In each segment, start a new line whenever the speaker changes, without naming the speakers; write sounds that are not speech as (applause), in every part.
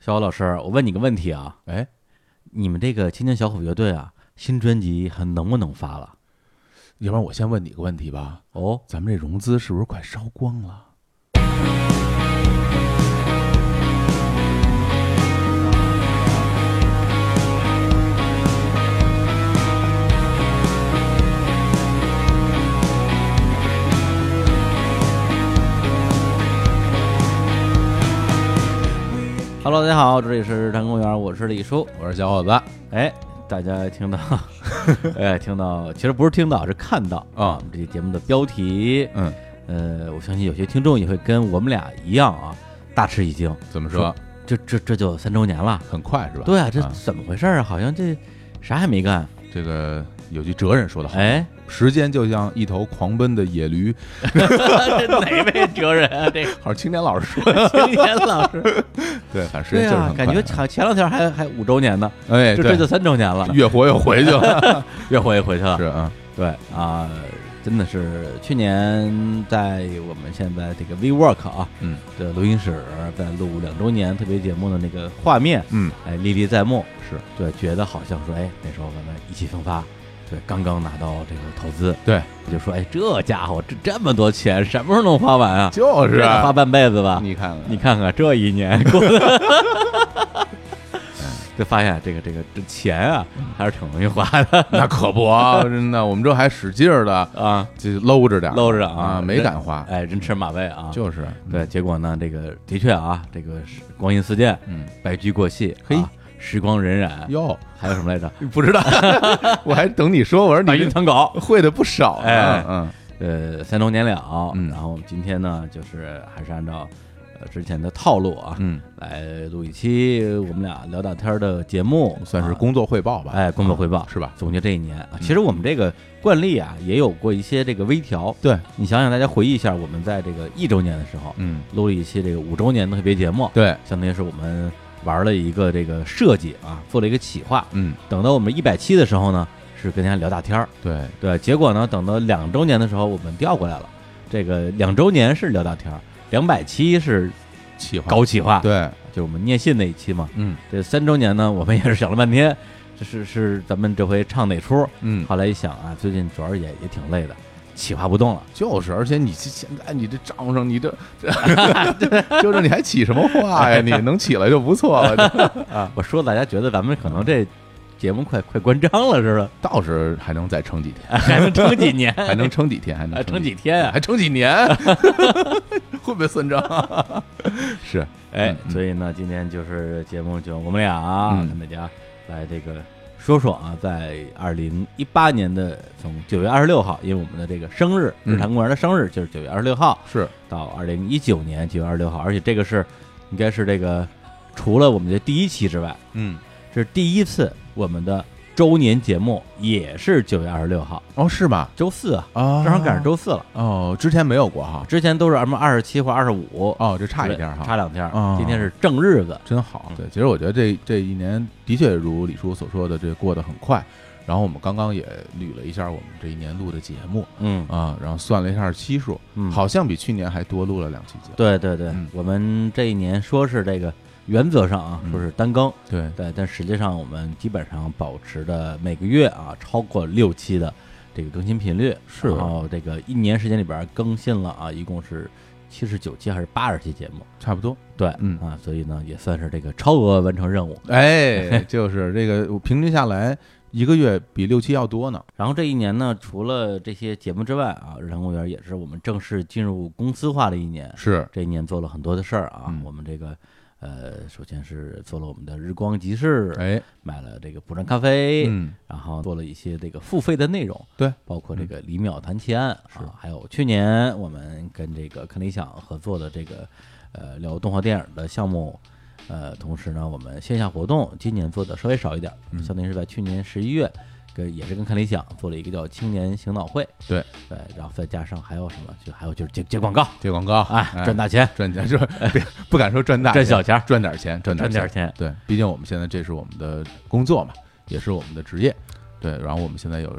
小欧老师，我问你个问题啊，
哎，
你们这个青年小虎乐队啊，新专辑还能不能发了？
要不然我先问你个问题吧，
哦，
咱们这融资是不是快烧光了？
Hello，大家好，这里是日坛公园，我是李叔。
我说小伙子啊、
哎，大家听 (laughs) 到，哎，听到，其实不是听到，是看到啊。我们这期节目的标题，
嗯，
呃，我相信有些听众也会跟我们俩一样啊，大吃一惊，
怎么说？
这这这就三周年了。
很快是吧？
对啊，这怎么回事啊？好像这啥也没干。
这个有句哲人说的好，
哎，
时间就像一头狂奔的野驴，
这 (laughs) 哪位哲人啊？这个
好像青年老师说的，
青年老师，
对，反正时
对
间就是
啊
很，快。
感觉前前两天还还五周年呢，
哎，
就
对
这就三周年了，
越活越回去 (laughs) 了，
越活越回去了。
是啊，
对啊、真的是去年在我们现在这个 WeWork 啊
嗯
的录音室，在录两周年特别节目的那个画面，
嗯，
哎，历历在目。
是
对，觉得好像说，哎，那时候咱们意气风发，对，刚刚拿到这个投资，
对，
就说，哎，这家伙这这么多钱，什么时候能花完啊？
就是
这得花
啊，
半辈子吧？
你看看，
你看看这一年过的， (laughs) 就发现这个这个这钱啊，
嗯
还是挺容易花的
那可不，真的，我们这还使劲儿的，
啊。
就搂着点儿，
搂着啊
啊，没敢花，
哎，人吃马喂啊，
就是
对。结果呢，这个的确啊，这个是光阴似箭，
嗯，
白驹过隙，
嘿
啊，时光荏苒，
哟，嗯
还有什么来着？
不知道， (laughs) 哎我还等你说，我说
白
你
云藏狗，
会的不少啊，
哎
嗯，
呃，三周年了，
嗯
然后我们今天呢，就是还是按照呃之前的套路啊，
嗯，
来录一期我们俩聊大天儿的节目，
算是
啊
工作汇报吧，
哎工作汇报
啊是吧？嗯
总结这一年啊。其实我们这个惯例啊，也有过一些这个微调。
对，
你想想，大家回忆一下，我们在这个一周年的时候
嗯，
录了一期这个五周年的特别节目，
对，
相当于是我们玩了一个这个设计啊，做了一个企划。
嗯，
等到我们一百期的时候呢，是跟大家聊大天儿。
对，
对，结果呢，等到两周年的时候，我们调过来了。这个两周年是聊大天儿，两百期是
企划，
搞企划，，
啊对，
就是我们聂信那一期嘛。
嗯
这三周年呢，我们也是想了半天，这是是咱们这回唱哪出？
嗯，
后来一想啊，最近主要也也挺累的，企划不动了。
就是，而且你这现在你这账上，
(laughs)
你这 (laughs) 这，就是你还起什么话呀？你能起来就 (laughs) 不错了，
我说大家觉得咱们可能这节目快快关张了似的，
到时还能再撑几天，
(laughs) 还能撑几年？
还能撑几天，还
还
能
撑
撑
几天啊
还？撑几年， (laughs) 会不会算账？ (laughs) 是，
哎
嗯，嗯
所以呢，今天就是节目就我们俩、啊
嗯
跟大家来这个说说啊，在二零一八年的从九月二十六号，因为我们的这个生日，
嗯
日坛公园的生日就是九月二十六号，
是
到二零一九年九月二十六号，而且这个是应该是这个除了我们的第一期之外，
嗯，
这是第一次我们的周年节目也是九月二十六号，
哦，是吗？
周四啊，
啊，
正好赶上周四了。
哦，之前没有过哈，
之前都是什么二十七或二十五，
哦，这差一点哈，
差两天儿。
哦
今天是正日子，
真好
嗯。
对，其实我觉得这这一年的确如李叔所说的，这过得很快。然后我们刚刚也捋了一下我们这一年录的节目
嗯
啊，然后算了一下期数，
嗯，
好像比去年还多录了两期节目。
对对对，
嗯
我们这一年说是这个原则上啊，
嗯
说是单更，
对，
对，但实际上我们基本上保持的每个月啊超过六期的这个更新频率，
是啊
然后这个一年时间里边更新了啊，一共是七十九期还是八十期节目，
差不多。
对，
嗯
啊，所以呢也算是这个超额完成任务。
哎，就是这个，我平均下来一个月比六期要多呢。
然后这一年呢，除了这些节目之外啊，日坛公园也是我们正式进入公司化的一年，
是，
这一年做了很多的事儿啊，
嗯
我们这个。呃，首先是做了我们的日光集市，
哎，
买了这个补站咖啡，
嗯，
然后做了一些这个付费的内容，
对，
包括这个李淼谈奇案、
是
啊，还有去年我们跟这个看理想合作的这个呃聊动画电影的项目，呃，同时呢，我们线下活动今年做的稍微少一点，
嗯
相当于是在去年十一月。跟也是跟看理想做了一个叫青年行脑会，
对
对，然后再加上还有什么，就还有就是接接广告，
接广告，
哎，赚大钱，
赚钱，赚别 (laughs) 不敢说赚大，
赚小钱儿，
赚点钱，赚
赚
点
点钱，
对，毕竟我们现在这是我们的工作嘛，也是我们的职业。对，然后我们现在有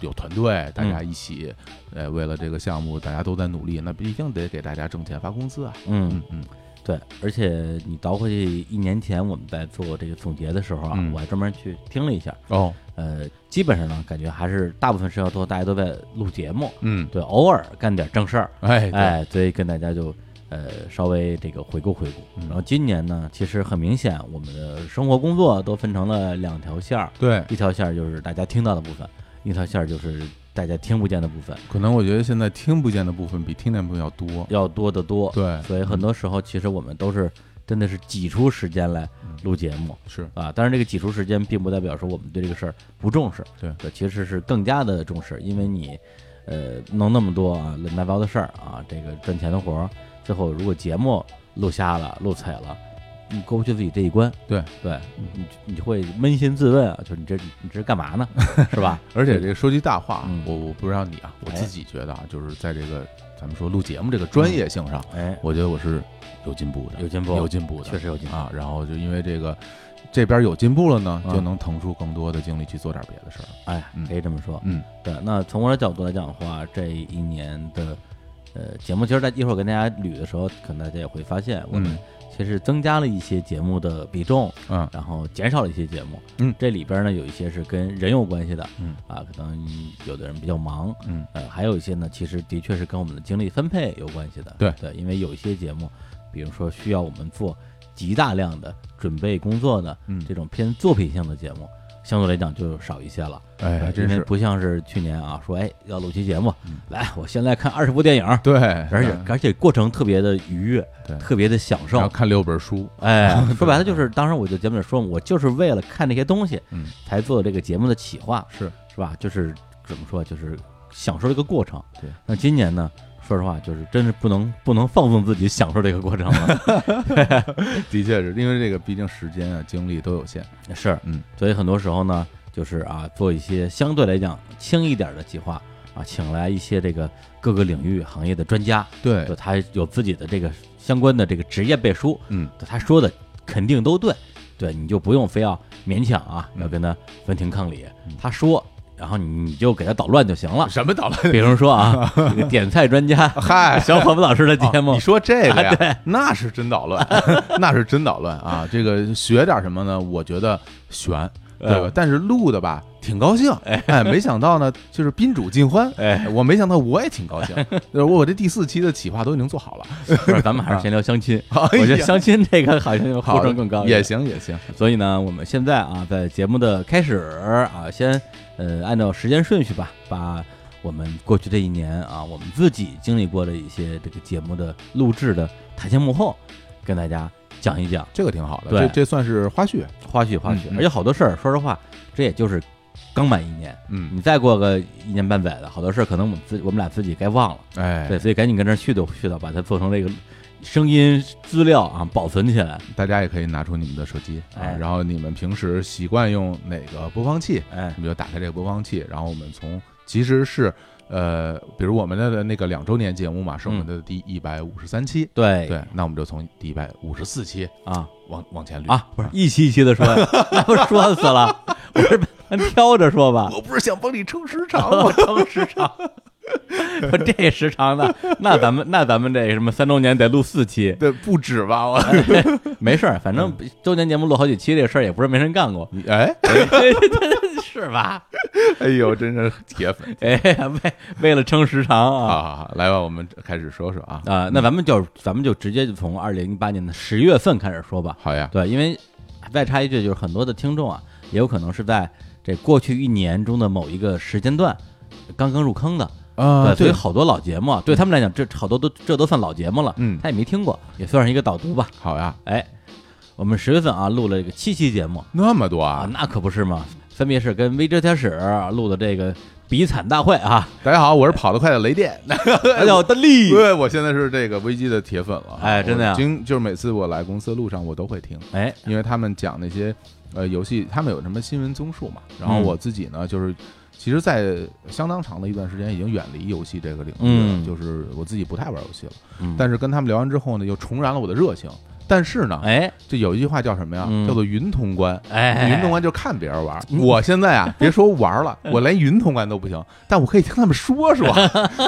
有团队，大家一起，呃，为了这个项目，大家都在努力，那不一定得给大家挣钱发工资啊。
嗯
嗯嗯，
对，而且你倒回去一年前我们在做这个总结的时候啊，
嗯
我还专门去听了一下，
哦，
呃，基本上呢，感觉还是大部分时候都大家都在录节目，
嗯，
对，偶尔干点正事儿，
哎，对，
哎，所以跟大家就呃稍微这个回顾回顾。
嗯
然后今年呢，其实很明显，我们的生活工作都分成了两条线儿，
对，
一条线儿就是大家听到的部分，一条线儿就是大家听不见的部分，
可能我觉得现在听不见的部分比听见部分要多，
要多得多。
对，
所以很多时候，其实我们都是真的是挤出时间来
嗯
录节目
是，
啊。当然，这个挤出时间并不代表说我们对这个事儿不重视，
对
其实是更加的重视，因为你呃弄那么多啊乱七八糟的事儿啊，这个赚钱的活儿，最后如果节目录瞎了、录踩了。你过不去自己这一关，
对
对，你你会扪心自问啊，就是你这你这是干
(laughs)
嘛呢，是吧？
而且这个说句大话，啊
嗯
我我不知道你啊，我
哎
自己觉得啊，就是在这个咱们说录节目这个专业性上，
哎，
我觉得我是有进步的，
有进步
有进步的，
确实有进步
啊。然后就因为这个这边有进步了呢，
嗯
就能腾出更多的精力去做点别的事儿。
哎
嗯，
可以这么说，
嗯，
对，那从我的角度来讲的话，这一年的呃节目，其实在一会儿跟大家捋的时候，可能大家也会发现，我们
嗯
其实增加了一些节目的比重，
嗯
然后减少了一些节目。
嗯
这里边呢有一些是跟人有关系的，
嗯
啊，可能有的人比较忙，
嗯，
呃，还有一些呢，其实的确是跟我们的精力分配有关系的。
对
对，因为有一些节目，比如说需要我们做极大量的准备工作的
嗯
这种偏作品性的节目，相对来讲就少一些了。
哎，还真
因为
是，
不像是去年啊，说哎要录期节目，
嗯
来我先来看二十部电影，
对，
而且
嗯
而且过程特别的愉悦，
对
特别的享
然
受。
后看六本书，
哎，
(laughs)
说白了就是，当时我就节目里说，我就是为了看这些东西
嗯，
才做这个节目的企划，
是
是吧？就是怎么说，就是享受这个过程。
对，
那今年呢，说实话，就是真是不能不能放纵自己享受这个过程
(laughs)
了。
的确是因为这个，毕竟时间啊、精力都有限。
是，
嗯，
所以很多时候呢，就是啊，做一些相对来讲轻一点的计划啊，请来一些这个各个领域行业的专家，
对
就，他有自己的这个相关的这个职业背书，
嗯，
他说的肯定都对，对，你就不用非要勉强啊，
嗯
要跟他分庭抗礼
嗯。
他说，然后你你就给他捣乱就行
(laughs)
了。
什么捣乱？
比如说啊，这
(laughs)
个点菜专家
嗨
小伙子老师的 (laughs) 节
哦
目
你，说这个
啊
呀，那是真捣乱， (laughs) 那是真捣乱啊！这个学点什么呢？我觉得悬，对吧？
嗯
但是录的吧，挺高兴，哎，没想到呢，就是宾主尽欢，
哎，
我没想到我也挺高
(laughs)
兴，就是我这第四期的企划都已经做好了，
不是咱们还是先聊相亲。
我
我觉得相亲这个好像呼
哎好
声更高一点
也行也行，
所以呢，我们现在啊，在节目的开始啊，先呃，按照时间顺序吧，把我们过去这一年啊，我们自己经历过的一些这个节目的录制的台前幕后，跟大家讲一讲，
这个挺好的，
对
这这算是花絮，
花絮花絮。
嗯嗯
而且好多事儿，说实话，这也就是刚满一年，
嗯，
你再过个一年半载的，好多事儿可能我们自我们俩自己该忘了，
哎，
对，所以赶紧跟这儿絮叨絮叨，把它做成这个声音资料啊，保存起来。
大家也可以拿出你们的手机啊
哎，
然后你们平时习惯用哪个播放器，
哎，
你们就打开这个播放器，然后我们从其实是呃，比如我们的那个两周年节目嘛，是
嗯
我们的第一百五十三期，
对
对，那我们就从第一百五十四期
啊。
往往前捋
啊，不是一期一期的说呀，那不说死了，我是咱挑着说吧。
我不是想帮你撑时
(laughs)
长吗？
我撑时长，我这时长的，那咱们那咱们这什么三周年得录四期，
对，不止吧？我，
哎没事儿，反正周年节目录好几期这事儿也不是没人干过
(laughs) 你
(laughs)
哎
是吧？
哎呦，真是铁粉
哎，为为了撑时长啊。
啊！好来吧，我们开始说说啊，
啊、那咱们就咱们就直接就从二零一八年的十月份开始说吧。
好呀，
对，因为再插一句，就是很多的听众啊，也有可能是在这过去一年中的某一个时间段刚刚入坑的，
啊
对，所以
对，
好多老节目啊，对他们来讲，这好多都这都算老节目了，
嗯
他也没听过，也算是一个导读吧。
好呀，
哎，我们十月份啊录了这个七期节目
那么多
啊
啊，！
那可不是嘛，分别是跟微知天使啊录的这个比惨大会
(laughs)
啊，
大家好，我是跑得快的雷电，
哎
(laughs)
还有邓丽，
对，哎我现在是这个危机的铁粉了。
哎真的呀
我经就是每次我来公司路上，我都会听，
哎，
因为他们讲那些呃游戏，他们有什么新闻综述嘛。然后
嗯
我自己呢，就是其实，在相当长的一段时间已经远离游戏这个领域了，
嗯
就是我自己不太玩游戏了。
嗯
但是跟他们聊完之后呢，又重燃了我的热情。但是呢，
哎
这有一句话叫什么呀
嗯？
叫做“云通关”。
哎，
云通关就看别人玩儿。我现在啊，别说玩了，我连云通关都不行，但我可以听他们说 (laughs) 说，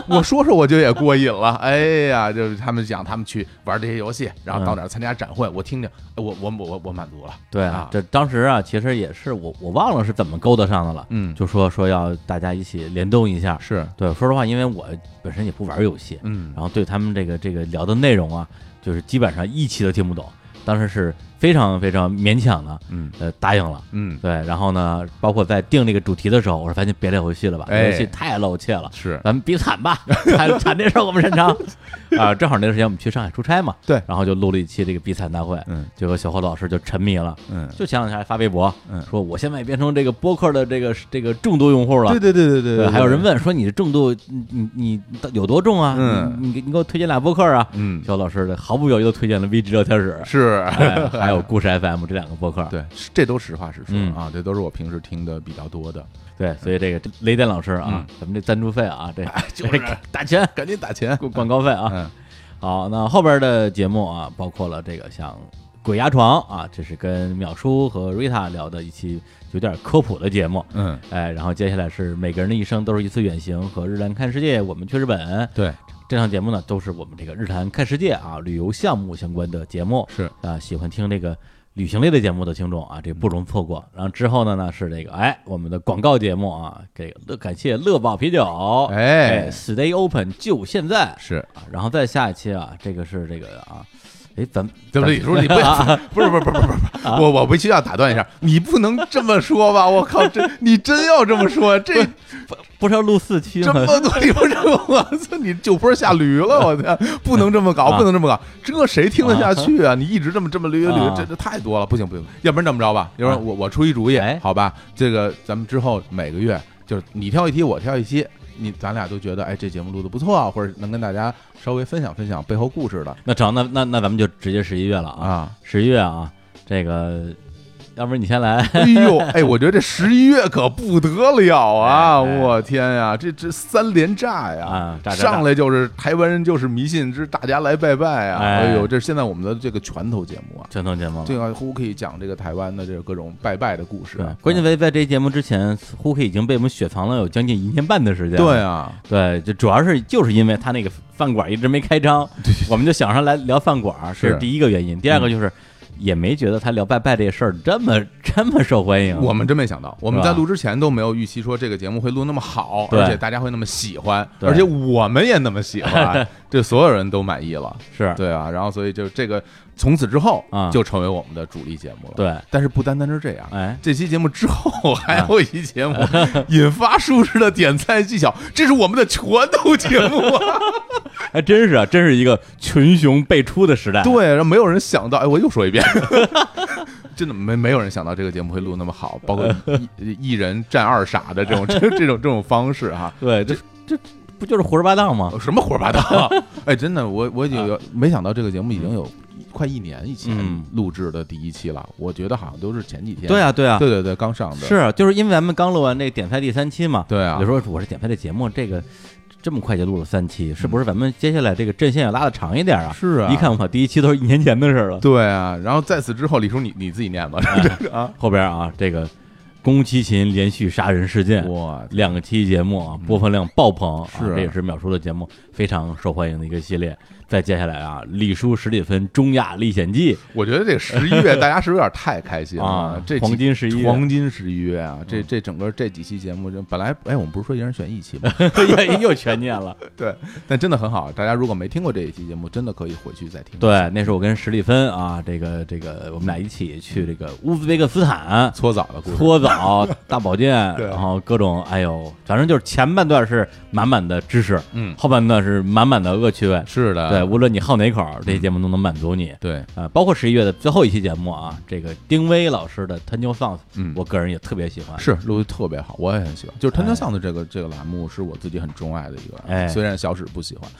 我说说我就也过瘾了。哎呀，就是他们讲他们去玩这些游戏，然后到哪儿参加展会，我听听，哎我我我我我满足了。
对啊
啊，
这当时啊，其实也是我我忘了是怎么勾搭上的了，
嗯，
就说说要大家一起联动一下。
是，
对，说实话，因为我本身也不玩游戏，
嗯
然后对他们这个这个聊的内容啊，就是基本上一期都听不懂，当时是非常非常勉强的，
嗯
呃，答应了。
嗯，
对，然后呢，包括在定这个主题的时候，我说咱就别聊游戏了吧，
哎
游戏太露怯了，
是
咱们比惨吧， (laughs) 惨惨这事儿我们擅长。啊、正好那段时间我们去上海出差嘛，
对
然后就录了一期这个比惨大会，
嗯
结果小侯老师就沉迷了，
嗯，
就前两天还发微博，
嗯
说我现在也变成这个播客的这个这个重度用户了。
对对对对对
对还有人，问说你的重度，你你你你到底有多重啊？
嗯
你你给你给我推荐俩播客啊？
嗯，
小老师的毫不犹豫的推荐了 V G 聊天室，
(laughs) 是。
哎还有故事 FM 这两个播客。
对，这都实话实说
嗯
啊，这都是我平时听的比较多的，
对，所以这个雷电老师啊，咱们这赞助费啊，这
(laughs) 嗯哎就是
打钱
(laughs) 赶紧打钱。
广告费啊。
嗯
好，那后边的节目啊，包括了这个像鬼压床啊，这是跟淼叔和瑞塔聊的一期有点科普的节目。
嗯，
哎，然后接下来是每个人的一生都是一次远行和日坛看世界，我们去日本
对，
这档节目呢，都是我们这个日坛看世界啊旅游项目相关的节目
是
啊，喜欢听这个旅行类的节目的听众啊，这个不容错过。然后之后呢呢是这个哎我们的广告节目啊，这个乐感谢乐宝啤酒，
哎
，Stay Open 就现在
是。
啊，然后再下一期啊，这个是这个啊，哎咱们
对
(laughs)
不对？你说你
啊
不要， (laughs) 不是不是不是不是不是，我我必须要打断一下，你不能这么说吧？我靠，这你真要这么说，这
不是要录四期
这
吗？ (laughs)
么多流程，我操，你酒坡下驴了，我天，不能这么搞，不能这
啊
么搞，这谁听得下去啊？你一直这么这么捋捋，这这太多了，不行不行，要不然这么着吧，要不然我我出一主意
啊哎，
好吧？这个咱们之后每个月就是你挑一题，我挑一期。你咱俩都觉得，哎，这节目录的不错啊，或者能跟大家稍微分享分享背后故事的
那成，那那那咱们就直接十一月了啊，
啊。
十一月啊，这个，要不然你先来， (laughs)
哎呦，哎，我觉得这十一月可不得了啊！
哎哎
我天呀，这这三连炸呀！
啊炸炸炸
上来就是台湾人就是迷信之大家来拜拜啊！
哎
哎呦，这是现在我们的这个拳头节目啊，
全头节目了。
这个乎可以讲这个台湾的这个各种拜拜的故事
对
啊。，
关键为在这节目之前，Hook 已经被我们雪藏了有将近一年半的时间。
对啊，
对，就主要是就是因为他那个饭馆一直没开张，我们就想上来聊饭馆，这是
是
第一个原因。第二个就是也没觉得他聊拜拜这事儿这么这么受欢迎。
我们真没想到，我们
是吧
在录之前都没有预期说这个节目会录那么好，
对
而且大家会那么喜欢，
对
而且我们也那么
(laughs)
喜欢，这所有人都满意了。
是
对啊，然后所以就这个从此之后
啊
就成为我们的主力节目了。
对，
但是不单单是这样，
哎，
这期节目之后还有一期节目 (laughs) 引发舒适的点菜技巧，这是我们的拳头节目啊！
还真是啊，真是一个群雄辈出的时代。
(laughs) 对，然后没有人想到，哎，我又说一遍， (laughs) 真的没没有人想到这个节目会录那么好，包括一一人占二傻的这种这这种这种方式哈、哦
对，这这这不就是胡说八道吗？
什么胡说八道？ (laughs) 哎，真的，我我已经有没想到这个节目已经有快一年以前
嗯
录制的第一期了，我觉得好像都是前几天，
对啊，对啊，
对对对，刚上的，
是啊，就是因为咱们刚录完这个点菜第三期嘛，
对啊
有时候我是点菜的节目，这个这么快就录了三期，是不是咱们接下来这个阵线要拉的长一点啊？
是啊，
一看我靠，第一期都是一年前的事儿了。
(laughs) 对啊，然后在此之后，李叔你你自己念吧。
哎
(laughs) 啊，
后边啊，这个宫崎勤连续杀人事件，
我
两个期节目啊，播放量爆棚，
是
啊
啊
这也是秒叔的节目非常受欢迎的一个系列。再接下来啊，李叔史蒂芬《中亚历险记》
我觉得这十一月大家是不是有点太开心了？
啊
这几
黄金11月嗯
黄金十一月啊，这这整个这几期节目，就本来哎，我们不是说一人选一期
(laughs)
吗？
又又全念了。
对，但真的很好，大家如果没听过这一期节目，真的可以回去再听。，
(laughs) 对，那是我跟史蒂芬啊，这个这个，我们俩一起去这个乌兹别克斯坦
搓澡的故事，
搓澡、大保健，
(laughs) 对
然后各种，哎呦，反正就是前半段是满满的知识，
嗯，啊
后半段是满满的恶趣味。
是的，
对，无论你好哪口，这些节目都能满足你。
对，
呃，包括十一月的最后一期节目啊，这个丁薇老师的《t e n New Songs》，
嗯
我个人也特别喜欢。
是录的特别好，我也很喜欢。就是《
哎
Turn 的这个这个栏目是我自己很钟爱的一个栏目，
哎
虽然小史不喜
(laughs)
欢，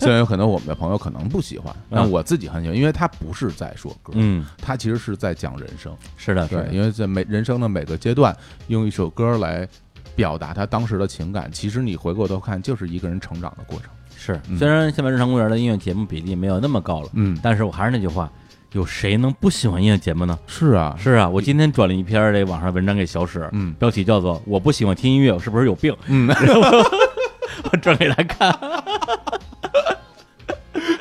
虽然有可能我们的朋友可能不喜欢，但
嗯
我自己很喜欢，因为它不是在说歌，
嗯，
它其实是在讲人生。
是的，是
对，
的，
因为在每人生的每个阶段，用一首歌来表达他当时的情感，其实你回过头看，就是一个人成长的过程。
是。
嗯
虽然现在日常公园的音乐节目比例没有那么高了，
嗯，
但是我还是那句话，有谁能不喜欢音乐节目呢？
是啊，
是啊，我今天转了一篇这网上文章给小史，
嗯
标题叫做“我不喜欢听音乐，我是不是有病
嗯，？”
我 (laughs) 转给他看。
(laughs)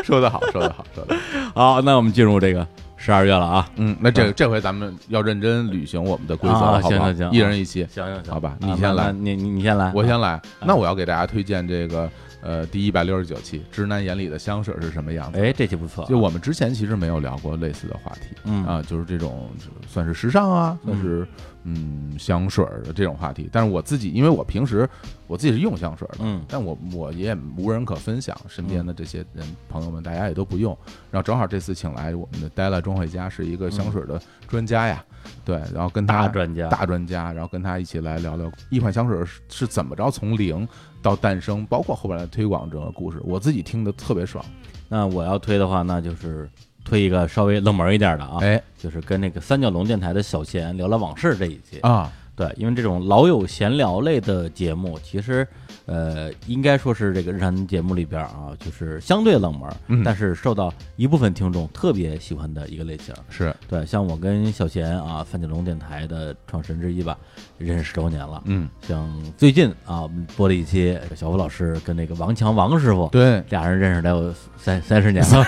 说得好，说得好，说得好。
(laughs) 好，那我们进入这个十二月了啊。
(laughs) 嗯，那这这回咱们要认真履行我啊们的规则
啊
了，好不好
行行行
一人一期，
行行行，
好吧
啊
你先来
那你你你先来，
我先来。那我要给大家推荐这个呃第一百六十九期《直男眼里的香水是什么样子》。
哎，这期不错，
就我们之前其实没有聊过类似的话题，
嗯
啊，就是这种算是时尚啊，算是嗯香水儿的这种话题。但是我自己，因为我平时我自己是用香水儿的，
嗯
但我我也无人可分享，身边的这些人、朋友们，大家也都不用。然后正好这次请来我们的 Della 钟慧佳是一个香水的专家呀，对，然后跟
嗯
他
大专家，
大专家，然后跟他一起来聊聊一款香水是是怎么着从零到诞生，包括后来的推广整个故事，我自己听得特别爽。
那我要推的话，那就是推一个稍微冷门一点的啊，
哎
就是跟那个三角龙电台的小贤聊聊往事这一集。
啊，
对，因为这种老友闲聊类的节目，其实呃，应该说是这个日常节目里边啊，就是相对冷门，
嗯
但是受到一部分听众特别喜欢的一个类型。
是，
对，像我跟小贤啊，三角龙电台的创始人之一吧，认识十多年了。
嗯，
像最近啊，我们播了一期小吴老师跟那个王强王师傅，
对
俩人认识得有三三十年了，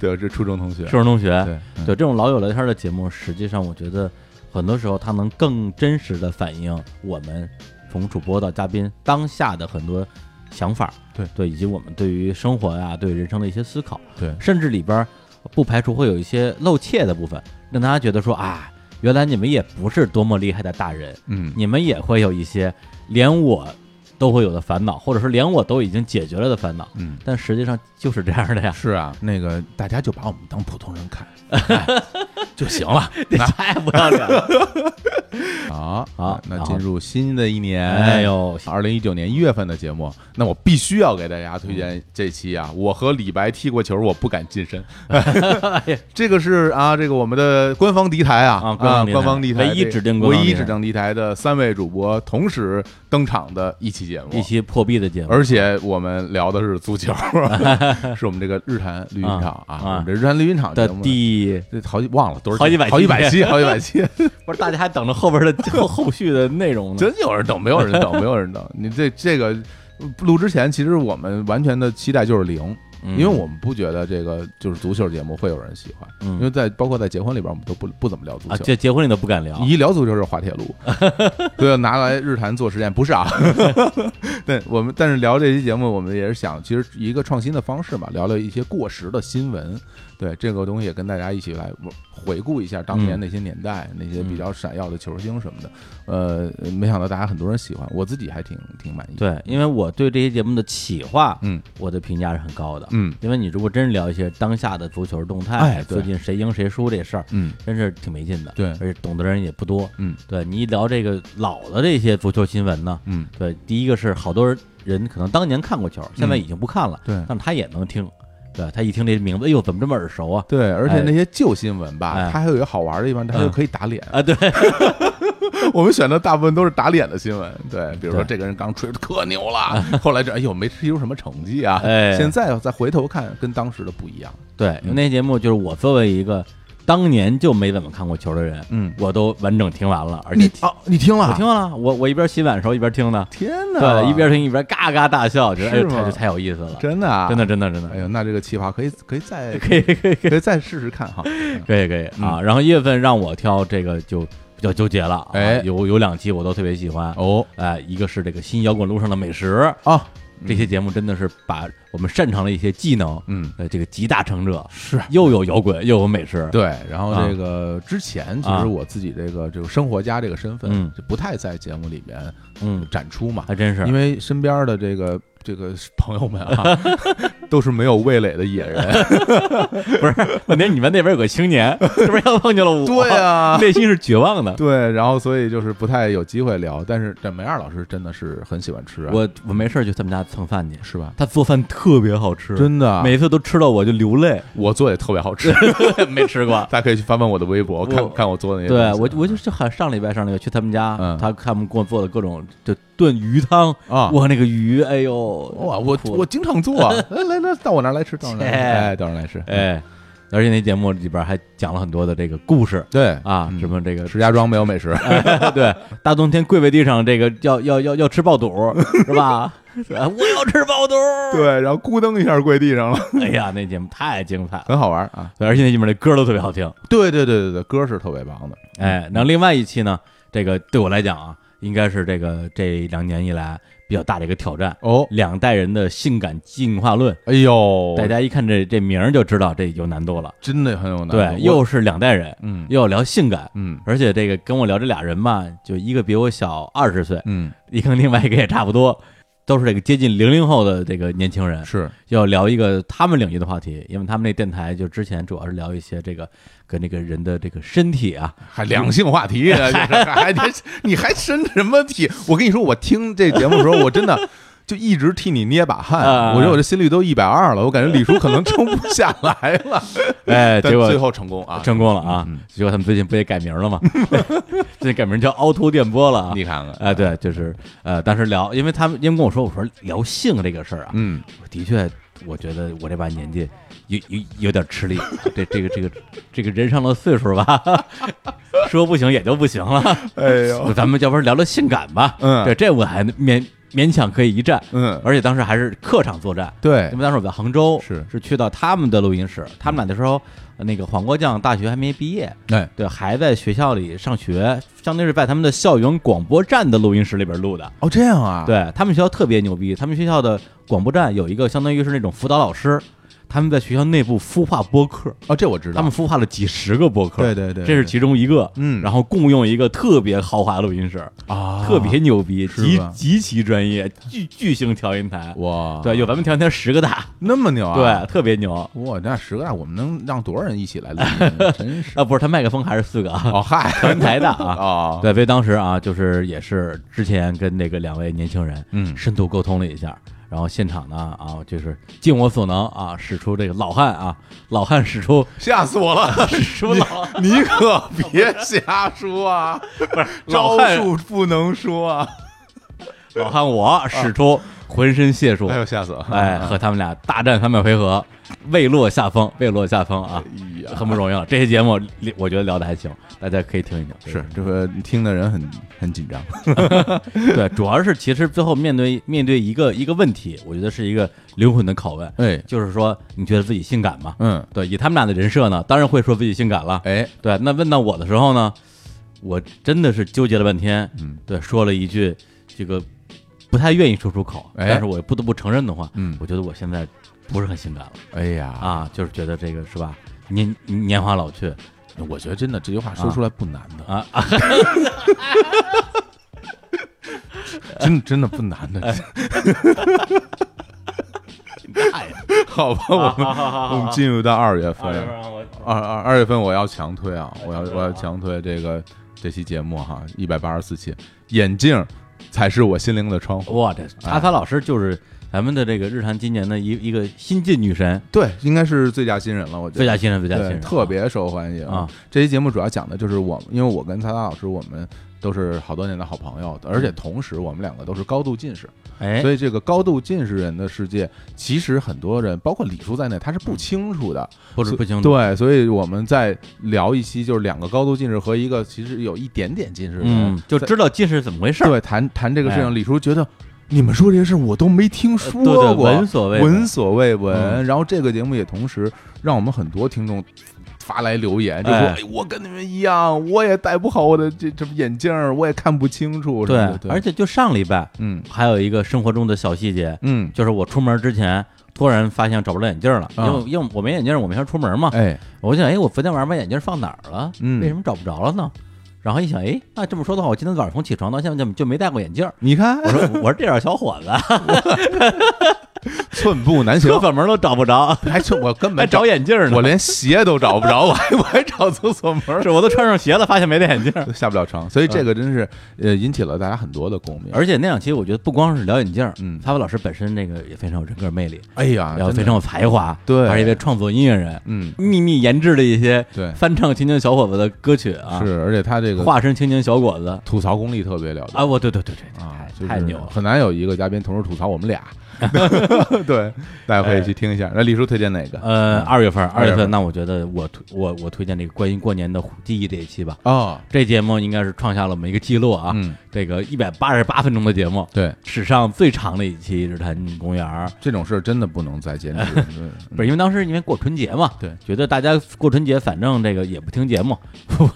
对，这初中同学
(laughs) 初，中同学。
对
哎对这种老友聊天的节目，实际上我觉得很多时候它能更真实的反映我们从主播到嘉宾当下的很多想法，
对
对，以及我们对于生活呀、对人生的一些思考，
对
甚至里边儿不排除会有一些露怯的部分，让大家觉得说啊，原来你们也不是多么厉害的大人，
嗯，
你们也会有一些连我都会有的烦恼，或者说连我都已经解决了的烦恼，
嗯。
但实际上就是这样的
(laughs)
呀，
是啊，那个大家就把我们当普通人看、哎就行 (laughs) 了
这太不要脸了。
啊。
好
那
然后
进入新的一年，
哎呦，
二零一九年一月份的节目，那我必须要给大家推
嗯
荐这期啊！我和李白踢过球，我不敢近身。这个是啊，这个我们的官方敌台啊
哎啊官方敌台
官方敌台
唯一指定
这
官
唯
方敌台
一指定敌台的三位主播同时登场的一期节目，
一期破壁的节目，
而且我们聊的是足
(laughs)
球，是我们这个日坛绿茵场啊，
啊
我们这日坛绿茵场
的
节目
第，
这好几忘了多少集
好几百集
好几百期，好 (laughs) 几百
(laughs)
期，
不是大家还等着后边 (laughs) 的后后续的内容呢。
真有人等，没有人
(laughs)
等，没有人等。你这这个录之前，其实我们完全的期待就是零，
嗯
因为我们不觉得这个就是足球节目会有人喜欢，
嗯
因为在包括在结婚里边，我们都不不怎么聊足
啊，
球。
结结婚你都不敢聊，
你一聊足球就是滑铁
(laughs)
卢，对，拿来日坛做实验不是啊？ (laughs) 对，我们但是聊这期节目，我们也是想，其实一个创新的方式嘛，聊聊一些过时的新闻，对这个东西也跟大家一起来回顾一下当年
嗯
那些年代、那些比较闪耀的球星什么的。呃，没想到大家很多人喜欢，我自己还挺挺满意。，
对，因为我对这些节目的企划，
嗯
我的评价是很高的。
嗯
因为你如果真是聊一些当下的足球动态，
哎对
最近谁赢谁输这事儿，
嗯，
真是挺没劲的。
对
而且懂的人也不多。
嗯
对你一聊这个老的这些足球新闻呢，
嗯，
对，第一个是好多人可能当年看过球，现在
嗯
已经不看了，
对
但他也能听。对他一听这名字，哎呦，怎么这么耳熟啊？
对，而且
哎
那些旧新闻吧，
哎
它还有一个好玩的地方，它就可以打脸。
啊，对，
(laughs) 我们选的大部分都是打脸的新闻，对，比如说
对
这个人刚吹的可牛了，后来这哎呦没踢出什么成绩啊，
哎
现在再回头看跟当时的不一样，
对，
嗯
因为那节目就是我作为一个当年就没怎么看过球的人，
嗯，
我都完整听完了，而且
你啊你听了
我听了，我我一边洗碗的时候一边听的，
天哪，
对，一边听一边嘎嘎大笑，觉得哎
是
呦，
吗
太这太有意思了，
真的啊
真的，真的真的
哎，呦那这个计划可以可以再
(laughs) 可以可以可以
可以再试试看
(laughs)
哈，嗯
可以可以啊。然后一月份让我挑这个就比较纠结了，啊
哎
有有两期我都特别喜欢，
哦
哎，一个是这个新摇滚路上的美食，
啊
这些节目真的是把我们擅长的一些技能，
嗯
呃，这个集大成者，
是。
又有摇滚又有美食，
对，然后
啊
这个之前其
啊
实我自己这个这个生活家这个身份
嗯
就不太在节目里面
嗯，
展出嘛，
还真是
因，为身边的这个这个朋友
(laughs)
们啊，都是没有味蕾的野人。
不是， (laughs) 问题是你们那边有个青年，是不是要碰见了我？
啊
(laughs) 内心是绝望的。
(laughs) 对，然后所以就是不太有机会聊。但是这梅二老师真的是很喜欢吃、啊，
我我没事儿就他们家蹭饭去，
是吧？
他做饭特别好吃，
真的啊，
每次都吃到我就流泪，
我做也特别好吃，
(laughs) 没吃过。
(laughs) 大家可以去翻翻我的微博，看
我
哎看我做的那些
对
东
我
西。，
我就就好像上礼拜上礼拜去他们家，
嗯
他他们给我做的各种就炖鱼汤，
啊，
哇，那个鱼，哎呦，
哇，我
哭了 (laughs)
我经常做啊，来来来，到我那儿来吃，到我那儿来吃，
切
哎，到我那儿来吃。
哎，而且那节目里边还讲了很多的这个故事
对
啊，
嗯
什么这
(laughs)
个
石家庄没有
(laughs)
美食，
对，大冬天跪在地上，这个要要要要吃爆肚儿是吧？ (laughs) 是吧我要吃爆肚。，
对，然后咕噔一下跪地上了，
(laughs) 哎呀，那节目太精彩了，
很好玩啊！
对而且那里面的歌都特别好听。
对对对对对，歌是特别棒的，
哎，然后另外一期呢，这个对我来讲啊，应该是这个这两年以来比较大的一个挑战。
哦，
两代人的性感进化论，
哎呦，
大家一看这这名儿就知道这有难度了。
真的很有难度，我
对，又是两代人，
嗯
又要聊性感，
嗯
而且这个跟我聊这俩人吧，就一个比我小二十岁，
嗯
一个另外一个也差不多，都是这个接近零零后的这个年轻人，
是
要聊一个他们领域的话题，因为他们那电台就之前主要是聊一些这个跟这个人的这个身体
(laughs)
啊，
还两性话题，
(laughs)
啊就是还还你还生什么体？我跟你说，我听这节目的时候，我真的。就一直替你捏把汗，
啊
我觉得我这心率都一百二了，我感觉李叔可能撑不下来
(laughs)
了。
哎，
但
结
最
果
后成
(laughs)
功啊！
成功了啊，结果他们最近不也改名了吗？ (laughs) 最近改名叫凹凸电波了啊。
你看看，
哎，对，就是呃，当时聊，因为他们因为跟我说，我说聊性这个事儿啊，
嗯，
的确，我觉得我这把年纪有有有点吃力， (laughs) 这这个这个这个人上了岁数吧， (laughs) 说不行也就不行了。
哎呦，
(laughs) 咱们要不然聊聊性感吧？
嗯
对，这我还勉勉强可以一战，
嗯
而且当时还是客场作战。
对
因为当时我在杭州，
是
是去到他们的录音室，他们俩那时候，呃那个黄瓜酱大学还没毕业，
哎，
对，还在学校里上学，相当于是在他们的校园广播站的录音室里边录的。
哦，这样啊，，
对他们学校特别牛逼，他们学校的广播站有一个相当于是那种辅导老师，他们在学校内部孵化播客，
哦，这我知道，
他们孵化了几十个播客，
对对对对
这是其中一个。
嗯
然后共用一个特别豪华的录音室，
啊，
特别牛逼，
是
极
吧
极其专业，巨巨型调音台，
哇，
对，有咱们调音台十个大，
那么牛啊，
对，特别牛。
对，哇，那十个大，我们能让多少人一起来录
(laughs)
音？真是，
啊，不是，他麦克风还是四个啊，
哦嗨，
(laughs) 调音台的啊，
(laughs) 哦，
对，所以当时啊，就是也是之前跟那个两位年轻人，
嗯
深度沟通了一下，然后现场呢啊，就是尽我所能啊，使出这个老汉啊，老汉使
(laughs)
出。
吓死我了
使出老
你你可别瞎说啊！
老
招
汉
数不能说啊！
(laughs) 老汉我使出浑身解数
(laughs) 哎，呦，吓死了！
哎，和他们俩大战三百回合，未落下风，未落下风啊，
哎呀，
很不容易了。这些节目我觉得聊的还行，大家可以听一听。
是这个听的人很很紧张。
对，主要是其实最后面对面对一个一个问题，我觉得是一个灵魂的拷问，
哎，
就是说你觉得自己性感吗？
嗯，
对，以他们俩的人设呢，当然会说自己性感了。
哎，
对，那问到我的时候呢，我真的是纠结了半天，
嗯，
对，说了一句这个不太愿意说出口，
哎
但是我又不得不承认的话，
嗯
我觉得我现在不是很性感了
哎呀，
啊，就是觉得这个是吧，年年华老去
我觉得真的这句话说出来不难的
啊，
真真的不难 (laughs) 的。 (laughs) 啊好吧，我们我们进入到二月份，二二二月份我要强推啊，我要我要强推这个这期节目哈，一百八十四期，眼镜才是我心灵的窗户。
哇，这阿发老师就是咱们的这个日坛今年的一一个新晋女神，
对，应该是最佳新人了，我觉
最
得。
佳新人，最佳新
对，
人，
特别受欢迎
啊！
这期节目主要讲的就是我，因为我跟蔡达老师，我们都是好多年的好朋友，而且同时我们两个都是高度近视，
嗯哎，
所以这个高度近视人的世界，其实很多人，包括李叔在内，他是
嗯
不清楚的。
不知不清楚，
对，所以我们在聊一期，就是两个高度近视和一个其实有一点点近视的人
嗯，就
在
知道近视是怎么回事儿，
对谈谈这个事
哎
情，李叔觉得。你们说这些事儿我都没听说
呃对对
过，
闻所未闻
呃闻所未闻。
嗯
然后这个节目也同时让我们很多听众发来留言，就说：“
哎
哎，我跟你们一样，我也戴不好我的这这眼镜儿，我也看不清楚。”
对
对，，
而且就上礼拜
嗯
还有一个生活中的小细节，
嗯，
就是我出门之前突然发现找不着眼镜了，因
啊
为因为我没眼镜，我没法出门嘛。
哎，
我就想，哎，我昨天晚上把眼镜放哪儿了？
嗯
为什么找不着了呢？然后一想，哎，那这么说的话，我今天早上从起床到现在就就没戴过眼镜。
你看哎
我，说， (laughs) 我说这点小伙子， (laughs)
寸步难行
小，粉门都找不着，
(laughs) 还寸我根
(laughs) 还
本
找眼镜呢。
我连鞋都找不着，我 (laughs) 还我还找厕所门 (laughs) 儿
是，我都穿上鞋了，发现没戴眼镜。 (laughs)
都下不了床，所以这个真是呃引起了大家很多的共鸣。
而且那两期我觉得不光是聊眼镜，
嗯
发发老师本身那个也非常有人格魅力，
哎呀，
然后
真的
非常有才华，
对
还是一位创作音乐人，
嗯
秘密研制的一些
对
翻唱青年小伙子的歌曲啊，
是，而且他这个
化身青年小伙子
吐槽功力特别了得
啊！我对对对对，
啊
太，
就是
太牛了！ (laughs)
很难有一个嘉宾同时吐槽我们俩， (laughs) 对，大家可以去听一下。那李叔推荐哪个？
哎呃，二月份，二
月
月
份
份，那我觉得我推我我推荐这个关于过年的记忆这一期吧。
哦，
这节目应该是创下了我们一个记录啊，
嗯，
这个一百八十八分钟的节目，
对，
史上最长的一期《日坛公园》。
这种事儿真的不能再坚持。
(laughs)
嗯对
不是因为当时因为过春节嘛，
对，
觉得大家过春节反正这个也不听节目， (laughs) 不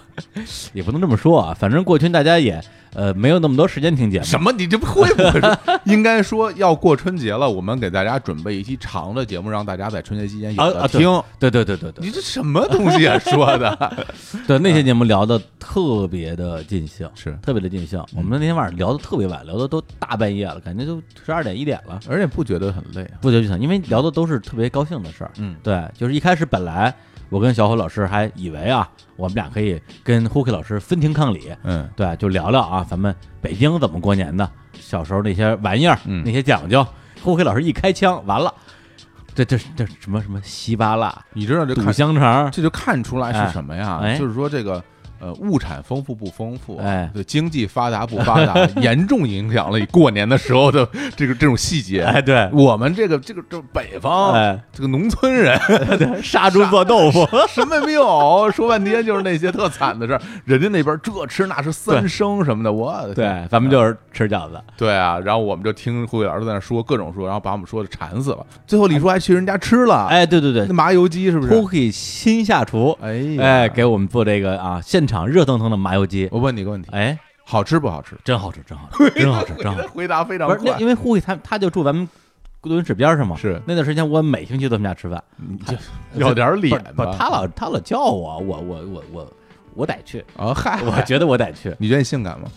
也不能这么说啊，反正过春大家也呃没有那么多时间听节目，
什么？你这不会不会说？ (laughs) 应该说要过春节了，我们给大家准备一期长的节目，让大家在春节期间有
啊
的
啊
听。
对对对对对
你这什么东西啊？说
(laughs)
的
对，那些
嗯
节目聊的特别的尽兴，
是，
特别的尽兴。我们那天晚上聊的特别晚，聊的都大半夜了，感觉都十二点一点了，
而且不觉得很累啊。
不觉就想，因为聊的都是特别高兴的事儿。
嗯，
对，就是一开始本来我跟小虎老师还以为啊，我们俩可以跟 h o k 老师分庭抗礼，
嗯，
对，就聊聊啊，咱们北京怎么过年的，小时候那些玩意儿，
嗯
那些讲究。胡黑老师一开枪，完了，这这这什么什么稀巴烂、
你知道这
肚
看
香
(laughs)
肠，
这就看出来是什么呀？
哎
就是说这个。呃，物产丰富不丰富？啊
哎
对，经济发达不
(laughs)
发达，严重影响了过年的时候的这个这种细节。
哎，对，
我们这个这个这北方、
哎，
这个农村人， (laughs)
杀猪做豆腐，
什么也没有，说半天就是那些特惨的事儿。人家那边这吃那是三生什么的，我的天
对，咱们就是吃饺子，
对啊。然后我们就听胡伟老师在那说各种说，然后把我们说的馋死了。最后李叔还去人家吃了，，
哎，对对对
那麻油鸡是不是？
，Cookie 新下厨，
哎呀哦
哎，给我们做这个啊，现场热腾腾的麻油鸡，
我问你个问题，
哎，
好吃不好吃？
真好吃，真
(laughs)
好吃，真好吃，真好吃。
回答非常
不是，那
快
因。为 Cookie 他他就住咱们敦市边上嘛，
是
那段时间我每星期都他们家吃饭，
你这有点脸
不
吧
是，？他老他老叫我，我我我我我得
(laughs)
去，
啊嗨，。
我觉得我得去
你觉得你性感吗？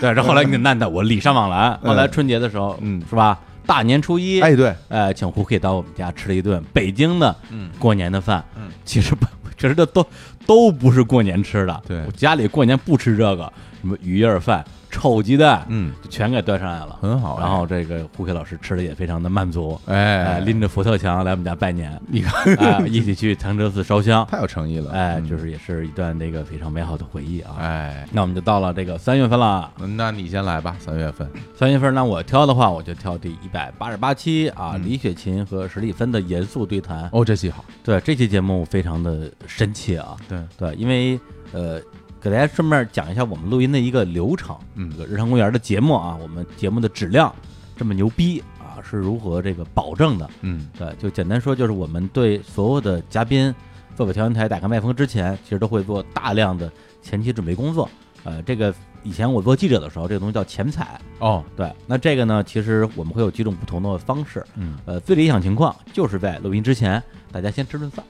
对，然后后来那那我礼尚往来，后来春节的时候，
嗯
是吧？大年初一，
哎，对，
呃，请胡可以到我们家吃了一顿北京的
嗯
过年的饭，
嗯，
其实不，其实这都都不是过年吃的，
对
我家里过年不吃这个，什么鱼叶饭、臭鸡蛋，
嗯，
就全给端上来了，
很好哎
然后这个胡可老师吃的也非常的满足，
哎
呃，，拎着福特墙来我们家拜年，
你看
啊，一起去潭柘寺烧香，
太有诚意了，
哎，
嗯
就是也是一段这个非常美好的回忆啊。
哎，
那我们就到了这个三月份了，
那你先来吧，三月份，
三月份呢，我挑的话，我就挑第一百八十八期啊，
嗯
李雪琴和史蒂芬的严肃对谈。
哦，这戏好，
对这期节目非常的深切啊，
对，
对，因为呃，给大家顺便讲一下我们录音的一个流程，
嗯
这个日常公园的节目啊，我们节目的质量这么牛逼啊，是如何这个保证的？
嗯
对，就简单说，就是我们对所有的嘉宾做北调音台打开麦克风之前，其实都会做大量的前期准备工作。呃，这个以前我做记者的时候，这个东西叫前采。
哦，
对，那这个呢，其实我们会有几种不同的方式。
嗯
呃，最理想情况就是在录音之前，大家先吃顿饭。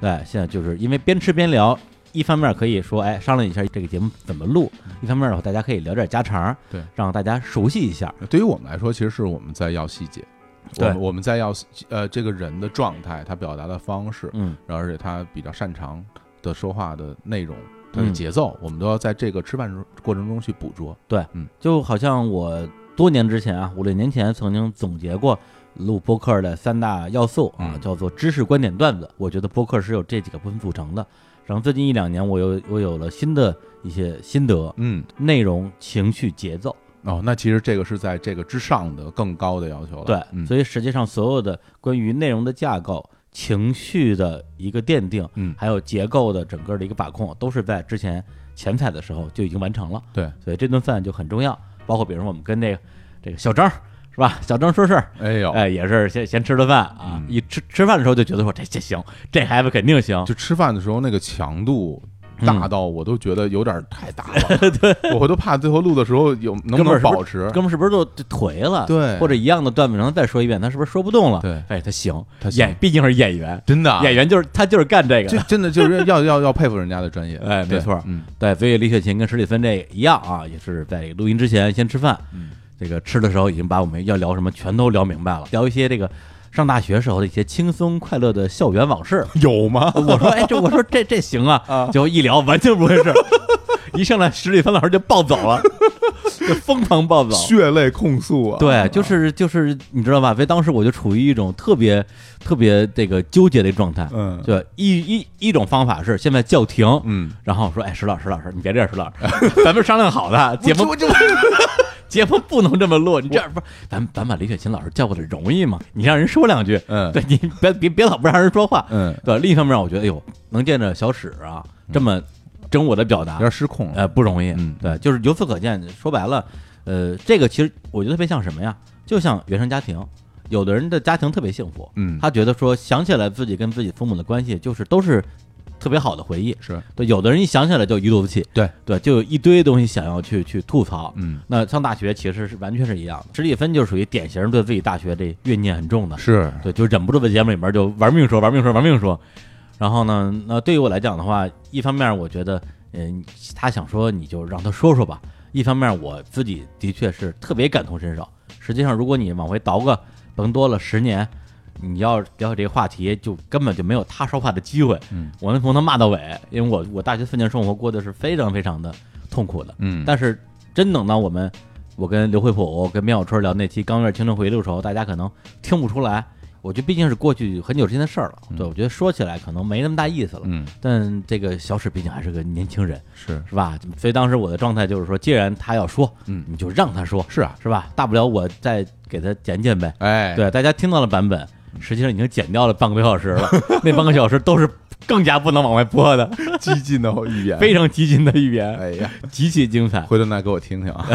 对，现在就是因为边吃边聊，一方面可以说，哎，商量一下这个节目怎么录；一方面的话，大家可以聊点家常，
对
让大家熟悉一下。
对于我们来说，其实是我们在要细节，我
对
们我们在要呃这个人的状态，他表达的方式，
嗯，
然后而且他比较擅长的说话的内容，他的
嗯
节奏，我们都要在这个吃饭过程中去捕捉。
就好像我多年之前啊，五六年前曾经总结过录播客的三大要素啊，
嗯
叫做知识、观点、段子。我觉得播客是有这几个部分组成的。然后最近一两年，我有我有了新的一些心得，
嗯，
内容、情绪、节奏。
哦，那其实这个是在这个之上的更高的要求了。
对，
嗯，
所以实际上所有的关于内容的架构、情绪的一个奠定，
嗯
还有结构的整个的一个把控，都是在之前前采的时候就已经完成了。
对，
所以这顿饭就很重要。包括比如说我们跟这个这个小张是吧？小张说事儿，
哎呦，
哎，也是先先吃顿饭啊
嗯，
一吃吃饭的时候就觉得说这这行，这孩子肯定行。
就吃饭的时候那个强度。大
嗯
到我都觉得有点太大
(laughs)
了，对我都怕最后录的时候有能不
哥们儿是
能
不是
保持。
哥们儿是不是都就颓了？
对
或者一样的段子，然后再说一遍，他是不是说不动了？
对
哎，他行，
他行
演毕竟是演员，
真的啊
演员就是他就是干这个
这
的。
真的就是要要要佩服人家的专业，
哎没
对
错
嗯，
对，所以李雪琴跟史蒂芬这一样啊，也是在录音之前先吃饭，
嗯，
这个吃的时候已经把我们要聊什么全都聊明白了，聊一些这个上大学时候的一些轻松快乐的校园往
(laughs)
事。
有吗？
我说，哎，这 (laughs) 我说这这行啊
啊，
(laughs) 结果一聊完全不回事儿，一上来史蒂芬老师就暴走了， (laughs) 就疯狂暴走。
血泪控诉啊！
对，就是就是，你知道吧？所以当时我就处于一种特别特别这个纠结的状态。
嗯
对，一一一种方法是现在叫停，
嗯，
然后说，哎，石老师，石老师，你别这样，石老师， (laughs) 咱们商量好的，节目
我就
(laughs) 节目不能这么录，你这样不是，咱咱把李雪琴老师叫过来容易吗？你让人说两句，(laughs)
嗯
对你别别别老不让人说话，
嗯，
对。另一方面，我觉得，哎呦，能见着小史啊，这么真我的表达
有，点失控了。
呃，不容易，
嗯
对，就是由此可见，说白了，呃，这个其实我觉得特别像什么呀？就像原生家庭，有的人的家庭特别幸福，
嗯，
他觉得说想起来自己跟自己父母的关系，就是都是特别好的回忆，
是
对，有的人一想起来就一肚子气，
对
对，就有一堆东西想要去去吐槽。
嗯
那上大学其实是完全是一样的，史蒂芬就属于典型对自己大学这怨念很重的，
是，
对，就忍不住在节目里面就玩命说、玩命说、玩命说。然后呢，那对于我来讲的话，一方面我觉得，嗯、他想说你就让他说说吧；一方面我自己的确是特别感同身受。实际上，如果你往回倒个甭多了十年，你要聊起这个话题，就根本就没有他说话的机会。
嗯，
我能从头骂到尾，因为我我大学四年生活过得是非常非常的痛苦的。
嗯，
但是真等到我们，我跟刘惠普、跟苗小春聊那期《钢院青春回忆录》的时候，大家可能听不出来。我觉得毕竟是过去很久之前的事儿了，对我觉得说起来可能没那么大意思了。
嗯
但这个小史毕竟还是个年轻人，
是
是吧？所以当时我的状态就是说，既然他要说，
嗯
你就让他说，
是啊，
是吧？大不了我再给他剪剪呗。
哎，嗯
对，大家听到了版本，实际上已经剪掉了半个多小时了， (laughs) 那半个小时都是更加不能往外播的，
激进的语言，
非常激进的语言，
哎呀，
极其精彩。
回头那给我听
(laughs)
听啊，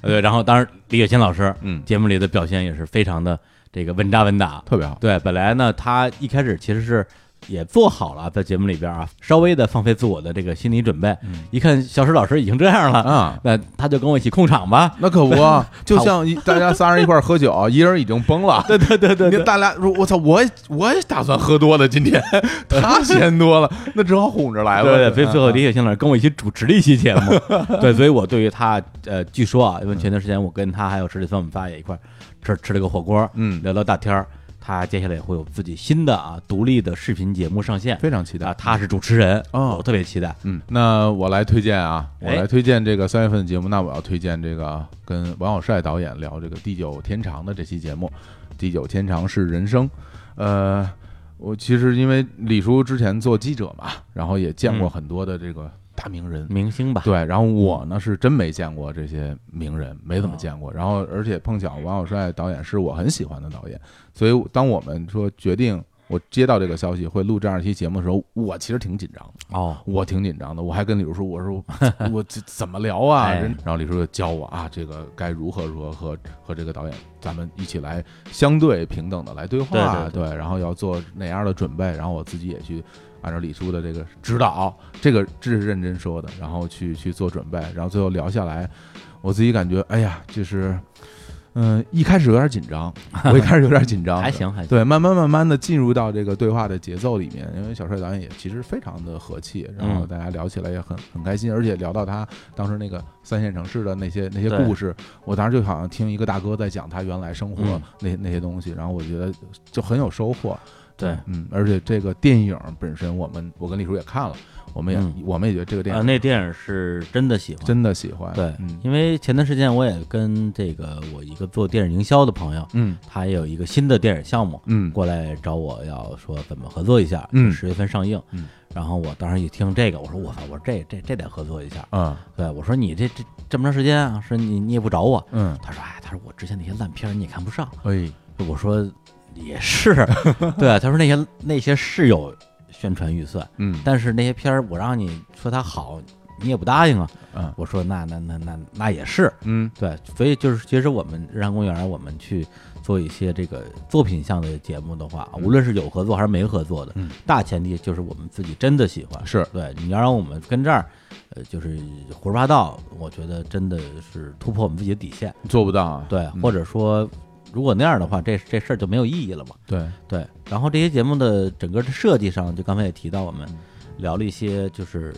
对，然后当然李雪琴老师，
嗯
节目里的表现也是非常的这个稳扎稳打。
特别好，
对，本来呢，他一开始其实是也做好了在节目里边啊，稍微的放飞自我的这个心理准备。一看小史老师已经这样了
嗯啊，
那他就跟我一起控场吧。
那可不，啊就像一大家仨人一块儿
(laughs)
喝酒，啊一人已经崩了。
对对对对
你大家说，我操，我也我也打算喝多了，今
(laughs)
天他先多了，那只好哄着来了。啊
对对，所以最后李雪琴老师跟我一起主持了一期节
(laughs)
目，对，所以我对于他，呃，据说啊，因为前段时间我跟他还有史蒂芬，我们仨也一块儿吃吃了个火锅，
嗯
聊聊大天儿。他接下来也会有自己新的啊独立的视频节目上线，
非常期待
啊，他是主持人，
哦
我特别期待。
嗯，那我来推荐啊，我
哎
来推荐这个三月份的节目。那我要推荐这个跟王小帅导演聊这个《地久天长》的这期节目，《地久天长是人生》。呃，我其实因为李叔之前做记者嘛，然后也见过
嗯
很多的这个大名人，
明星吧，
对，然后我呢是真没见过这些名人，没怎么见过。然后而且碰巧王小帅导演是我很喜欢的导演，所以当我们说决定我接到这个消息会录这样一期节目的时候，我其实挺紧张的，
哦，
我挺紧张的。我还跟李叔说，我说我 (laughs) 我这怎么聊啊？
哎
人然后李叔就教我啊，这个该如何如何和和这个导演咱们一起来相对平等的来对话，
对对
然后要做哪样的准备，然后我自己也去按照李叔的这个指导，这个这是认真说的，然后去去做准备，然后最后聊下来，我自己感觉，哎呀，就是，嗯、一开始有点紧张， (laughs) 我一开始有点紧张，
还。行还行，
对，慢慢慢慢的进入到这个对话的节奏里面，因为小帅导演也其实非常的和气，然后
嗯
大家聊起来也很很开心，而且聊到他当时那个三线城市的那些那些
对
故事，我当时就好像听一个大哥在讲他原来生活
嗯
那、那些东西，然后我觉得就很有收获。
对
嗯，而且这个电影本身，我们我跟李叔也看了，我们也、
嗯
我们也觉得这个电
啊，
影
那电影是真的喜欢，
真的喜欢。
对
嗯，
因为前段时间我也跟这个我一个做电影营销的朋友，
嗯
他也有一个新的电影项目，
嗯
过来找我要说怎么合作一下，
嗯
十月份上映，
嗯
然后我当时一听这个，我说我操，我说这这这得合作一下，
啊
对我说你这这这么长时间啊，说你你也不找我，
嗯，
他说哎，他说我之前那些烂片儿你也看不上，
哎，
我说也是，
(laughs)
对，啊他说那些那些是有宣传预算，
嗯
但是那些片儿我让你说它好，你也不答应啊。
啊
我说那那那那那也是，
嗯
对，所以就是其实我们日常公园，我们去做一些这个作品项的节目的话，无论是有合作还是没合作的，
嗯
大前提就是我们自己真的喜欢。
是
对，你要让我们跟这儿，呃，就是胡说八道，我觉得真的是突破我们自己的底线。
做不到啊。
对，
嗯
或者说，如果那样的话，这这事儿就没有意义了嘛。
对，
对，然后这些节目的整个的设计上，就刚才也提到，我
嗯
们聊了一些就是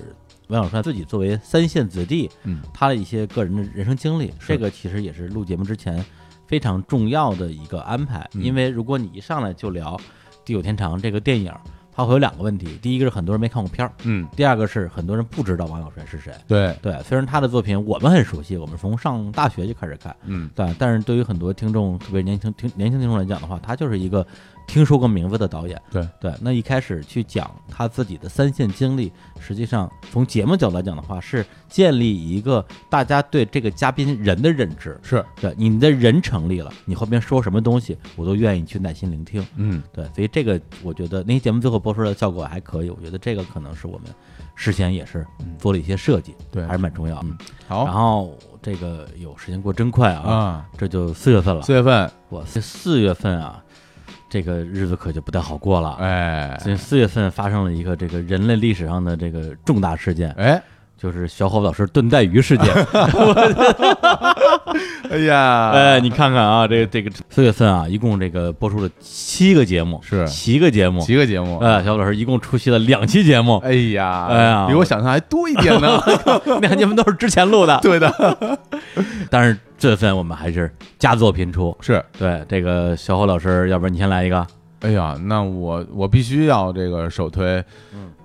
王小帅自己作为三线子弟，
嗯
他的一些个人的人生经历，
是
这个其实也是录节目之前非常重要的一个安排，
嗯
因为如果你一上来就聊《地久天长》这个电影。它会有两个问题，第一个是很多人没看过片儿，
嗯，
第二个是很多人不知道王小帅是谁。
对，
对，虽然他的作品我们很熟悉，我们从上大学就开始看，
嗯，
对，但是对于很多听众，特别年轻听年轻听众来讲的话，他就是一个听说过名字的导演。
对
对，那一开始去讲他自己的三线经历，实际上从节目角度来讲的话，是建立一个大家对这个嘉宾人的认知。
是，
对，你的人成立了，你后边说什么东西，我都愿意去耐心聆听。
嗯，
对，所以这个我觉得那期节目最后播出来的效果还可以，我觉得这个可能是我们事先也是做了一些设计，
嗯对
还是蛮重要。嗯，然
好
后这个有时间过真快啊，
啊，
这就四月份了
四，月份，
哇塞，四月份啊，这个日子可就不太好过了。
哎，
所以四月份发生了一个这个人类历史上的这个重大事件，
哎，
就是小伙老师炖带鱼事件。 (laughs)
哎呀，
哎，你看看啊，这个这个四月份啊，一共这个播出了七个节目，
是
七个节目，
几个节目？
哎，小伙老师一共出席了两期节 (laughs) 目，
哎呀，
哎呀
比我想象还多一点 (laughs) 呢。
两期节目都是之前录的。
(laughs) 对的，
但是这份我们还是佳作频出。
是，
对，这个小伙老师，要不然你先来一个？
哎呀，那我我必须要这个首推，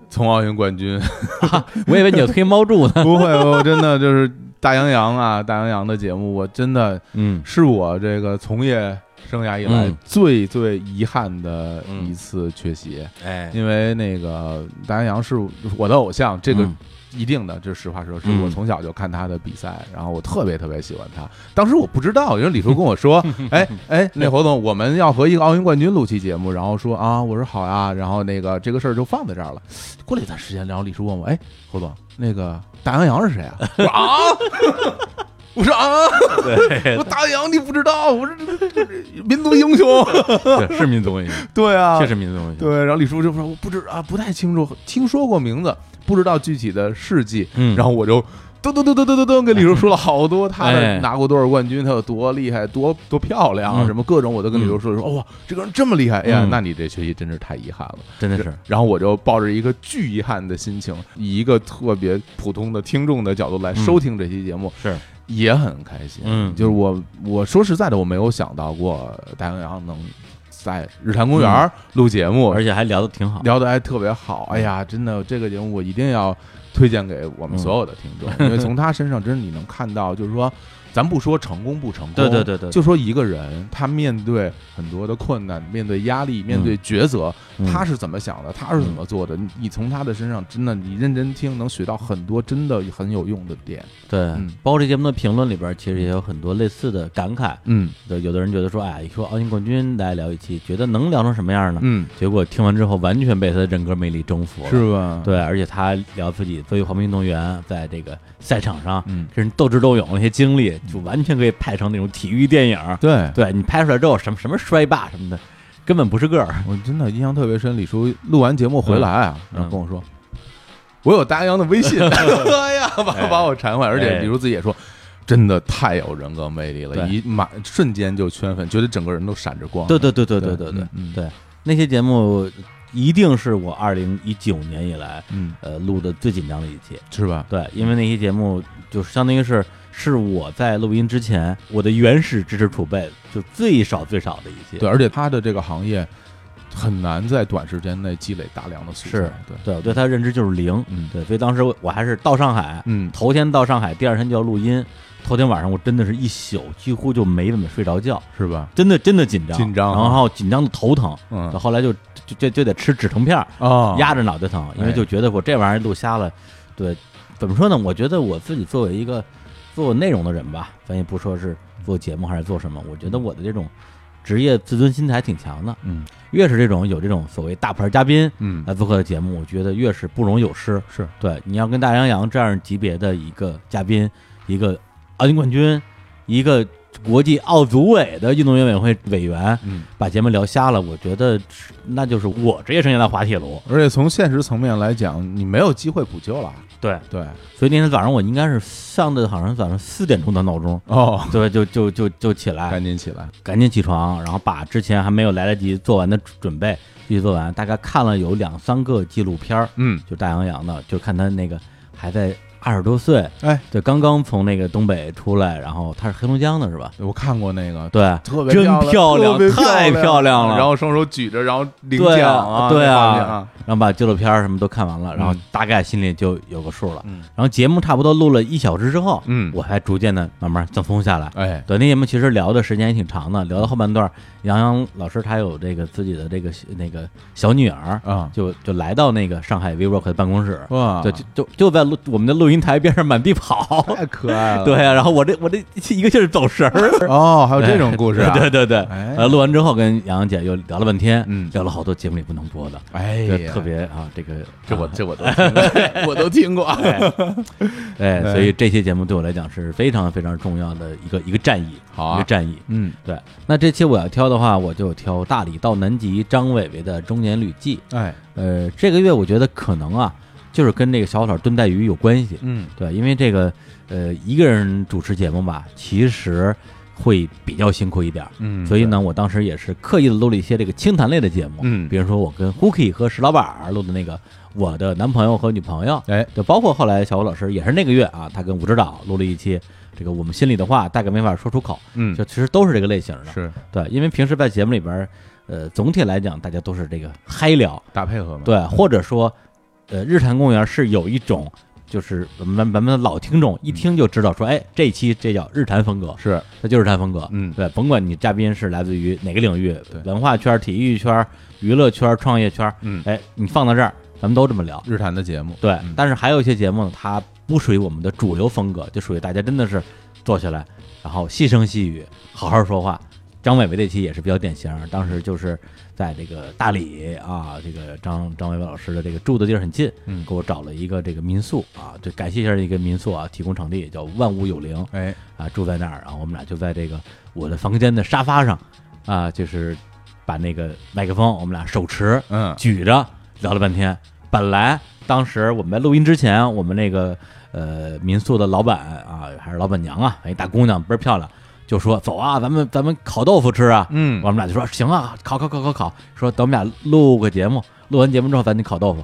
从奥运冠军， (laughs)
我以为你要推猫柱呢。
不会，我真的就是大洋洋啊，大洋洋的节目，我真的
嗯
是我这个从业生涯以来
嗯
最最遗憾的一次缺席，
哎，
因为那个大洋洋是我的偶像，这个
嗯
一定的，这实话说，是
嗯
我从小就看他的比赛，然后我特别特别喜欢他。当时我不知道，因为李叔跟
(laughs)
我说，哎哎，那侯总，我们要和一个奥运冠军录期节目，然后说啊，我说好呀，然后那个这个事儿就放在这儿了。过了一段时间，然后李叔问我，哎，侯总，那个大洋洋是谁啊？ (laughs) 我说啊，我说啊，
(laughs) 对
我大洋你不知道，我说这这这这民族英雄， (laughs)
对，是民族英雄，
对啊，
确实民族英雄。
对，然后李叔就说我不知啊，不太清楚，听说过名字，不知道具体的事迹。
嗯
然后我就噔噔噔噔噔噔噔跟李叔说了好多，他
哎
的拿过多少冠军，他有多厉害，多多漂亮，啊
嗯
什么各种我都跟李叔说说，哇，这个人这么厉害哎呀
嗯，
那你这学习真是太遗憾了。
真的是，
然后我就抱着一个巨遗憾的心情，以一个特别普通的听众的角度来收听这期节目，
嗯是
也很开心。
嗯
就是我我说实在的，我没有想到过大洋洋能在日坛公
嗯
园录节目，
而且还聊得挺好。
聊得还特别好。哎呀，真的，这个节目我一定要推荐给我
嗯
们所有的听众，因为从他身上，真是你能看到，就是说，咱不说成功不成功，
对对对对
就说一个人他面对很多的困难，面对压力，面对抉择，
嗯
他是怎么想的，他是怎么做的。你你从他的身上，真的，你认真听，能学到很多真的很有用的点。
对
嗯，
包括这节目的评论里边，其实也有很多类似的感慨。
嗯
对，有的人觉得说，哎，一说奥运冠军，大家聊一期，觉得能聊成什么样呢？
嗯，
结果听完之后，完全被他的人格魅力征服了。
是吧？，
对，而且他聊自己作为滑冰运动员在这个赛场上
嗯，
跟人斗智斗勇那些经历，就完全可以拍成那种体育电影。
对。
对你拍出来之后，什么什么摔霸什么的，根本不是个儿。
我真的印象特别深，李叔录完节目回来啊，
嗯
然后跟我说，我有大洋的微
(laughs)
信，哎呀，把
哎
把我馋坏，而且
哎
李叔自己也说。真的太有人格魅力了，
对
一马瞬间就圈粉，觉得整个人都闪着光。
对对对对对
对
对对
嗯嗯
对，那些节目一定是我二零一九年以来
嗯，
呃录的最紧张的一期。
是吧？
对，因为那些节目就是相当于是是我在录音之前我的原始知识储备就最少最少的一期。
对，而且他的这个行业很难在短时间内积累大量的素材。
是
对，
对，我对他认知就是零。
嗯
对，所以当时我我还是到上海，
嗯，
头天到上海，第二天就要录音。头天晚上我真的是一宿几乎就没怎么睡着觉，
是吧？
真的真的紧张，
紧张啊
然后紧张的头疼，
嗯
后来就就就就得吃止疼片儿
啊，
压着脑袋疼，因为
哎
就觉得我这玩意儿录瞎了，对，怎么说呢？我觉得我自己作为一个做内容的人吧，咱也不说是做节目还是做什么，我觉得我的这种职业自尊心还挺强的，
嗯
越是这种有这种所谓大牌嘉宾
嗯，
来做客的节目，我觉得越是不容有失，
是
对，你要跟大洋洋这样级别的一个嘉宾，一个奥运冠军，一个国际奥组委的运动员委员会委员，
嗯。
把节目聊瞎了，我觉得是那就是我职业生涯的滑铁卢。
而且从现实层面来讲，你没有机会补救了。
对，
对，
所以那天早上我应该是上的，好像早上四点钟的闹钟。
哦，
对，就就就就起来，
赶紧起来。
赶紧起床，然后把之前还没有来得及做完的准备继续做完。大概看了有两三个纪录片儿，
嗯
就大洋洋的，就看他那个还在二十多岁，
哎，
对，刚刚从那个东北出来，然后他是黑龙江的是吧？
我看过那个，
对，
特别
真
漂
亮，
特别
太漂亮了。
然后双手举着，然后领
对
奖
啊，
对
对啊，然后把纪录片儿什么都看完了，然后
嗯
大概心里就有个数了。
嗯
然后节目差不多录了一小时之后，
嗯
我还逐渐的慢慢放松下来。
哎，
对，那节目其实聊的时间也挺长的，聊到后半段，杨洋老师他有这个自己的这个那个小女儿，
啊，
就就来到那个上海 WeWork 的办公室，
哇，
对，就就就在录我们的录音台边上满地跑，
太可爱了，
对，啊然后我这我这一个劲儿走神儿，
嗯 (laughs) 哦，还有这种故事啊，
对对对，
哎
呃，录完之后跟杨洋姐又聊了半天，
嗯
聊了好多节目里不能播的，
哎
就
呀，
特别啊，这个
这我
啊
这我都听过我都听
(laughs)
过，
哎，
哎
所以这些节目对我来讲是非常非常重要的一个一个战役，
好
一个
啊，
战役。
嗯，
对，那这期我要挑的话，我就挑大理到南极张伟伟的中年旅记。
哎，
呃，这个月我觉得可能啊，就是跟这个小草炖带鱼有关系。
嗯，
对，因为这个呃一个人主持节目吧，其实会比较辛苦一点儿。
嗯
所以呢，我当时也是刻意的录了一些这个清谈类的节目，
嗯
比如说我跟 Hooky 和石老板儿录的那个《我的男朋友和女朋友》，
哎，
就包括后来小吴老师也是那个月啊，他跟武指导录了一期这个我们心里的话大概没法说出口，
嗯，
就其实都是这个类型的，
是
对，因为平时在节目里边儿，呃，总体来讲大家都是这个嗨聊，
大配合嘛，，
对，或者说，呃，日坛公园是有一种。就是我们咱们的老听众一听就知道说，哎，这期这叫日坛风格，
嗯是，
它就是日坛风格。
嗯
对，甭管你嘉宾是来自于哪个领域
对，
文化圈、体育圈、娱乐圈、创业圈，
嗯，
哎，你放到这儿，咱们都这么聊。
日坛的节目，
对，
嗯
但是还有一些节目呢，它不属于我们的主流风格，就属于大家真的是坐下来，然后细声细语，好好说话。张伟伟这期也是比较典型，当时就是在这个大理啊，这个张张伟伟老师的这个住的地儿很近，
嗯
给我找了一个这个民宿啊，就感谢一下一个民宿啊，提供场地叫万物有灵，
哎，
啊，住在那儿，然后我们俩就在这个我的房间的沙发上，啊，就是把那个麦克风我们俩手持
嗯，
举着聊了半天。本来当时我们在录音之前，我们那个呃民宿的老板啊，还是老板娘啊，一大姑娘倍儿漂亮，就说走啊，咱们咱们烤豆腐吃啊。
嗯
我，们俩就说行啊，烤烤烤烤烤，说等我们俩录个节目，录完节目之后咱去烤豆腐。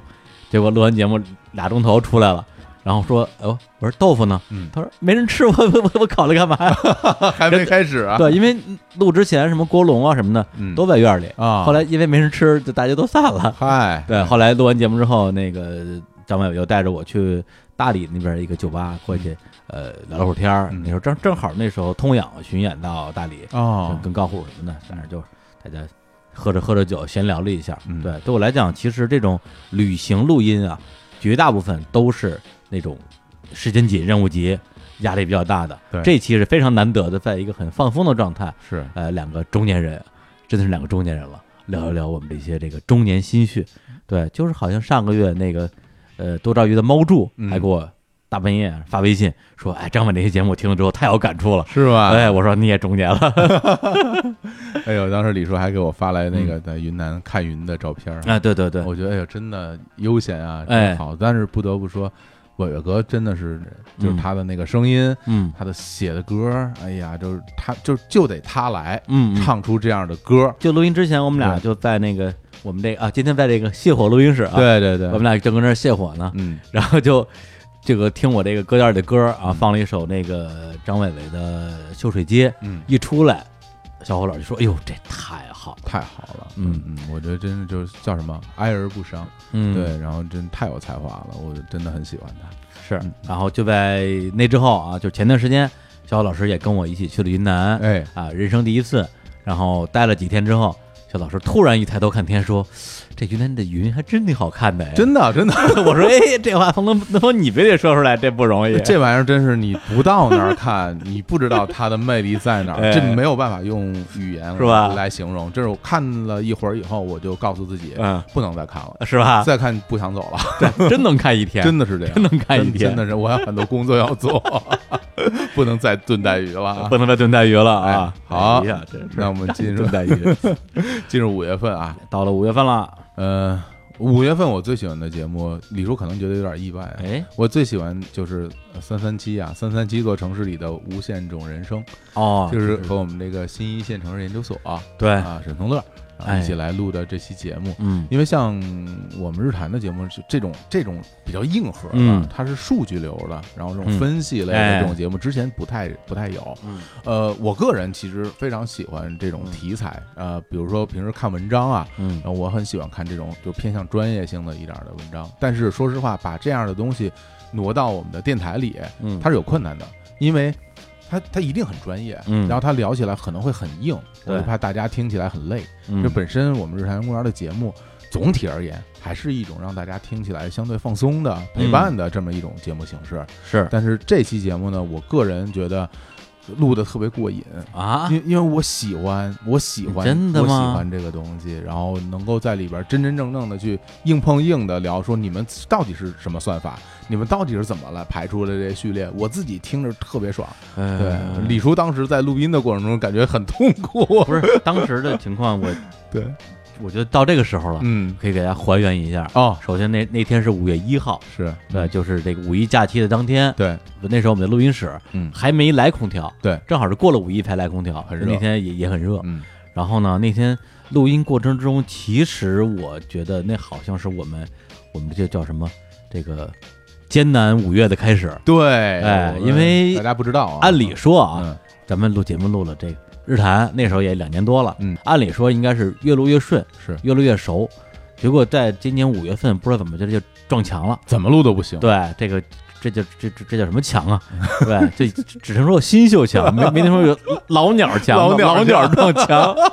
结果录完节目俩钟头出来了，然后说，哦，我说豆腐呢？
嗯
他说没人吃，我我我我烤了干嘛呀？ (laughs)
还没开始啊，
对，因为录之前什么锅笼啊什么的
嗯，
都在院儿里，
啊，
后来因为没人吃，就大家都散了。
嗨，
对，后来录完节目之后，那个张伟又带着我去大理那边一个酒吧过去，呃，聊了会儿天儿。
嗯
那时候正正好那时候通养巡演到大理，
哦
跟，跟高虎什么的，反正就是大家喝着喝着酒闲聊了一下。
嗯
对，对我来讲，其实这种旅行录音啊，绝大部分都是那种时间紧、任务急、压力比较大的。
对
这期是非常难得的，在一个很放松的状态，
是，
呃，两个中年人，真的是两个中年人了，聊一聊我们这些这个中年心绪。对，就是好像上个月那个，呃，多抓鱼的猫柱
嗯
还给我大半夜发微信说，哎，张伟那些节目听了之后太有感触了。
是吧？
哎，我说你也中年
(laughs)
了，
哎呦，当时李叔还给我发来那个在云南看云的照片儿
嗯啊，对对对，
我觉得哎呦，真的悠闲啊，
哎
真好。但是不得不说，伟伟哥真的是，就是
嗯
他的那个声音，
嗯
他的写的歌儿，哎呀，就是他就就得他来
嗯，嗯
唱出这样的歌儿。
就录音之前，我们俩
对
就在那个我们这个啊，今天在这个泻火录音室啊，，
对对对，
我们俩正跟那儿泻火呢，
嗯
然后就这个听我这个歌单里的歌啊，放了一首那个张伟伟的《秀水街》，
嗯，
一出来，小伙老师说：“哎呦，这太好了，
太好了，
嗯
嗯，我觉得真是就是叫什么哀而不伤，
嗯，
对，然后真太有才华了，我真的很喜欢他。
是
嗯。”
然后就在那之后啊，就前段时间，小伙老师也跟我一起去了云南，
哎，
啊，人生第一次，然后待了几天之后。小老师突然一抬头看天，说：“这云南的云还真挺好看的哎。”
真的真的，
(laughs) 我说，哎，这话从能能从你嘴里说出来，这不容易。
这玩意儿真是你不到那儿看， (laughs) 你不知道它的魅力在哪
哎
儿，这没有办法用语言
是吧
来形容。这是我看了一会儿以后，我就告诉自己，
嗯，
不能再看了，
是吧？
再看不想走了，
真能看一天，
真的是这
真
样。
能看一
真
天，
真的是，我还有很多工作要做， (laughs) 不能再炖带鱼了啊。
不能再炖带鱼了啊！
哎好
哎呀，真是
那我们进入
炖带鱼。
(laughs) 进入五月份啊，
到了五月份了，
呃，五月份我最喜欢的节目，李叔可能觉得有点意外、啊，
哎，
我最喜欢就是三三七啊，三三七座城市里的无限种人生，
哦，
就是和我们这个新一线城市研究所啊，
对，
啊，沈从乐然后一起
哎
来录的这期节目。
嗯
因为像我们日坛的节目是这种这种比较硬核的，
嗯
它是数据流的，然后这
嗯
种分析类
哎
的这种节目之前不太不太有。
嗯
呃，我个人其实非常喜欢这种
嗯
题材，呃，比如说平时看文章啊，
嗯
然后我很喜欢看这种就偏向专业性的一点儿的文章。但是说实话，把这样的东西挪到我们的电台里，
嗯，
它是有困难的，因为它它一定很专业，
嗯
然后它聊起来可能会很硬，我
对
就怕大家听起来很累。
嗯
就本身我们日坛公园的节目，总体而言还是一种让大家听起来相对放松的、
嗯
陪伴的这么一种节目形式。
是
但是这期节目呢，我个人觉得录的特别过瘾，
啊，
因因为我喜欢，我喜欢，
真的吗
我喜欢这个东西，然后能够在里边真真正正的去硬碰硬的聊，说你们到底是什么算法，你们到底是怎么来排出的这些序列，我自己听着特别爽。对，
呃
李叔当时在录音的过程中感觉很痛苦，
(laughs) 不是当时的情况，我
对，
我觉得到这个时候了，
嗯，
可以给大家还原一下。
哦，
首先那那天是五月一号，
是
对，就是这个五一假期的当天，
嗯对，
那时候我们的录音室
嗯
还没来空调，
对，
正好是过了五一才来空调，
很热
那天也也很热。
嗯
然后呢，那天录音过程中，其实我觉得那好像是我们我们这叫什么这个艰难五月的开始。
对，
哎
我们
因为
大家不知道啊，
按理说啊，
嗯
咱们录节目录了这个日坛，那时候也两年多了，
嗯，
按理说应该是越录越顺，
是
越录越熟。结果在今年五月份，不知道怎么就就撞墙了。
怎么录都不行，
对，这个这叫这这这叫什么墙啊？
嗯
对，这只只能说新秀墙，没没听说有老鸟墙的、
老鸟
老鸟
墙
撞墙。 (laughs)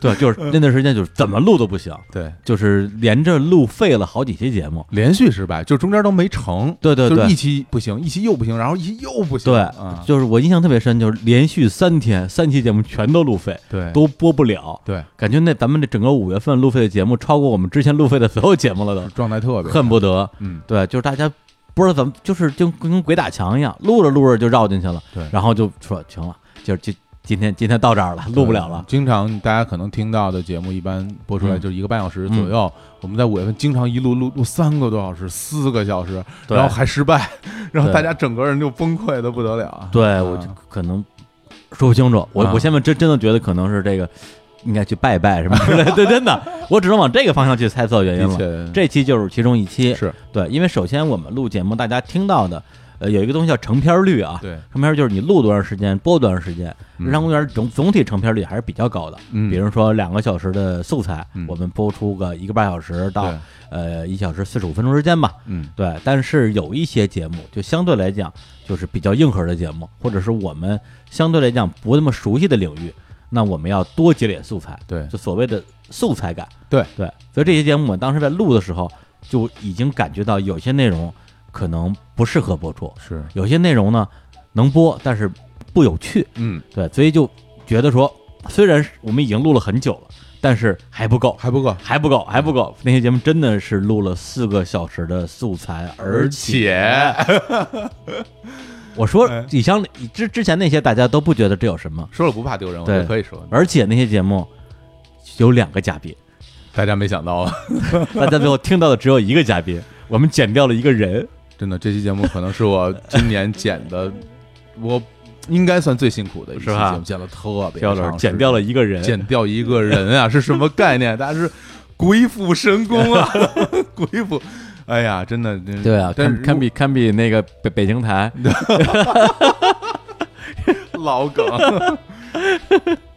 对，就是那段时间就是怎么录都不行，
对，
就是连着录废了好几期节目。
连续失败，就中间都没成，
对对
就是一
对。
期不行，一期又不行，然后一期又不行，
对
啊，
就是我印象特别深，就是连续三天，三期节目全都录废，
对
都播不了。
对，
感觉那咱们这整个五月份录费的节目超过我们之前录费的所有节目了都，
状态特别，
恨不得
嗯，
对，就是大家不知道怎么，就是就跟鬼打墙一样，录着录着就绕进去了，
对
然后就说行了，就是今今天今天到这儿了，录不了了，
经常大家可能听到的节目，一般播出来
嗯
就一个半小时左右。我们在五月份经常一路录录三个多小时、四个小时，然后还失败，然后大家整个人就崩溃的不得了啊。
对
啊
我就可能说不清楚，我
啊
我现在真真的觉得可能是这个应该去拜拜什么之类的，对，真的，我只能往这个方向去猜测原因
的
了。
确
这啊期就是其中一期，
是
对，因为首先我们录节目，大家听到的，呃，有一个东西叫成片率啊，
对，
成片率就是你录多长时间，播多长时间。
嗯
日常公园总总体成片率还是比较高的，
嗯
比如说两个小时的素材，
嗯
我们播出个一个半小时到
对
呃一小时四十五分钟之间吧。
嗯
对，但是有一些节目就相对来讲就是比较硬核的节目，或者是我们相对来讲不那么熟悉的领域，那我们要多积累素材，
对
就所谓的素材感。
对
对，所以这些节目我们当时在录的时候就已经感觉到有些内容可能不适合播出，
是
有些内容呢能播，但是不有趣。
嗯
对，所以就觉得说，虽然是我们已经录了很久了，但是还不够，
还不够，
还不够，还不够。那些节目真的是录了四个小时的素材，而且我说
哎
以前之之前那些大家都不觉得这有什么，
说了不怕丢人，我
对
觉得可以说，
而且那些节目有两个
(laughs)
嘉宾，
大家没想到啊，
大家最后听到的只有一个嘉宾，我们剪掉了一个
(laughs)
人。
真的这期节目可能是我今年剪的，我应该算最辛苦的一期
是吧
节目，剪了特别
肖老
长
师
时间
剪掉了一个人，
剪掉一个人啊，是什么概念？大家是鬼斧神工啊， (laughs) 鬼斧！哎呀，真的，真
对啊，
但是
堪堪比堪比那个北北京台，
老梗。 (laughs)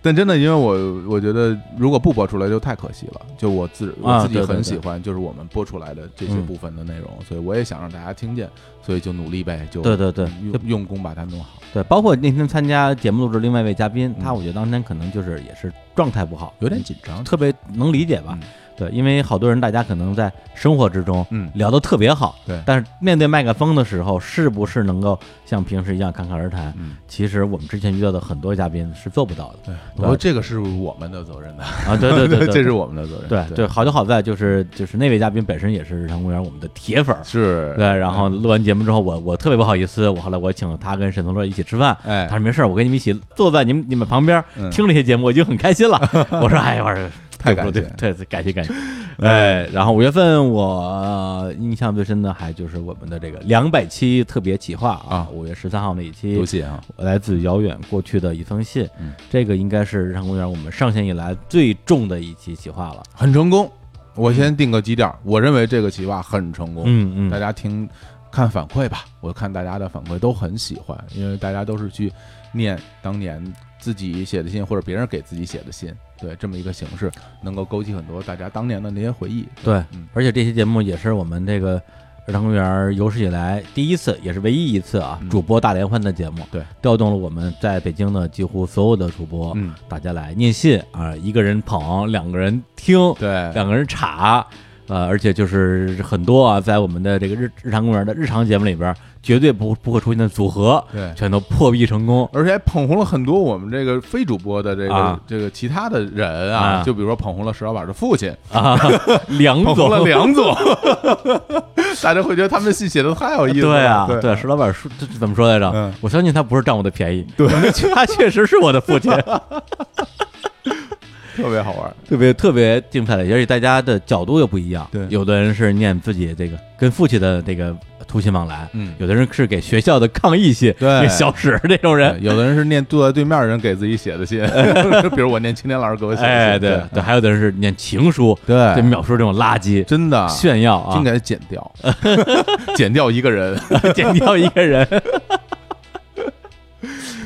但真的，因为我我觉得，如果不播出来就太可惜了。就我自
啊
我自己
对对
很
对
喜欢，就是我们播出来的这些
嗯
部分的内容，所以我也想让大家听见，所以就努力呗，就
对对对，就
用用功把它弄好，
对，包括那天参加节目录制另外一位嘉宾，
嗯
他我觉得当天可能就是也是状态不好，
有点紧张。
特别能理解吧？
嗯
对，因为好多人大家可能在生活之中
嗯，
聊得特别好，
对
但是面对麦克风的时候，是不是能够像平时一样侃侃而谈？
嗯，
其实我们之前遇到的很多嘉宾是做不
(laughs)
到的
对，不过这个是我们的责任的，
啊！对
(laughs)
对对对，
这是我们的责任。
对对，好就好在就是就是那位嘉宾本身也是日常公园我们的铁粉儿，
是，
对，然后录完节目之后，我我特别不好意思，我后来我请他跟沈从乐一起吃饭，
哎
他说没事儿，我跟你们一起坐在你们你们旁边儿
嗯 (laughs)
听这些节目，我已经很开心了。我说哎，我说
太感谢
对对对，感谢
(laughs)
感谢。哎，然后五月份我、呃印象最深的还就是我们的这个两百期特别企划啊
啊，
五月十三号那一期
游，戏啊，
来自遥远过去的一封信
嗯，
这个应该是日常公园我们上线以来最重的一期企划了。
很成功。我先定个基调，我认为这个企划很成功。
嗯
大
嗯，
家听看反馈吧，我看大家的反馈都很喜欢，因为大家都是去念当年自己写的信或者别人给自己写的信，对这么一个形式，能够勾起很多大家当年的那些回忆。
对
嗯，
而且这期节目也是我们这个日常公园有史以来第一次，也是唯一一次啊
嗯，
主播大联欢的节目，
对，
调动了我们在北京的几乎所有的主播，
嗯，
大家来念信啊，一个人捧，两个人听，
对，
两个人查，呃，而且就是很多啊，在我们的这个日日常公园的日常节目里边儿，绝对不不会出现的组合，
对
全都破壁成
(laughs)
功。
而且还捧红了很多我们这个非主播的这个、
啊
这个其他的人
啊
啊，就比如说捧红了石老板的父亲，
啊，梁
捧
总
红了梁总， (laughs) 大家会觉得他们的信写的太有意思了。
对啊，
对，
石老板说这这怎么说来着？
嗯
我相信他不是占我的便宜，对， (laughs) 他确实是我的父亲，
特别好玩。
特别特别精彩的，而且大家的角度又不一样。
对
有的人是念自己这个跟父亲的这个图信往来，
嗯
有的人是给学校的抗议信，
对
给小史这种人
对，有的人是念坐在对面的人给自己写的信， (laughs) 比如我念青年老师给我写的信，
哎，对对，还有的人是念情书，
对
就秒叔这种垃圾
真的，
炫耀啊
真，给他剪掉， (laughs) 剪掉一个人，
(laughs) 剪掉一个
(laughs)
人。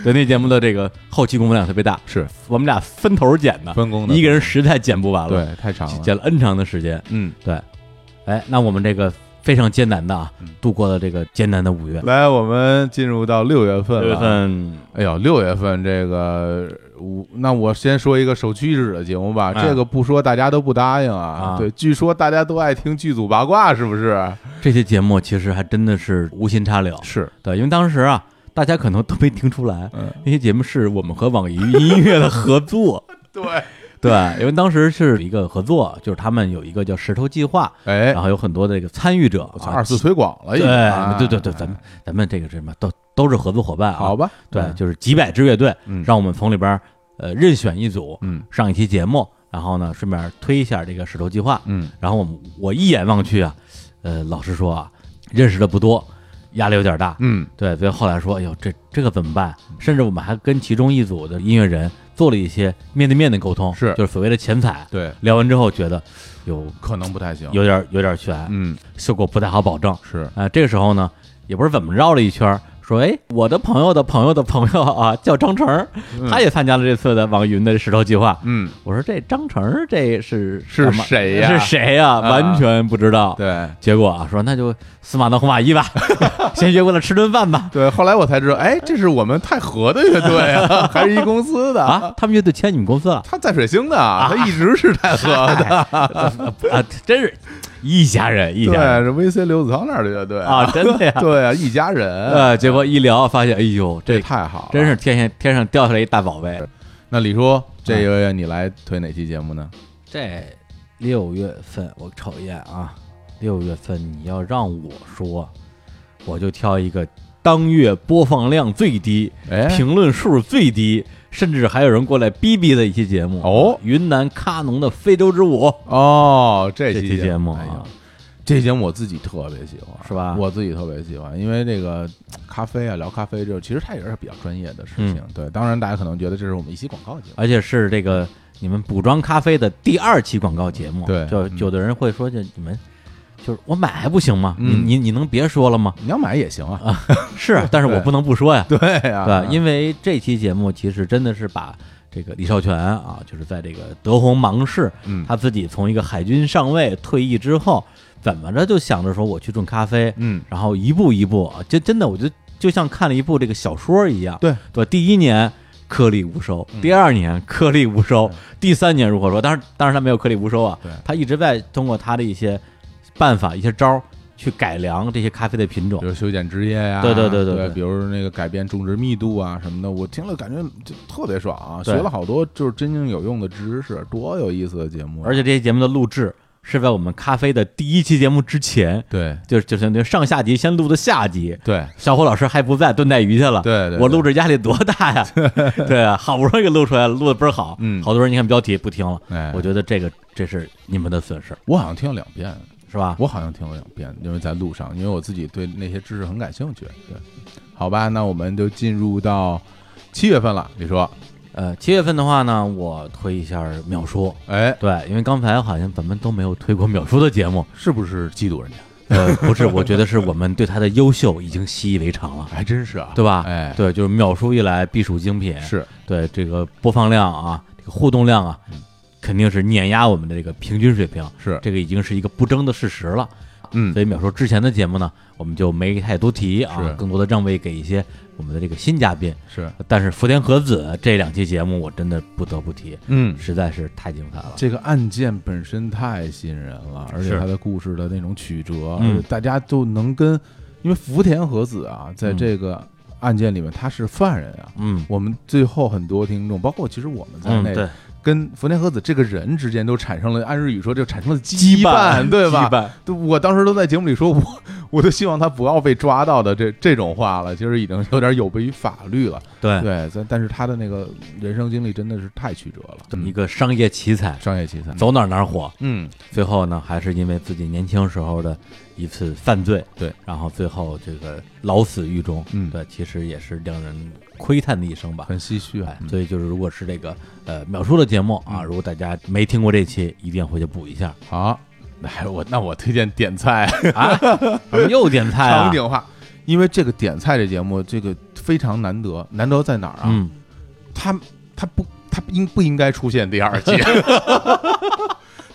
对，那节目的这个后期工作量特别大，
是
我们俩分头剪的，
分工
(laughs)
的，
一个人实在剪不完了，
对太长了，
剪了 N 长的时间。
嗯，
对，哎，那我们这个非常艰难的啊
嗯，
度过了这个艰难的五月，
来，我们进入到六月份了，啊
六月份
哎呦，六月份这个我那我先说一个首屈一指的节目吧，
哎
这个不说大家都不答应啊
啊。
对，据说大家都爱听剧组八卦，是不是？
这些节目其实还真的是无心插柳，
是，
对，因为当时啊，大家可能都没听出来，
嗯，
那些节目是我们和网易云音乐的合
(laughs)
作。
对，
对，因为当时是一个合作，就是他们有一个叫石头计划，
哎
然，后有很多的这个参与者
我操
啊，
二次推广了已
对
经啊，
对对对，咱们咱们这个是什么都都是合作伙伴啊，
好吧，
对，
嗯，
就是几百支乐队，
嗯
让我们从里边儿呃任选一组
嗯
上一期节目，然后呢顺便推一下这个石头计划，
嗯，
然后我们我一眼望去啊，呃，老实说啊，认识的不多，压力有点大，
嗯，
对，所以后来说，哎呦，这这个怎么办？甚至我们还跟其中一组的音乐人做了一些面对面的沟通，
是
就是所谓的前采。
对，
聊完之后觉得有
可能不太行，
有点有点悬，
嗯，
效果不太好保证。
是，
啊、这个时候呢，也不知道怎么绕了一圈儿，说，哎，我的朋友的朋友的朋友啊，叫张成儿，他也参加了这次的网云的石头计划。
嗯，
我说这张成儿这是
是
什么
谁呀
是谁呀、
啊
完全不知道。
对。
结果啊，说那就司马当红马衣
(laughs)
吧，先约过来吃顿饭吧。
对，后来我才知道，哎，这是我们太和的乐
(laughs)
队啊，还是一公司的
啊，他们乐队签你们公司了
他在水星的，啊他一直是太和的，
啊，真是一家人，一
对，
家人
是 VC 刘子韬那儿的乐队
啊，真的呀。
(laughs) 对啊，一家人，
(laughs) 呃，结果一聊发现，哎呦，这
太好了，
真是啊天上天上掉下来一大宝贝。
那李叔，这个月你来推哪期节目呢？
这六月份我瞅一眼啊，六月份你要让我说，我就挑一个当月播放量最低、
哎，
评论数最低，甚至还有人过来逼逼的一期节目
哦
云南喀农的非洲之舞
哦，这
这期
节
节目
哎呀
啊，
这节目我自己特别喜欢，
是吧
我自己特别喜欢，因为这个咖啡啊，聊咖啡这个，其实它也是比较专业的事情。
嗯
对，当然大家可能觉得这是我们一期广告节目，
而且是这个你们补妆咖啡的第二期广告节目。
对
就
嗯
有的人会说，就你们就是我买还不行吗？你
嗯
你你能别说了吗？
你要买也行啊。
是，但是我
对
不能不说呀。
对啊呀，
对，因为这期节目其实真的是把这个李少全啊，就是在这个德宏芒市，
嗯
他自己从一个海军上尉退役之后，怎么着就想着说我去种咖啡，
嗯，
然后一步一步啊，真真的我就就像看了一部这个小说一样，
对嗯
对吧，第一年。颗粒无收，第二年颗粒无收，第三年如何说？当然，当然他没有颗粒无收啊
对，
他一直在通过他的一些办法、一些招儿去改良这些咖啡的品种
比。如修剪枝叶呀，
对对对
对
对对
比如那个改变种植密度啊什么的，我听了感觉就特别爽啊，学
对
了好多就是真正有用的知识，多有意思的节目啊！
而且这些节目的录制是在我们咖啡的第一期节目之前，
对
就就相当于上下集先录的下集。
对
小虎老师还不在炖带鱼去了，
对对
我录制压力多大
(laughs)
呀？对啊，好不容易给录出来了，录的倍儿好。
嗯
好多人你看标题不听了，
哎
我觉得这个这是你们的损失，
我好像听了两遍，
是吧？
我好像听了两遍，因为在路上，因为我自己对那些知识很感兴趣。对，好吧，那我们就进入到七月份了。你说，
呃，七月份的话呢，我推一下秒叔。
哎，
对，因为刚才好像咱们都没有推过秒叔的节目，
是不是嫉妒人家？ (laughs)
呃，不是，我觉得是我们对他的优秀已经习以为常了，
还真是啊，
对吧？
哎，，
对，就是秒叔一来必属精品，
是，
对这个播放量啊，这个互动量啊，肯定是碾压我们的这个平均水平，
嗯是
这个已经是一个不争的事实了。
嗯
所，以秒叔之前的节目呢，我们就没太多提
是
啊，更多的让位给一些我们的这个新嘉宾。
是，
但是福田和子这两期节目，我真的不得不提，
嗯。
实在是太精彩了。
这个案件本身太吸引人了，而且
是
它的故事的那种曲折，
嗯
而且大家就能跟，因为福田和子啊，在
嗯
这个案件里面他是犯人啊。
嗯
我们最后很多听众，包括其实我们在
嗯，
内，
对，
跟福田和子这个人之间都产生了，按日语说就产生了
羁
绊，对吧？
羁绊
对我当时都在节目里说，我 (laughs) 我都希望他不要被抓到的这这种话了，其实已经有点有悖于法律了。
对，
对，但但是他的那个人生经历真的是太曲折了，
这么一
嗯
个商业奇才，
商业奇才。
走哪儿哪儿火。
嗯，
最后呢，还是因为自己年轻时候的一次犯罪，
对，
然后最后这个老死狱中，
嗯
对，其实也是让人窥探的一生吧。
很唏嘘啊
哎。
嗯
所以就是，如果是这个呃秒叔的节目啊，
嗯
如果大家没听过这期，一定回去补一
(laughs)
下
好，哎，我那我推荐点菜
啊。咱们又点菜啊
场，景化，因为这个点菜这节目，这个非常难得，难得在哪儿啊？
嗯，
他他不他应不应该出现第
(laughs)
二季？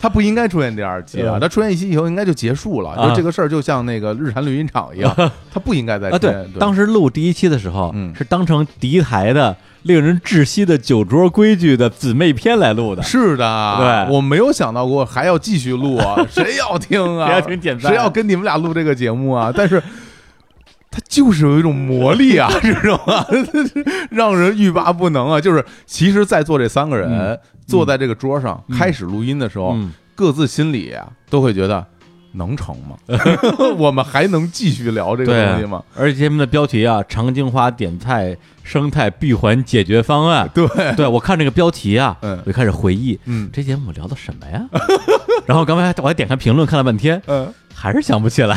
他不应该出现第二季啊！
嗯
他出现一期以后，应该就结束了。
啊
就是这个事儿，就像那个日产录音厂一样，
(laughs)
他不应该再
啊，
出现
对，当时录第一期的时候，
哎嗯
是当成敌台的令人窒息的酒桌规矩的姊妹篇来录的，
是的，
对
我没有想到过还要继续录
(laughs)
啊！谁要听啊？
谁要听点赞
谁要跟你们俩录这个节目啊？但是。它就是有一种魔
(laughs)
力啊，知道吗？ (laughs) 让人欲罢不能啊！就是，其实，在座这三个人、
嗯
坐在这个桌上、
嗯
开始录音的时候，
嗯，
各自心里啊都会觉得能成
(laughs)
吗？我们还能继续聊这
对
个
啊
东西吗？
而且节目的标题啊，“长镜花点菜生态闭环解决方案
对，”，
对我看这个标题啊，
嗯
我就开始回忆
嗯
这节目聊的什么呀？ (laughs) 然后刚才我还点开评论看了半天，
嗯，
还是想不
(laughs)
起来，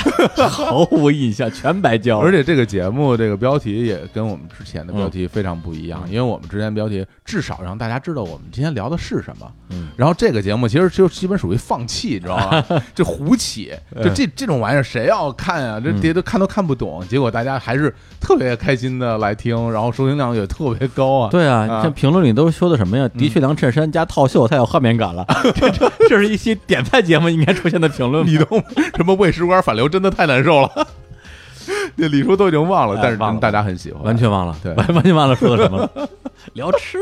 毫无印象，全白交。
而且这个节目这个标题也跟我们之前
嗯
的标题非常不一样，因为我们之前标题至少让大家知道我们今天聊的是什么。
嗯，
然后这个节目其实就基本属于放弃，你知道
(laughs)
吧？就胡起，就这这种玩意儿谁要看啊？这
嗯
别都看都看不懂，结果大家还是特别开心的来听，然后收听量也特别高啊。
对啊，嗯
啊
像评论里都说的什么呀？的确，量衬衫加套袖太有画面感了。 (laughs) 这这这是一期点菜节目应该出现的评论吧。
你都什么胃食管反流，真的太难受了。 (laughs) 这李叔都已经忘了，
哎
但是
忘了
大家很喜欢，
完全忘了，
对
完 (laughs) 完全忘了说的什么了。 (laughs) 聊吃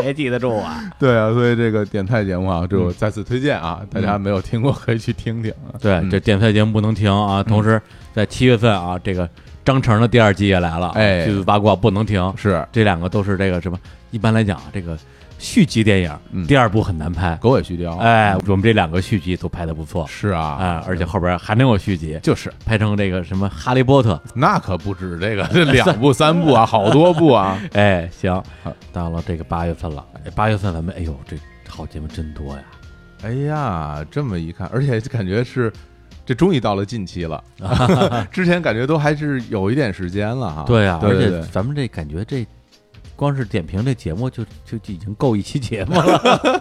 谁记得住啊？
对啊，所以这个点菜节目啊，就再次推荐啊，大家没有听过可以去听听
(laughs)
啊。
对，
嗯
这点菜节目不能停啊！同时，在七月份啊，这个张成的第二季也来了，啊
哎
剧组八卦不能停。
是
这两个都是这个什么？一般来讲啊，这个续集电影
嗯
第二部很难拍。
狗尾续貂，，
哎，我们这两个续集都拍的不错
是啊，
啊，而且后边还能有续集，
就是
拍成这个什么《哈利波特》。
那可不止这 (laughs) 个，这两部三 (laughs) 部啊，好多部啊。
哎，行
好，
到了这个八月份了，哎八月份咱们哎呦，这好节目真多呀！
哎呀，这么一看，而且感觉是。这终于到了近期 (laughs) 了，之前感觉都还是有一点时间了哈。
对啊，
对对
而
对
且咱们这感觉这光是点评这节目就就就已经够一期节目
(laughs)
了。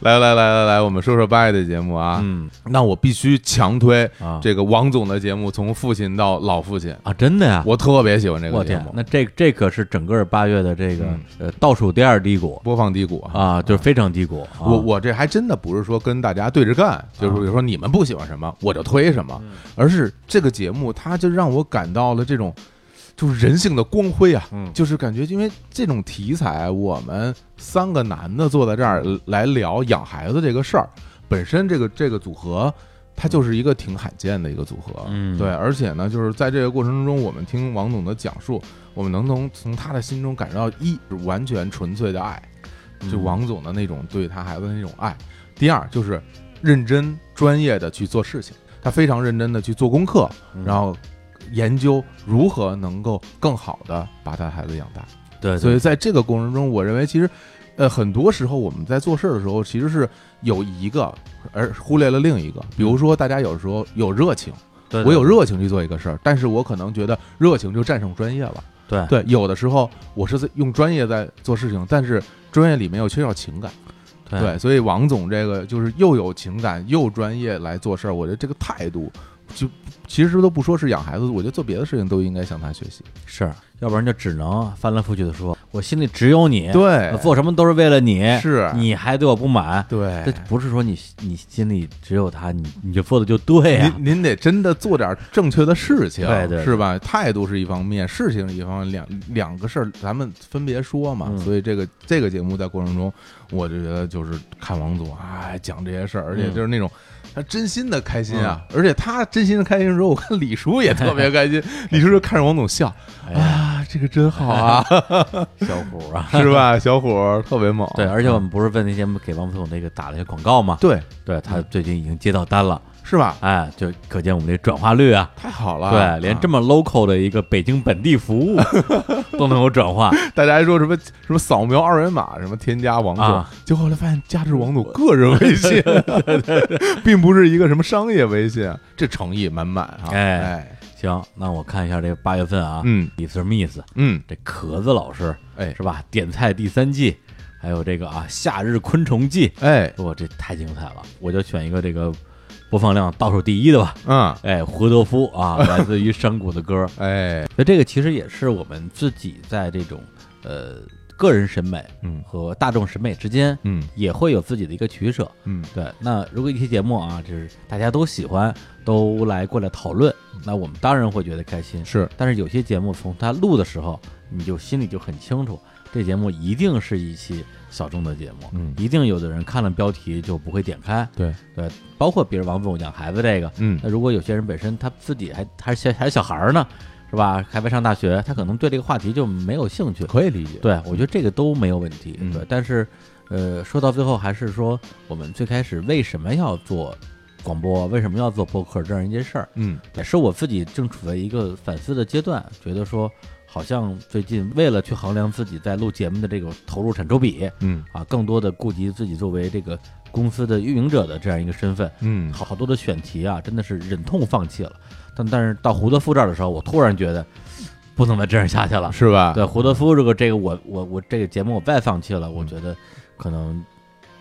来来来来来，我们说说八月的节目啊。
嗯
那我必须强推
啊，
这个王总的节目，从父亲到老父亲，
啊真的呀！
我特别喜欢这个
我
节
天
目，。
那这这可是整个八月的这个
嗯
呃倒数第二低谷
播放低谷啊，
啊，就是非常低谷。啊
我我这还真的不是说跟大家对着干，就是比如说你们不喜欢什么，我就推什
嗯
么，而是这个节目它就让我感到了这种就是人性的光辉啊，
嗯
就是感觉因为这种题材，我们三个男的坐在这儿来聊养孩子这个事儿，本身这个这个组合。它就是一个挺罕见的一个组合，
嗯
对，啊而且呢，就是在这个过程中，我们听王总的讲述，我们能从从他的心中感受到一是完全纯粹的爱，就
嗯
王总的那种对他孩子的那种爱。第二就是认真专业的去做事情，他非常认真的去做功课，
嗯
然后研究如何能够更好的把他孩子养大。
对，对
所以在这个过程中，我认为其实，呃，很多时候我们在做事儿的时候，其实是有一个而忽略了另一个。比如说，大家有时候有热情，
嗯对
我有热情去做一个事儿，但是我可能觉得热情就战胜专业了。
对
对，有的时候我是在用专业在做事情，但是专业里面又缺少情感。
对
对，所以王总这个就是又有情感又专业来做事儿，我觉得这个态度就其实都不说是养孩子，我觉得做别的事情都应该向他学习。
是，要不然就只能翻来覆去的说，我心里只有你，
对
我，做什么都是为了你，
是，
你还对我不满，
对
这，不是说你你心里只有他，你你就做的就对啊呀、
您您得真的做点正确的事情，
对对
是吧？态度是一方面，事情是一方面，两两个事儿咱们分别说嘛。
嗯
所以这个这个节目在过程中，我就觉得就是看王总啊讲这些事儿，而且
嗯
就是那种。他真心的开心啊，而且他真心的开心的时候，我看李叔也特
(laughs)
别开心，李叔就看着王总笑
哎呀，
啊，这个真好
(laughs)
啊，
小虎啊，
是吧？小伙儿特别猛，
对，嗯而且我们不是为那些给王总那个打了一些广告嘛，嗯
对，
对他最近已经接到单了，
是吧？
哎，就可见我们这转化率啊。
太好了，
对，连这
么、
么 local 的一个北京本地服 (laughs) 务都能有转化，
大家还说什么什么扫描二维码，什么添加王总，
啊
结果后来发现加的是王总个人微
(laughs)
信，并不是一个什么商业微信，这诚意满满啊！
哎
哎，
行，那我看一下这八月份啊，
嗯
李 Sir Miss
嗯，
这壳子老师
哎
是吧？点菜第三季，还有这个啊《夏日昆虫记
哎》，，
哇，这太精彩了！我就选一个这个播放量倒数第一的吧。
嗯
哎，胡德夫啊， (laughs) 来自于山谷的歌，
哎，
所以这个其实也是我们自己在这种呃个人审美
嗯
和大众审美之间
嗯
也会有自己的一个取舍。
嗯，
对，那如果一期节目啊，就是大家都喜欢，都来过来讨论，那我们当然会觉得开心。
是
但是有些节目从它录的时候，你就心里就很清楚，这节目一定是一期小众的节目，
嗯
一定有的人看了标题就不会点开，
对，
对，包括比如王总养孩子这个，
嗯
那如果有些人本身他自己还还是小还是小孩儿呢，是吧？还没上大学，他可能对这个话题就没有兴趣。
可以理解，
对，我觉得这个都没有问题。
嗯
对，但是，呃，说到最后还是说，我们最开始为什么要做广播，为什么要做播客这样一件事儿，
嗯
也是我自己正处在一个反思的阶段，觉得说，好像最近为了去衡量自己在录节目的这个投入产出比
嗯
啊，更多的顾及自己作为这个公司的运营者的这样一个身份，
嗯，
好好多的选题啊，真的是忍痛放弃了。但但是到胡德夫这儿的时候，我突然觉得不能再这样下去了。
是啊吧？
(laughs) 对胡德夫，如果这个我我我这个节目我再放弃
嗯
了，我觉得可能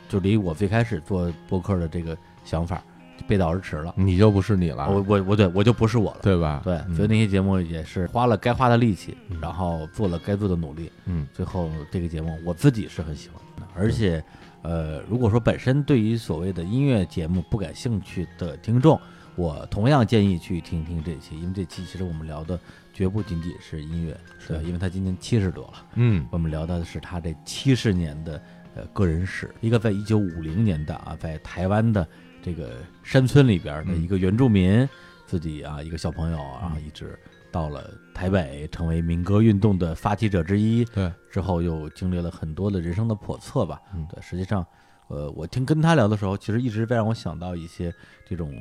就离我最开始做播客的这个想法就背道而驰了。
你就不是你了，
我我我对我就不是我了。
啊对吧？
对，
嗯
所以那些节目也是花了该花的力气，
嗯
然后做了该做的努力，
嗯
最后这个节目我自己是很喜欢的，而且，呃，如果说本身对于所谓的音乐节目不感兴趣的听众，我同样建议去听一听这期，因为这期其实我们聊的绝不仅仅是音乐，
是
对，因为他今年七十多了，
嗯
我们聊到的呃是他这七十年的呃个人史，一个在一九五零年代啊，在台湾的这个山村里边的
嗯
一个原住民，自己啊一个小朋友啊，然后
嗯
一直到了台北，成为民歌运动的发起者之一，
对，
之后又经历了很多的人生的叵测吧。
嗯
对，实际上，呃，我听跟他聊的时候，其实一直在让我想到一些这种。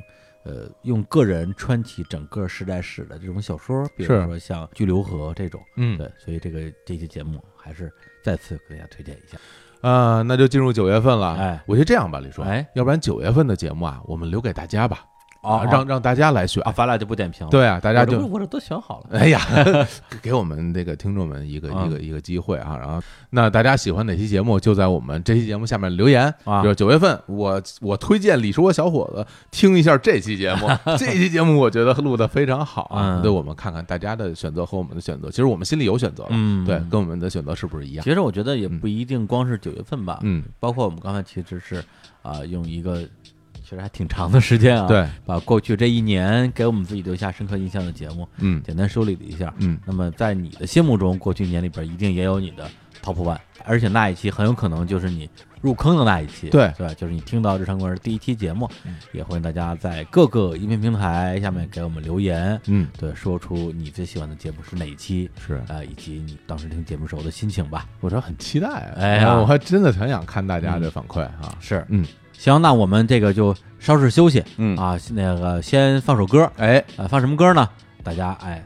呃，用个人穿起整个时代史的这种小说，比如
是
说像《巨流河》这种，
嗯
对，所以这个这期节目还是再次给大家推荐一下。
啊，那就进入九月份了。
哎
我觉得这样吧，李叔，
哎，
要不然九月份的节目啊，我们留给大家吧，
啊，
让让大家来选
啊，。咱俩就不点评了，，
对啊，大
大
家就 (laughs)
我这都选好了。
哎呀， (laughs) 给给我们这个听众们一个
啊
一个一个机会啊！然后，那大家喜欢哪期节目，就在我们这期节目下面留言
啊
比如九月份，我我推荐李叔和小伙子听一下这期节
(laughs)
目，这期节目我觉得录的非常好啊。
嗯
对我们看看大家的选择和我们的选择，其实我们心里有选择了，
嗯
对，跟我们的选择是不是一样？
其实我觉得也不一定光是九月份吧，
嗯，
包括我们刚才其实是啊，用一个其实还挺长的时间啊，，
对，
把过去这一年给我们自己留下深刻印象的节目，
嗯
简单梳理了一下。
嗯，
那么在你的心目中，过去一年里边一定也有你的 top one，而且那一期很有可能就是你入坑的那一期，
对
对吧，就是你听到日常公园的第一期节目，
嗯
也欢迎大家在各个音频平台下面给我们留言，
嗯，
对，说出你最喜欢的节目是哪一期。
是。
啊、以及你当时听节目时候的心情吧。
我这很期待啊，
哎呀
我还真的很想看大家的反馈啊。
是
嗯，
行，那我们这个就稍事休息
嗯，
啊，那个先放首歌，
哎，
呃，放什么歌呢？大家哎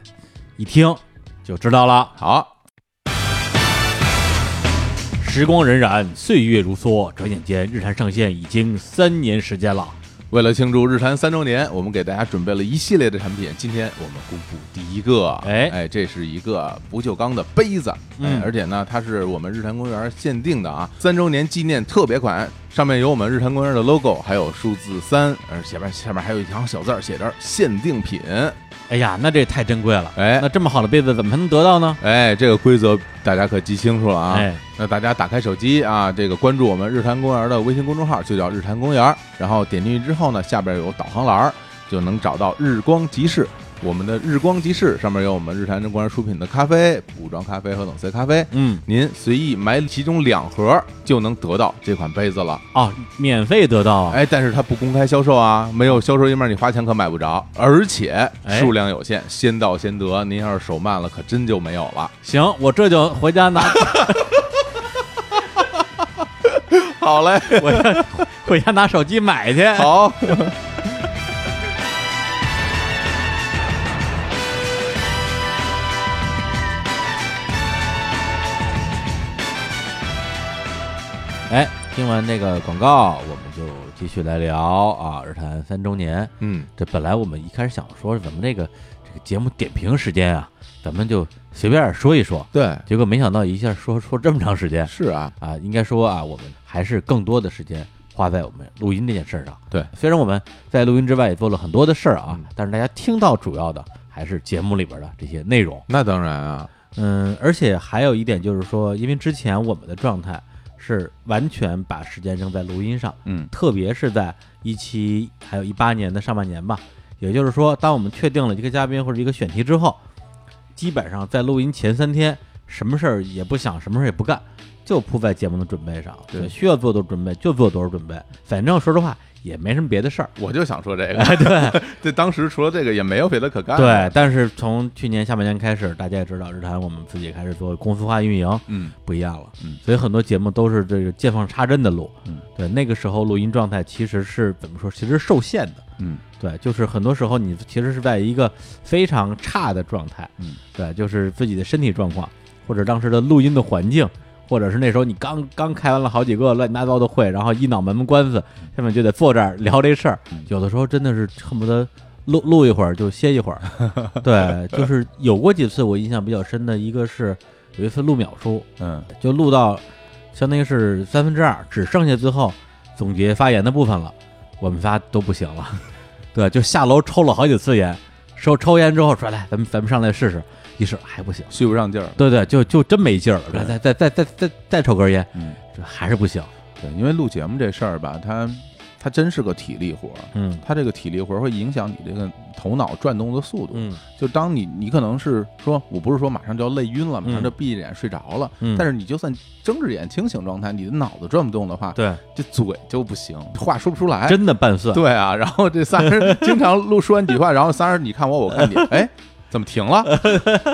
一听就知道了。
好，
时光荏苒，岁月如梭，转眼间日坛上线已经三年时间了。
为了庆祝日坛三周年，我们给大家准备了一系列的产品。今天我们公布第一个，
哎
哎，这是一个不锈钢的杯子，哎
嗯，
而且呢，它是我们日坛公园限定的啊，三周年纪念特别款，上面有我们日坛公园的 logo，还有数字三，而下面下面还有一行小字儿写着限定品，
哎呀，那这太珍贵了。
哎
那这么好的杯子怎么才能得到呢？
哎，这个规则大家可记清楚了啊！
哎
那大家打开手机啊，这个关注我们日坛公园的微信公众号，就叫日坛公园。然后点进去之后呢，下边有导航栏儿，就能找到日光集市。我们的日光集市上面有我们日坛公园出品的咖啡、补妆咖啡和冷萃咖啡。
嗯，
您随意买其中两盒就能得到这款杯子了，
哦，免费得到啊。
哎，但是它不公开销售啊，没有销售页面，你花钱可买不着，而且数量有限，先到先得。您要是手慢了，可真就没有了。
行，我这就回家拿，
(laughs) 好嘞，
我回家拿手机买去。
好，
哎，听完这个广告，我们就继续来聊啊，日坛三周年。
嗯，
这本来我们一开始想说，咱们这个这个节目点评时间啊，咱们就随便说一说，
对，
结果没想到一下说说这么长时间
是啊，
啊，应该说啊，我们还是更多的时间花在我们录音这件事儿上。
对，
虽然我们在录音之外也做了很多的事儿啊
嗯，
但是大家听到主要的还是节目里边的这些内容。
那当然啊，
嗯，而且还有一点就是说，因为之前我们的状态是完全把时间扔在录音上，
嗯
特别是在一七还有一八年的上半年吧。也就是说，当我们确定了一个嘉宾或者一个选题之后，基本上在录音前三天，什么事儿也不想，什么事儿也不干，就扑在节目的准备上。
对
所以需要做多少准备就做多少准备，反正说实话也没什么别的事儿。
我就想说这个，啊对， (laughs) 这当时除了这个也没有别的可干，
对，，但是从去年下半年开始，大家也知道，日坛我们自己开始做公司化运营，
嗯，
不一样了，
嗯
所以很多节目都是这个见缝插针的录，
嗯，
对，那个时候录音状态其实是怎么说，其实是受限的，
嗯，
对，就是很多时候你其实是在一个非常差的状态，
嗯，
对，就是自己的身体状况，或者当时的录音的环境，或者是那时候你刚刚开完了好几个乱七八糟的会，然后一脑门子官司，下面就得坐这儿聊这事儿
嗯，
有的时候真的是恨不得。录录一会儿就歇一会儿，对，就是有过几次我印象比较深的，一个是有一次录秒数，
嗯，
就录到相当于是三分之二，只剩下最后总结发言的部分了。我们仨都不行了， (laughs) 对，就下楼抽了好几次烟，抽抽烟之后说来，咱们咱们上来试试，一试还不行，
续不上劲儿，
对对，就就真没劲儿了，
对
再再再再再再抽根烟，
嗯，
这还是不行，
对，因为录节目这事儿吧，它它真是个体力活儿。
嗯
它这个体力活儿会影响你这个头脑转动的速度。
嗯
就当你你可能是说，我不是说马上就要累晕了，马上就闭着眼睡着了，
嗯，
但
是
是你就算睁着眼清醒状态，你的脑子转不动的话，
对，哎
这嘴就不行，话说不出来。
真的拌蒜，
对啊，然后这仨人经常录说完几句话，然后仨人你看我，我看你，哎，怎么
(laughs)
停了？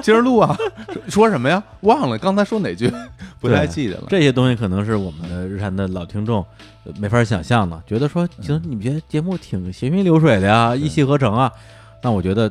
接着录啊，说说什么呀？忘了刚才说哪句，不太记得了。
这些东西可能是我们的日常的老听众呃没法想象的，觉得说，行，
嗯
你们觉得节目挺行云流水的呀，一气呵成啊。那我觉得，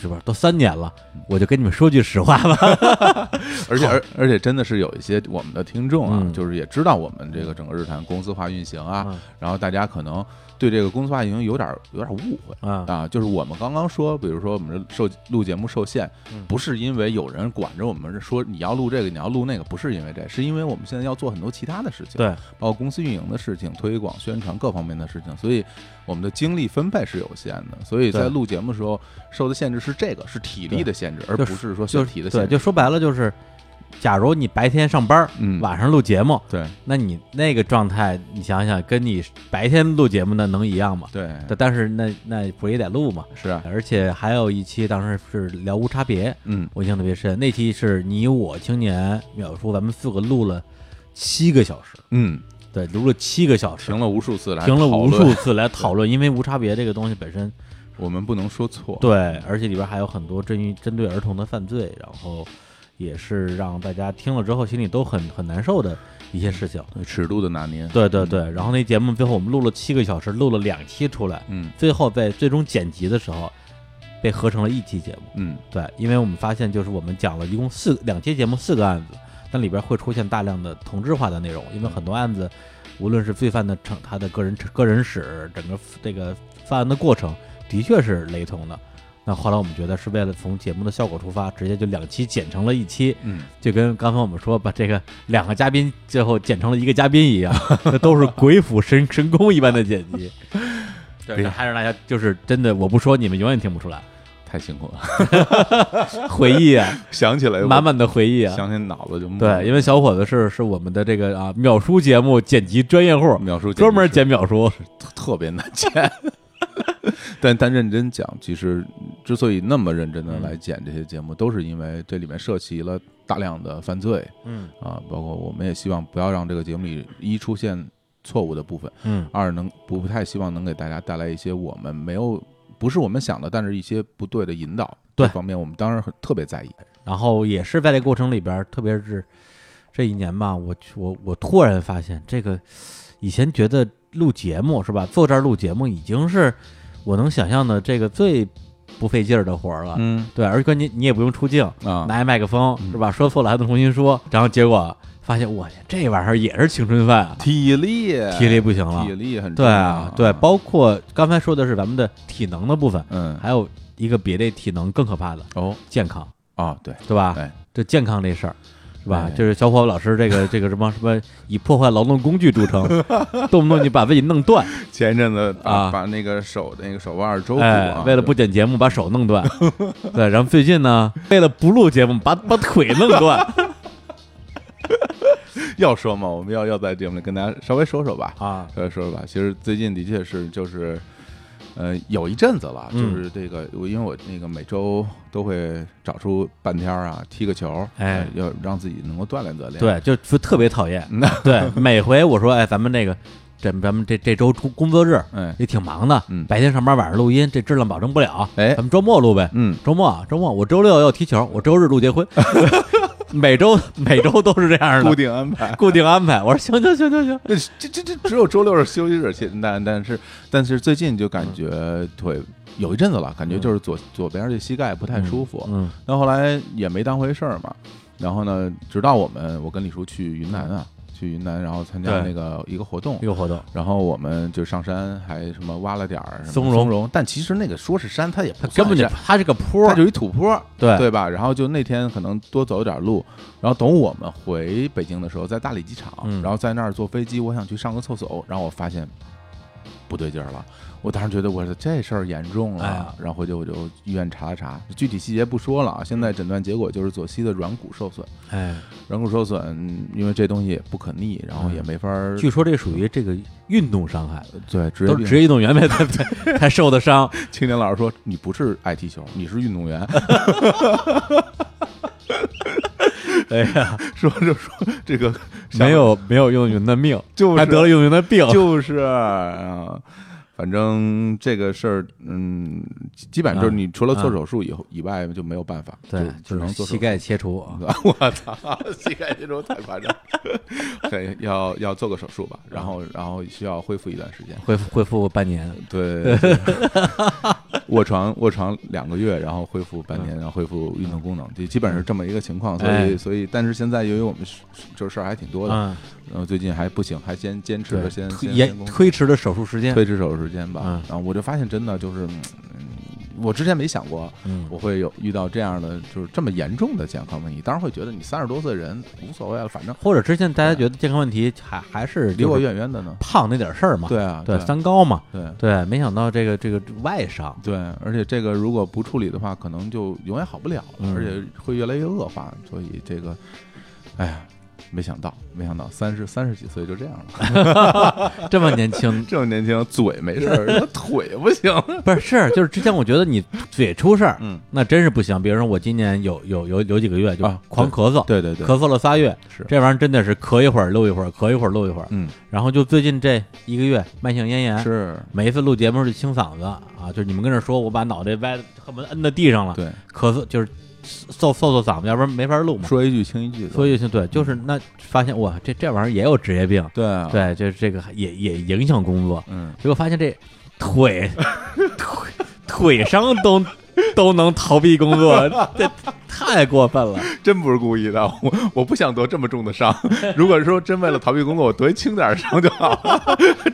是吧？都三年了，
嗯
我就跟你们说句实话吧。
而且而而且真的是有一些我们的听众啊，
哦嗯
就是也知道我们这个整个日坛公司化运行啊，
嗯
然后大家可能对这个公司化运行有点有点误会。
啊，
啊，就是我们刚刚说，比如说我们这受录节目受限
嗯，
不是因为有人管着我们说你要录这个，你要录那个，不是因为这，是因为我们现在要做很多其他的事情，
对，
包括公司运营的事情、推广、宣传各方面的事情，所以我们的精力分配是有限的，所以在
对
录节目的时候受的限制是这个，是体力的限制，而
就
不是说
就
身体的限
对，
制。
就说白了就是，假如你白天上班，
嗯，
晚上录节目，
对
那你那个状态，你想想，跟你白天录节目那能一样吗？
对
但但是那那不也得录嘛？
是啊，
而且还有一期当时是聊无差别，
嗯，
我印象特别深，那期是你我青年秒叔，咱们四个录了七个小时，
嗯，
对，录了七个小时，
停了无数次来
停了无
讨论
数，次来讨论，因为无差别这个东西本
(laughs)
身，
我们不能说错。
对，而且里边还有很多针于针对儿童的犯罪，然后也是让大家听了之后心里都很很难受的一些事情。
对尺度的拿捏，嗯
对对对，然后那节目最后我们录了七个小时，录了两期出来，
嗯
最后在最终剪辑的时候被合成了一期节目。
嗯
对，因为我们发现就是我们讲了一共四两期节目四个案子，但里边会出现大量的同质化的内容，因为很多案子，无论是罪犯的成他的个人个人史，整个这个犯案的过程的确是雷同的。那后来我们觉得是为了从节目的效果出发，直接就两期剪成了一期，
嗯，
就跟刚才我们说把这个两个嘉宾最后剪成了一个嘉宾一样， (laughs) 那都是鬼斧神神工一般的剪辑。 (laughs) 对，
对
那还是大家就是真的，我不说你们永远听不 (laughs) 出来，
太辛苦了， (laughs)
回忆啊，
想起来哎我
满满的回忆啊。
想起脑子就懵
对，因为小伙子是是我们的这个啊秒叔节目剪辑专业户，
秒叔
专门
简
剪秒叔。
直是特别难剪。 (laughs) 但但认真讲，其实之所以那么认真的
嗯
来剪这些节目，都是因为这里面涉及了大量的犯罪
嗯
啊，包括我们也希望不要让这个节目里一出现错误的部分，
嗯
二能不不太希望能给大家带来一些我们没有不是我们想的，但是一些不对的引导。
对
这方面我们当然很特别在意。
然后也是在这过程里边儿，特别是这一年吧，我我我突然发现，这个以前觉得录节目是吧，坐这儿录节目已经是我能想象的这个最不费劲儿的活儿了。
嗯
对，而且关键你也不用出镜，
啊，
拿一麦克风
嗯
是吧？说错了还能重新说，然后结果发现，我去，这玩意儿也是青春饭啊，
体力，
体力不行了
体。力很重
对
要
啊，对，包括刚才说的是咱们的体能的部分，
嗯
还有一个比这体能更可怕的
哦
健康，
啊，对
对吧？
对，
这健康这事儿，是吧
哎？
就是小伙子老师这
(laughs)
个这个什么什么以破坏劳动工具著称，动不动就把自己弄断，
前一阵子
啊
把把那个手那个手腕周
哎
啊，，
为了不剪节目把手弄
(laughs)
断，对，然后最近呢，为了不录节目把把腿弄断
(laughs) 要说嘛，我们要要在节目里跟大家稍微说说吧，
啊，
稍微说说吧。其实最近的确是就是。呃，有一阵子了，就
嗯
是这个，我因为我那个每周都会找出半天儿啊，踢个球，
哎
呃要让自己能够锻炼锻炼。，
对，就就特别讨厌，
(laughs) 那
对，每回我说哎，咱们这个这咱们这这周工工作日
哎
也挺忙的，
嗯
白天上班晚上录音，这质量保证不了，
哎
咱们周末录呗，
嗯，
周末啊，周末我周六要踢球，我周日录结
(laughs)
婚，每周每周都是这样的
固定安排。
固定安排。我说行行行行行，
这这这这只有周六是休息日，现但但是但是最近就感
嗯
觉腿有一阵子了，感觉就是左左边这膝盖不太舒服。
嗯
那后来也没当回事儿嘛。然后呢，直到我们我跟李叔去云南啊，去云南，然后参加
对
那个一个活动
这。个活动，
然后我们就上山，还什么挖了点儿什么
松茸
茸，但其实那个说是山，它也
它
不
根本就
算山
它是个坡
它
儿，
就一土坡，
对
对吧？然后就那天可能多走点路，然后等我们回北京的时候，在大理机场，
嗯
然后在那儿坐飞机，我想去上个厕所，然后我发现不对劲儿了。我当时觉得我说这事儿严重了，
哎呀嗯
然后回去我就医院查了查，具体细节不说了啊。现在诊断结果就是左膝的软骨受损，
哎，
软骨受损，因为这东西也不可逆，然后也没法儿、
据说这属于这个运动伤害，
对职业
都是
病。
职业运动员呗， (laughs) 才才才受的伤。
青年老师说你不是爱踢球，你是运动员。 (laughs)
哎呀，
说就说这个
没有没有运动员的命，
就是
还得了运动员的病，
(laughs) 就是啊，反正这个事儿，嗯，基基本上就是你除了做手术以后以外就没有办法，
嗯对，
只能
是
做手
膝
术。
盖切除啊。
(laughs) 我操，膝盖这种太夸张， (laughs) 对，要要做个手术吧，然
嗯
后然后需要恢复一段时
(laughs)
间。
恢复恢复半年，
对，对卧床卧床两个月，然后恢复半年，然后恢复运动功能，就基本上是这么一个情况。
嗯
所
哎
以所以，但是现在由于我们是就是事儿还挺多的，
嗯，
然后最近还不行，还先坚持
对
着先
推
先先
延
工作
推迟了手术时间。
推迟手术时间吧。
嗯
然后我就发现，真的就是，嗯，我之前没想过
嗯，
我会有遇到这样的，就是这么严重的健康问题。当然会觉得你三十多岁的人无所谓了，反正
或者之前大家觉得健康问题还还是
离
就是
我远远的呢。
胖那点事儿嘛，
对啊，对
三高嘛，
对
对，没想到这个这个外
(laughs)
伤，
对，而且这个如果不处理的话，可能就永远好不了了，
嗯
而且会越来越恶化。所以这个，哎呀。没想到，没想到，三十三十几岁就这样了，，
这么年轻
(laughs) 这么年轻，嘴没事 (laughs) 儿，那腿不行。
不是是就是之前我觉得你嘴出事儿，
嗯，
那真是不行。比如说我今年有有有有几个月就
啊
狂咳嗽，
对对对，
咳嗽了仨月，
是
这玩意儿真的是咳一会儿漏一会儿，咳一会儿漏一会儿，
嗯，
然后就最近这一个月慢性咽炎。
是，
每一次录节目就清嗓子啊，就是你们跟这说，我把脑袋歪，恨不得摁在地上了。
对，
咳嗽就是搜搜搜嗓子，要不然没法录嘛。
说一句轻一句的，
所以就对，就是那发现哇，这这玩意儿也有职业病，
对啊，
对，就是这个也也影响工作。
嗯，
结果发现这腿腿腿伤都都能逃避工作， (laughs) 这太过分了。
真不是故意的， (laughs) 我我不想得这么重的伤。 (laughs) 如果说真为了逃避工作，我得一轻点儿伤就好 (laughs) 了。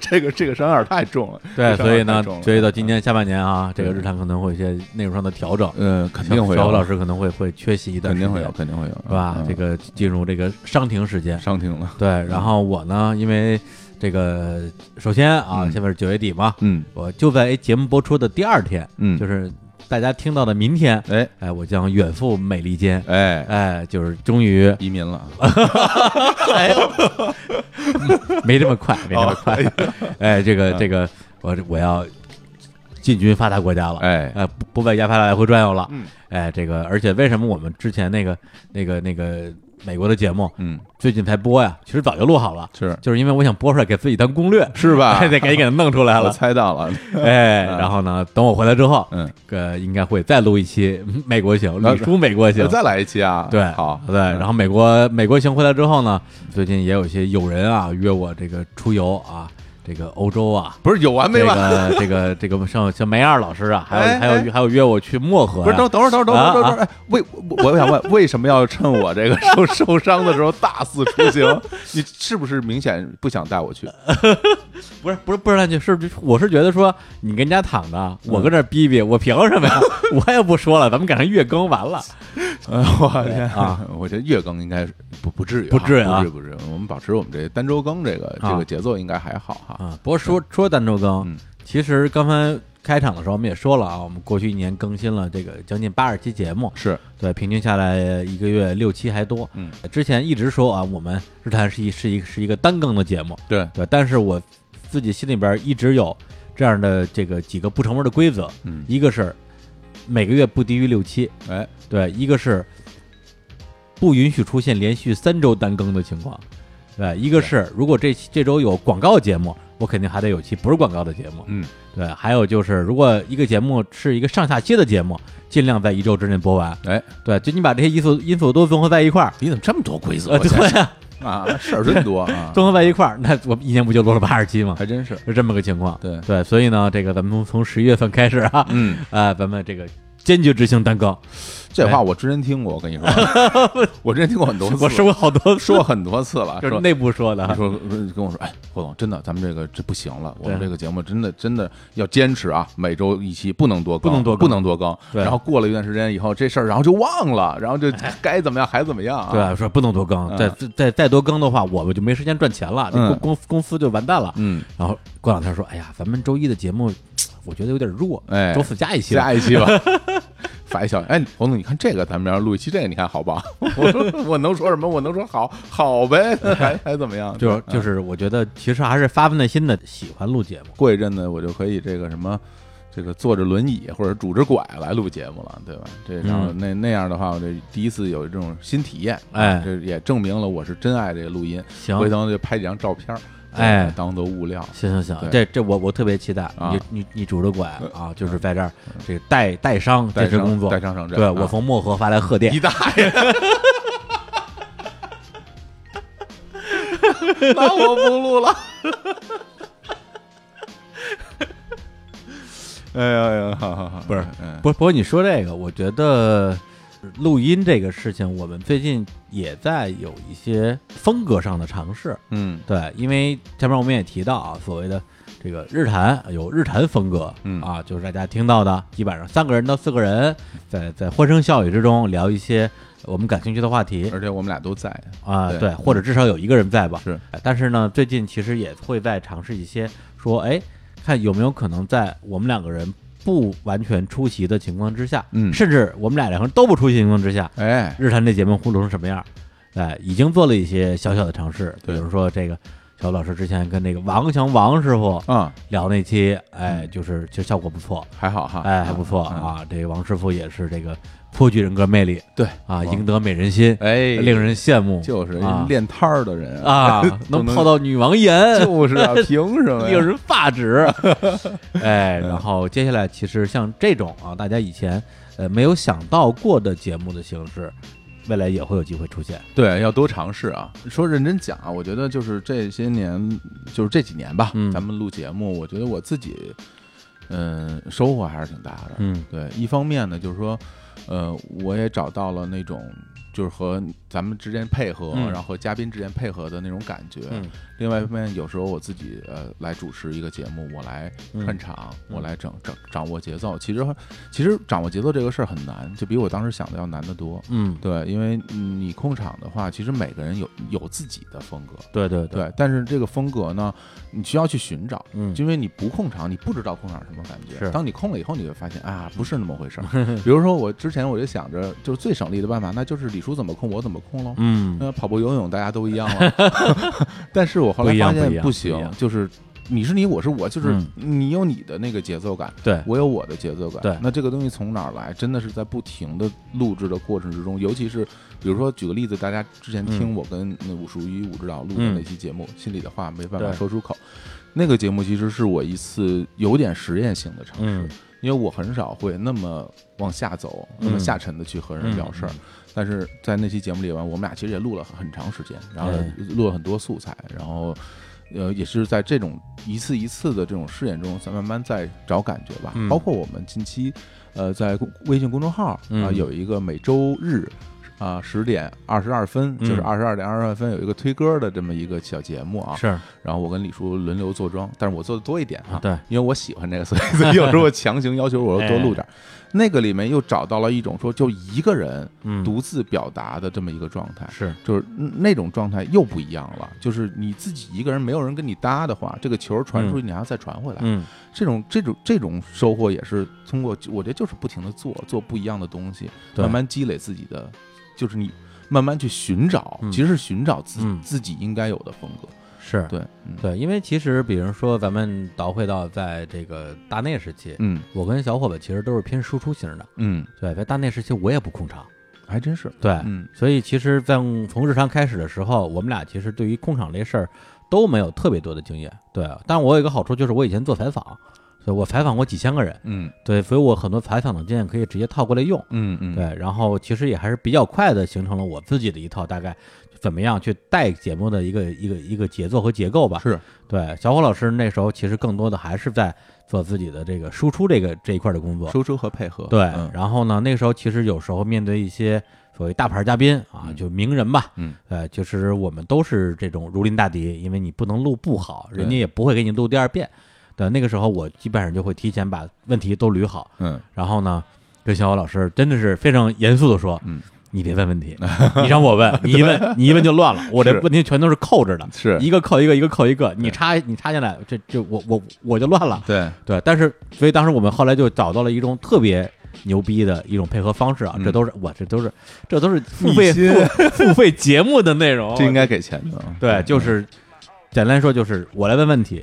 这个这个伤有点太重了。
对，
这伤
所
有
以
点
呢
太重，了嗯
所以到今年下半年啊，这个日坛可能会有一些内容上的调整，
呃，肯定会
小
有
虎老，师可能会会缺席一段
肯
时间，
定会有，嗯肯定会有，是
是吧？这个进入这个伤停时间，
伤停了，
对。然后我呢，因为这个首先啊，
嗯
现在是九月底嘛，
嗯
我就在节目播出的第二天，
嗯，
就是是大家听到的明天，
哎
哎，我将远赴美利坚，
哎，
哎，就是终
(laughs)
于
移
(laughs)
民了，哎
没这么快，没这么
哦
快，哎，这
嗯
个这个，我我要进军发达国家了，
哎
哎，不不在亚非拉来回转悠了，
嗯，
哎，这个，而且为什么我们之前那个那个那个美国的节目
嗯
最近才播呀？其实早就录好了， (laughs)
是
就是因为我想播出来给自己当攻略，
是吧
(laughs) 还？得赶紧给它弄出来
我
了，
猜到了， (laughs)
哎，然后呢，等我回来之后，
嗯，
呃，应该会再录一期美国行，
那
李叔美国行。
再来一期啊！
对，
呃好嗯
对，然后美国美国行回来之后呢，最近也有一些友人啊约我这个出游啊，这个欧洲啊，
不是有完没
这
完？
个这 (laughs) 个这个像像梅二老师啊，还有、
哎
还有、
哎
还有约我去漠河、啊，
不是，等等会儿，等会儿，等会
啊
儿，等会儿，等会儿。哎为我我想问，为什么要趁我这个受受伤的时候大肆出行？你是不是明显不想带我去？
不是不是不是那句是，我是觉得说你跟人家躺着，我跟这儿逼逼，我凭什么呀？ (laughs) 我也不说了，咱们赶上月更完了，
哎我天
啊！
我觉得月更应该是不不至于啊，
不至于啊
不至于不至于。我们保持我们这单周更这个
啊
这个节奏应该还好哈。
啊。不过说说单周更
嗯，
其实刚才开场的时候我们也说了啊，我们过去一年更新了这个将近八十期节目，
是，
对，平均下来一个月六期还多。
嗯，
之前一直说啊，我们日坛是一是一是一个单更的节目，
对，
对，但是我自己心里边一直有这样的这个几个不成文的规则，
嗯，
一个是每个月不低于六期，
哎，
对，一个是不允许出现连续三周单更的情况，对，一个是如果这期这周有广告节目，我肯定还得有期不是广告的节目，
嗯，
对，还有就是如果一个节目是一个上下期的节目，尽量在一周之内播完，
哎，
对，就你把这些因素因素都综合在一块儿，
你怎么这么多规则
呃，
我
对
天
呀、，
啊？事儿真多啊
(laughs) 综合在一块儿，那我一年不就录了八十期吗？
还真是。
是这么个情况，
对
对，所以呢，这个咱们从从十一月份开始啊，
嗯，
啊，咱们这个坚决执行单更，
这话我之前听过，我跟你说，啊我之前听过很多次，
我说过好多次，
说过很多次了，
就是
说
内部说的
你，说跟我说，哎，霍总，真的，咱们这个这不行了，我们
对
这个节目真的真的要坚持啊，每周一期，不能多更，
不能多更
不能多更。
对哎
然后过了一段时间以后，这事儿然后就忘了，然后就该怎么样还怎么样啊。
对，吧？说不能多更，
嗯
再再再多更的话，我们就没时间赚钱了，这
嗯
公公公司就完蛋了。
嗯，
然后过两天说，哎呀，咱们周一的节目，我觉得有点弱，
哎
周四加一期吧。
(laughs) 下一期吧。 (laughs) 发一小哎，洪总，你看这个，咱们要录一期这个，你看好不好？ (laughs) 我说我能说什么？我能说好好呗， (laughs) 还还怎么样？
就
嗯
就是，我觉得其实还是发自内心的喜欢录节目。
过一阵子我就可以这个什么，这个坐着轮椅或者拄着拐来录节目了，对吧？这然后
嗯
那那样的话，我这第一次有这种新体验，
哎
这也证明了我是真爱这个录音。
行，
回头就拍几张照片儿，
哎
当做
(laughs)
物料。
行行行，
对
这这我我特别期待
啊呃嗯
你你你拄着拐啊，就是在这儿这个带带伤
带
坚持
上
工作
带，上上阵，
对
啊
我从漠河发来贺电
你，大爷！ (laughs) 那我不
(laughs)
录了。哎呀哎呀，好好好，
不是
嗯，
不不过你说这个，我觉得录音这个事情，我们最近也在有一些风格上的尝试。
嗯
对，因为前面我们也提到啊，所谓的这个日坛有日坛风格，
嗯
啊，就是大家听到的，基本上三个人到四个人在在欢声笑语之中聊一些我们感兴趣的话题
而且我们俩都在，
啊、
呃对
对，或者至少有一个人在吧。
是，
哎但是呢，最近其实也会在尝试一些说，哎，看有没有可能在我们两个人不完全出席的情况之下，
嗯
甚至我们俩两个人都不出席的情况之下，
哎，
日坛这节目互动成什么样？哎，已经做了一些小小的尝试，比
对
如说这个小老师之前跟那个王强王师傅
啊，
聊那期，哎，
嗯
就是其实效果不错，
还好哈，
哎，还不错啊。这个王师傅也是这个颇具人格魅力，
对
啊，赢得美人心，
哎，
令人羡慕。
就是
啊
练摊儿的人， (laughs)
啊，能泡到女王颜，
就是
(laughs)
啊，凭什么
令
呀？
人发
(laughs)
指。哎，然后接下来其实像这种啊，大家以前呃没有想到过的节目的形式，未来也会有机会出现。
对，要多尝试啊。说认真讲啊，我觉得就是这些年，就是这几年吧，
嗯
咱们录节目，我觉得我自己，嗯，收获还是挺大的。
嗯
对，一方面呢，就是说，呃，我也找到了那种就是和咱们之间配合，
嗯
然后和嘉宾之间配合的那种感觉。
嗯
另外一方面，有时候我自己呃来主持一个节目，我来
嗯
串场，
嗯
我来整整掌握节奏。其实其实掌握节奏这个事儿很难，就比我当时想的要难得多。
嗯，
对，因为你控场的话，其实每个人有有自己的风格，
对对，
对，但是这个风格呢，你需要去寻找。
嗯
因为你不控场，你不知道控场什么感觉。
是
当你控了以后，你会发现啊，不是那么回
(laughs)
事儿。比如说，我之前我就想着，就是最省力的办法，那就是李叔怎么控我怎么控喽。
嗯
呃那跑步、游泳大家都一样
(laughs)
了， (laughs) 但是我后
不
来
一样
发
不一
现
样
不
不一
行
样，
就是你是你，我是我，就是
嗯
你有你的那个节奏感，
对，
我有我的节奏感。
对
那这个东西从哪儿来？真的是在不停的录制的过程之中，尤其是比如说举个例子，大家之前
嗯
听我跟那武术一武指导录的那期节目，心里的话没办法
对
说出口。那个节目其实是我一次有点实验性的尝试，
嗯
因为我很少会那么往下走，
嗯
那么下沉的去和人聊事儿。但是在那期节目里边，我们俩其实也录了很长时间，然后
哎
录了很多素材，然后呃，也是在这种一次一次的这种试验中，才慢慢在找感觉吧。
嗯
包括我们近期呃，在公微信公众号啊、
嗯
有一个每周日。啊，十点二十二分，就是
嗯
二十二点二十二分有一个推歌的这么一个小节目啊，
是啊
然后我跟李叔轮流坐庄，但是我做的多一点哈、啊
对，
因为我喜欢这个，所以所以有时候我强行要求我说多
哎
录点儿。那个里面又找到了一种说就一个人
嗯
独自表达的这么一个状态，
是
就是那种状态又不一样了。就是你自己一个人没有人跟你搭的话，这个球传出去你还要再传回来，
嗯
这种这种这种收获也是通过我觉得就是不停的做做不一样的东西，
对
慢慢积累自己的，就是你慢慢去寻找，
嗯
其实是寻找自、
嗯
自己应该有的风格。
是。
对，嗯
对，因为其实比如说咱们倒回到在这个大内时期，
嗯
我跟小伙伴其实都是偏输出型的。
嗯，
对，在大内时期我也不控场。
还真是，
对，
嗯
所以其实，在从日常开始的时候，我们俩其实对于控场这事儿都没有特别多的经验。对，但我有一个好处就是我以前做采访，所以我采访过几千个人，
嗯
对，所以我很多采访的经验可以直接套过来用。
嗯嗯，
对，然后其实也还是比较快的形成了我自己的一套大概怎么样去带节目的一个一个一个节奏和结构吧。
是，
对，小火老师那时候其实更多的还是在做自己的这个输出这个这一块的工作。
输出和配合，
对，
嗯
然后呢，那个时候其实有时候面对一些所谓大牌嘉宾啊，就名人吧，
嗯，
呃，就是我们都是这种如临大敌，因为你不能录不好，人家
对
也不会给你录第二遍。对，那个时候我基本上就会提前把问题都捋好，
嗯
然后呢，跟小伙老师真的是非常严肃的说，
嗯，
你别问问
(laughs)
题，你让我问，你一问你一问就乱了，我这
是
问题全都是扣着的，
是
一个扣一个，一个扣一个，你插你插进来，这这我我我就乱了。
对，
对，但是所以当时我们后来就找到了一种特别牛逼的一种配合方式啊，
嗯
这都是我这都是这都是付费
秘辛
付付费节目的内
(laughs)
容，
这应该给钱的啊，
对，就是简单说就是我来问问题，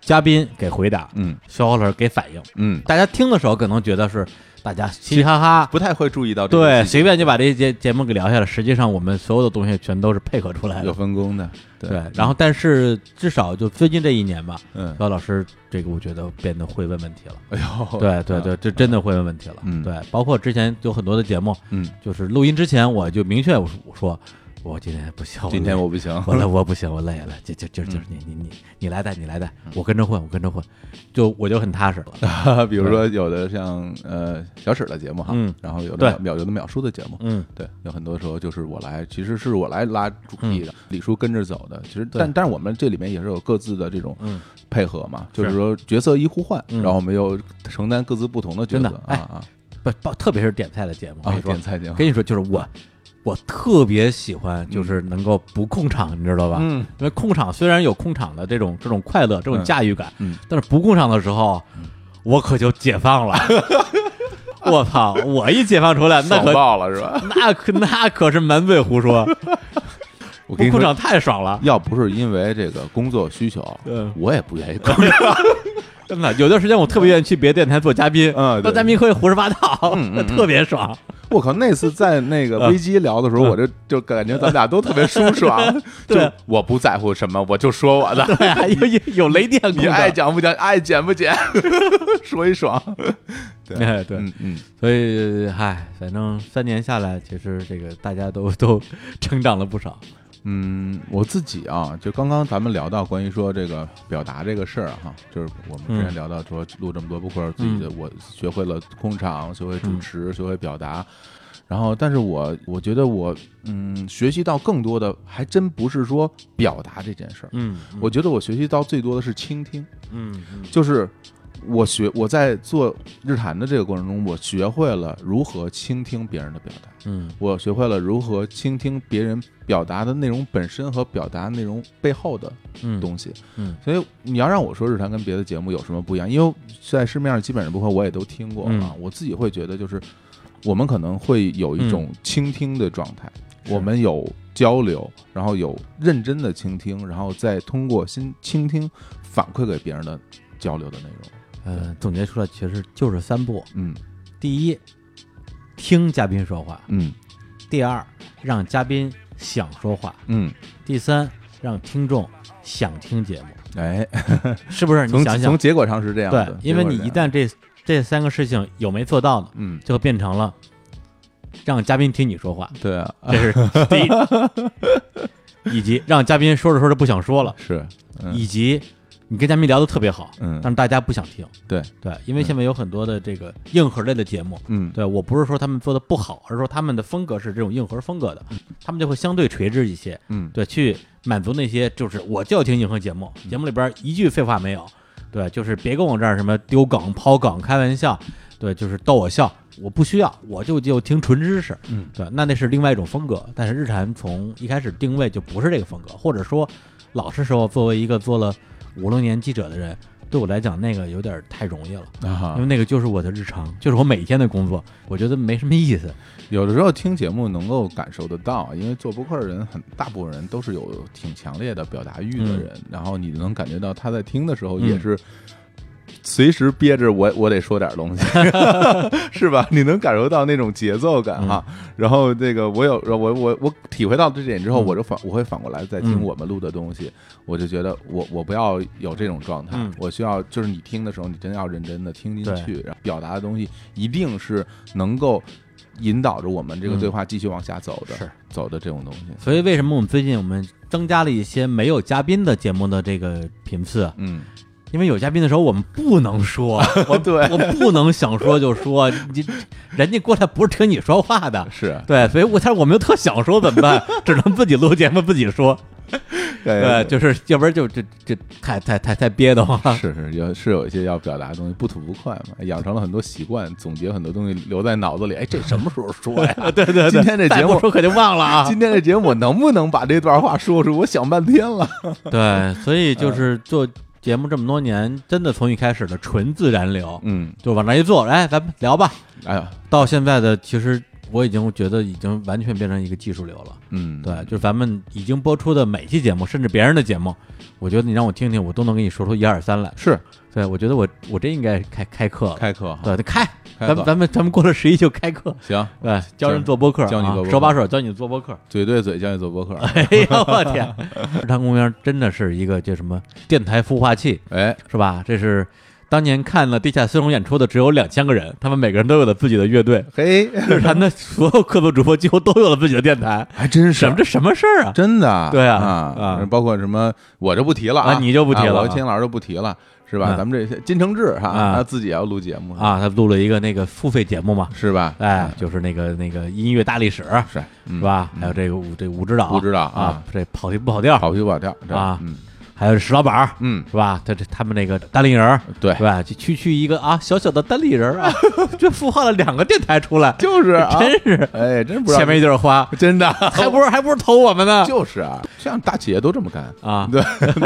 嘉宾给回答，
嗯
肖老师给反应，
嗯，
大家听的时候可能觉得是大家嘻嘻哈哈。
不太会注意到这个
对，
细节
随便就把这节节目给聊下来，实际上我们所有的东西全都是配合出来
有
的。
分工的，对
对，然后但是至少就最近这一年吧，
嗯，
肖老师这个我觉得变得会问问题了。
哎呦，
对对对，
啊，
这真的会问问题了。
嗯
对，包括之前有很多的节目，
嗯，
就是录音之前我就明确我说我说我今天不行，
今天
我
我不行， (laughs)
累我累我不行，我累了，就就就就是你你你你来带你来带，我跟着混我跟着混，就我就很踏实了。
比如说有的像呃小史的节目哈
嗯，
然后有
对
的秒有的秒叔的节目。
嗯，
对，有很多时候就是我来，其实是我来拉主题
嗯
的，李叔跟着走的。其实，但但是我们这里面也是有各自的这种
嗯
配合嘛，就是是说角色一互换，
嗯
然后我们又承担各自不同的角
真
色
的哎
啊
不不，特别是点菜的节目，
啊
我跟你
啊！
说
点，菜节目，
跟你说就是我。我特别喜欢，就是能够不控场，你知道吧？
嗯，
因为控场虽然有控场的这种这种快乐、这种
嗯
驾驭感，
嗯
但是不控场的时候，我可就解放了。我操！我一解放出来，那
爽
可
爆了是吧？
那可那可是满嘴胡说。
我跟你
部
说，
长太爽了，
要不是因为这个工作需求，
嗯，
我也不愿意工作。
(laughs) 真的，有段时间我特别愿意去别的电台做嘉宾，
嗯对嗯
当嘉宾可以胡说八道， (laughs) 特别
(laughs)
爽。
(laughs) 我靠，那次在那个危机聊的时候，我就就感觉咱们俩都特别舒爽。
嗯 (laughs)
就
对
我不在乎什么，我就说我的。
(laughs) 对啊，有有有雷电功
你爱
能，
讲不讲，爱剪不剪， (laughs) 说一爽。
哎对，
嗯嗯，
所以唉，反正三年下来，其实这个大家都都成长了不少。
嗯，我自己啊，就刚刚咱们聊到关于说这个表达这个事儿啊哈，就是我们之前
嗯
聊到说录这么多播客，自己的我学会了控场，学会主持，学会表达。然后，但是我我觉得我嗯，学习到更多的还真不是说表达这件事儿，
嗯，
我觉得我学习到最多的是倾听，
嗯嗯
就是我学我在做日坛的这个过程中，我学会了如何倾听别人的表达。
嗯
我学会了如何倾听别人表达的内容本身和表达内容背后的
嗯，
东西。
嗯，
所以你要让我说日常跟别的节目有什么不一样，因为在市面上基本上不会，我也都听过啊。
嗯
我自己会觉得就是我们可能会有一种倾听的状态，
嗯是
我们有交流，然后有认真的倾听，然后再通过新倾听反馈给别人的交流的内容。
呃，总结出来其实就是三步：
嗯
第一，听嘉宾说话；
嗯
第二，让嘉宾想说话；
嗯，
第三，让听众想听节目。
哎，
是不是？你
从
想
从
想，
结果上是这样
对
的，，
因为你
结果
一
是这样
旦这这三个事情有没做到呢，
嗯。
就会变成了让嘉宾听你说话，
对啊，
这是第一，
(laughs)
以及让嘉宾说着说着不想说了，
是，嗯
以及你跟嘉宾聊的特别好，
嗯
但是大家不想听。
对
对，因为现在有很多的这个硬核类的节目。
嗯，
对我不是说他们做的不好，而是说他们的风格是这种硬核风格的，他们就会相对垂直一些，
嗯，
对，去满足那些就是我就要听硬核节目，节目里边一句废话没有，对，就是别跟我这儿什么丢梗、抛梗、开玩笑，对，就是逗我笑，我不需要，我就就听纯知识，
嗯，
对，那那是另外一种风格，但是日坛从一开始定位就不是这个风格，或者说老是说作为一个做了五六年记者的人，对我来讲那个有点太容易了，
啊
因为，那个就是我的日常，就是我每天的工作，我觉得没什么意思，
有的时候听节目能够感受得到，因为做播客的人很大部分人都是有挺强烈的表达欲的人，然后你能感觉到他在听的时候
嗯
也是随时憋着我我得说点东
(laughs)
西，是吧？你能感受到那种节奏感哈。
嗯
然后这个我有我我我体会到这点之后，
嗯
我就反我会反过来再听
嗯
我们录的东西，我就觉得我我不要有这种状态，
嗯
我需要就是你听的时候，你真要认真的听进
对
去，然后表达的东西一定是能够。引导着我们这个
嗯
对话继续往下走的，
是
走的这种东西。
所以为什么我们最近我们增加了一些没有嘉宾的节目的这个频次啊？
(laughs) 嗯，
因为有嘉宾的时候我们不能说，
(laughs)
我
对，
我不能想说就说，你人家过来不是听你说话的。
(laughs) 是，
对，所以我但是我们又特想说怎么办？只能自己录节目自己说，
哎呃
对，就是要不然就这这太太太太憋得慌了。
是是有是有一些要表达的东西，不吐不快嘛，养成了很多习惯，总结很多东西留在脑子里。哎，这什么时候说 (laughs) 呀？
对对对，
今天这节
再不
目，
说可就忘了啊。
今天这节目我能不能把这段话说出？我想半天了。
对，所以就是做节目这么多年，真的从一开始的纯自然流，
嗯，
就往那一坐，哎，咱们聊吧。
哎呀，
到现在的，其实我已经觉得已经完全变成一个技术流了。
嗯，
对，就是咱们已经播出的每期节目，甚至别人的节目，我觉得你让我听听，我都能给你说出一二三来。
是
对，我觉得我我真应该开开课了。
开课哈，
对，那开，
开
咱
课
们咱们咱们过了十一就开课，
行，
对，教人做播客啊，
教你做播客
手把手教你做播
(laughs)
客。
嘴对嘴教你做播客。
哎呀，我天！日坛公园真的是一个叫什么电台孵化器，
哎，
是吧？这是当年看了地下丝绒演出的只有两千个人，他们每个人都有了自己的乐队，
嘿，
(laughs) 日坛的所有客座主播几乎都有了自己的电台，
还真
什
是
么。这什么事儿啊？
真的，
对啊
啊
啊
包括什么，我就不提了
啊你就不提了
啊我
啊
和秦老师就不提了，是吧？
嗯
咱们这些金承志哈，
啊
他自己也要录节目，
啊，他录了一个那个付费节目嘛，
是吧？嗯
哎，就是那个那个音乐大历史
是，
是啊
是？
吧？还有这个武这武指导，
武指导
啊
啊，
这跑题不跑调，
跑题跑调这
啊
嗯
还有石老板儿
嗯，
是吧？他这他们那个单立人儿，
对
是，吧？就区区一个啊小小的单立人 (laughs) 儿啊，就孵化了两个电台出来，
就是
(laughs)
啊，
真是
哎，真不知道
钱没地儿花，
真的 (laughs)
还不是还不是投我们呢
就是啊，像大企业都这么干，
啊
对，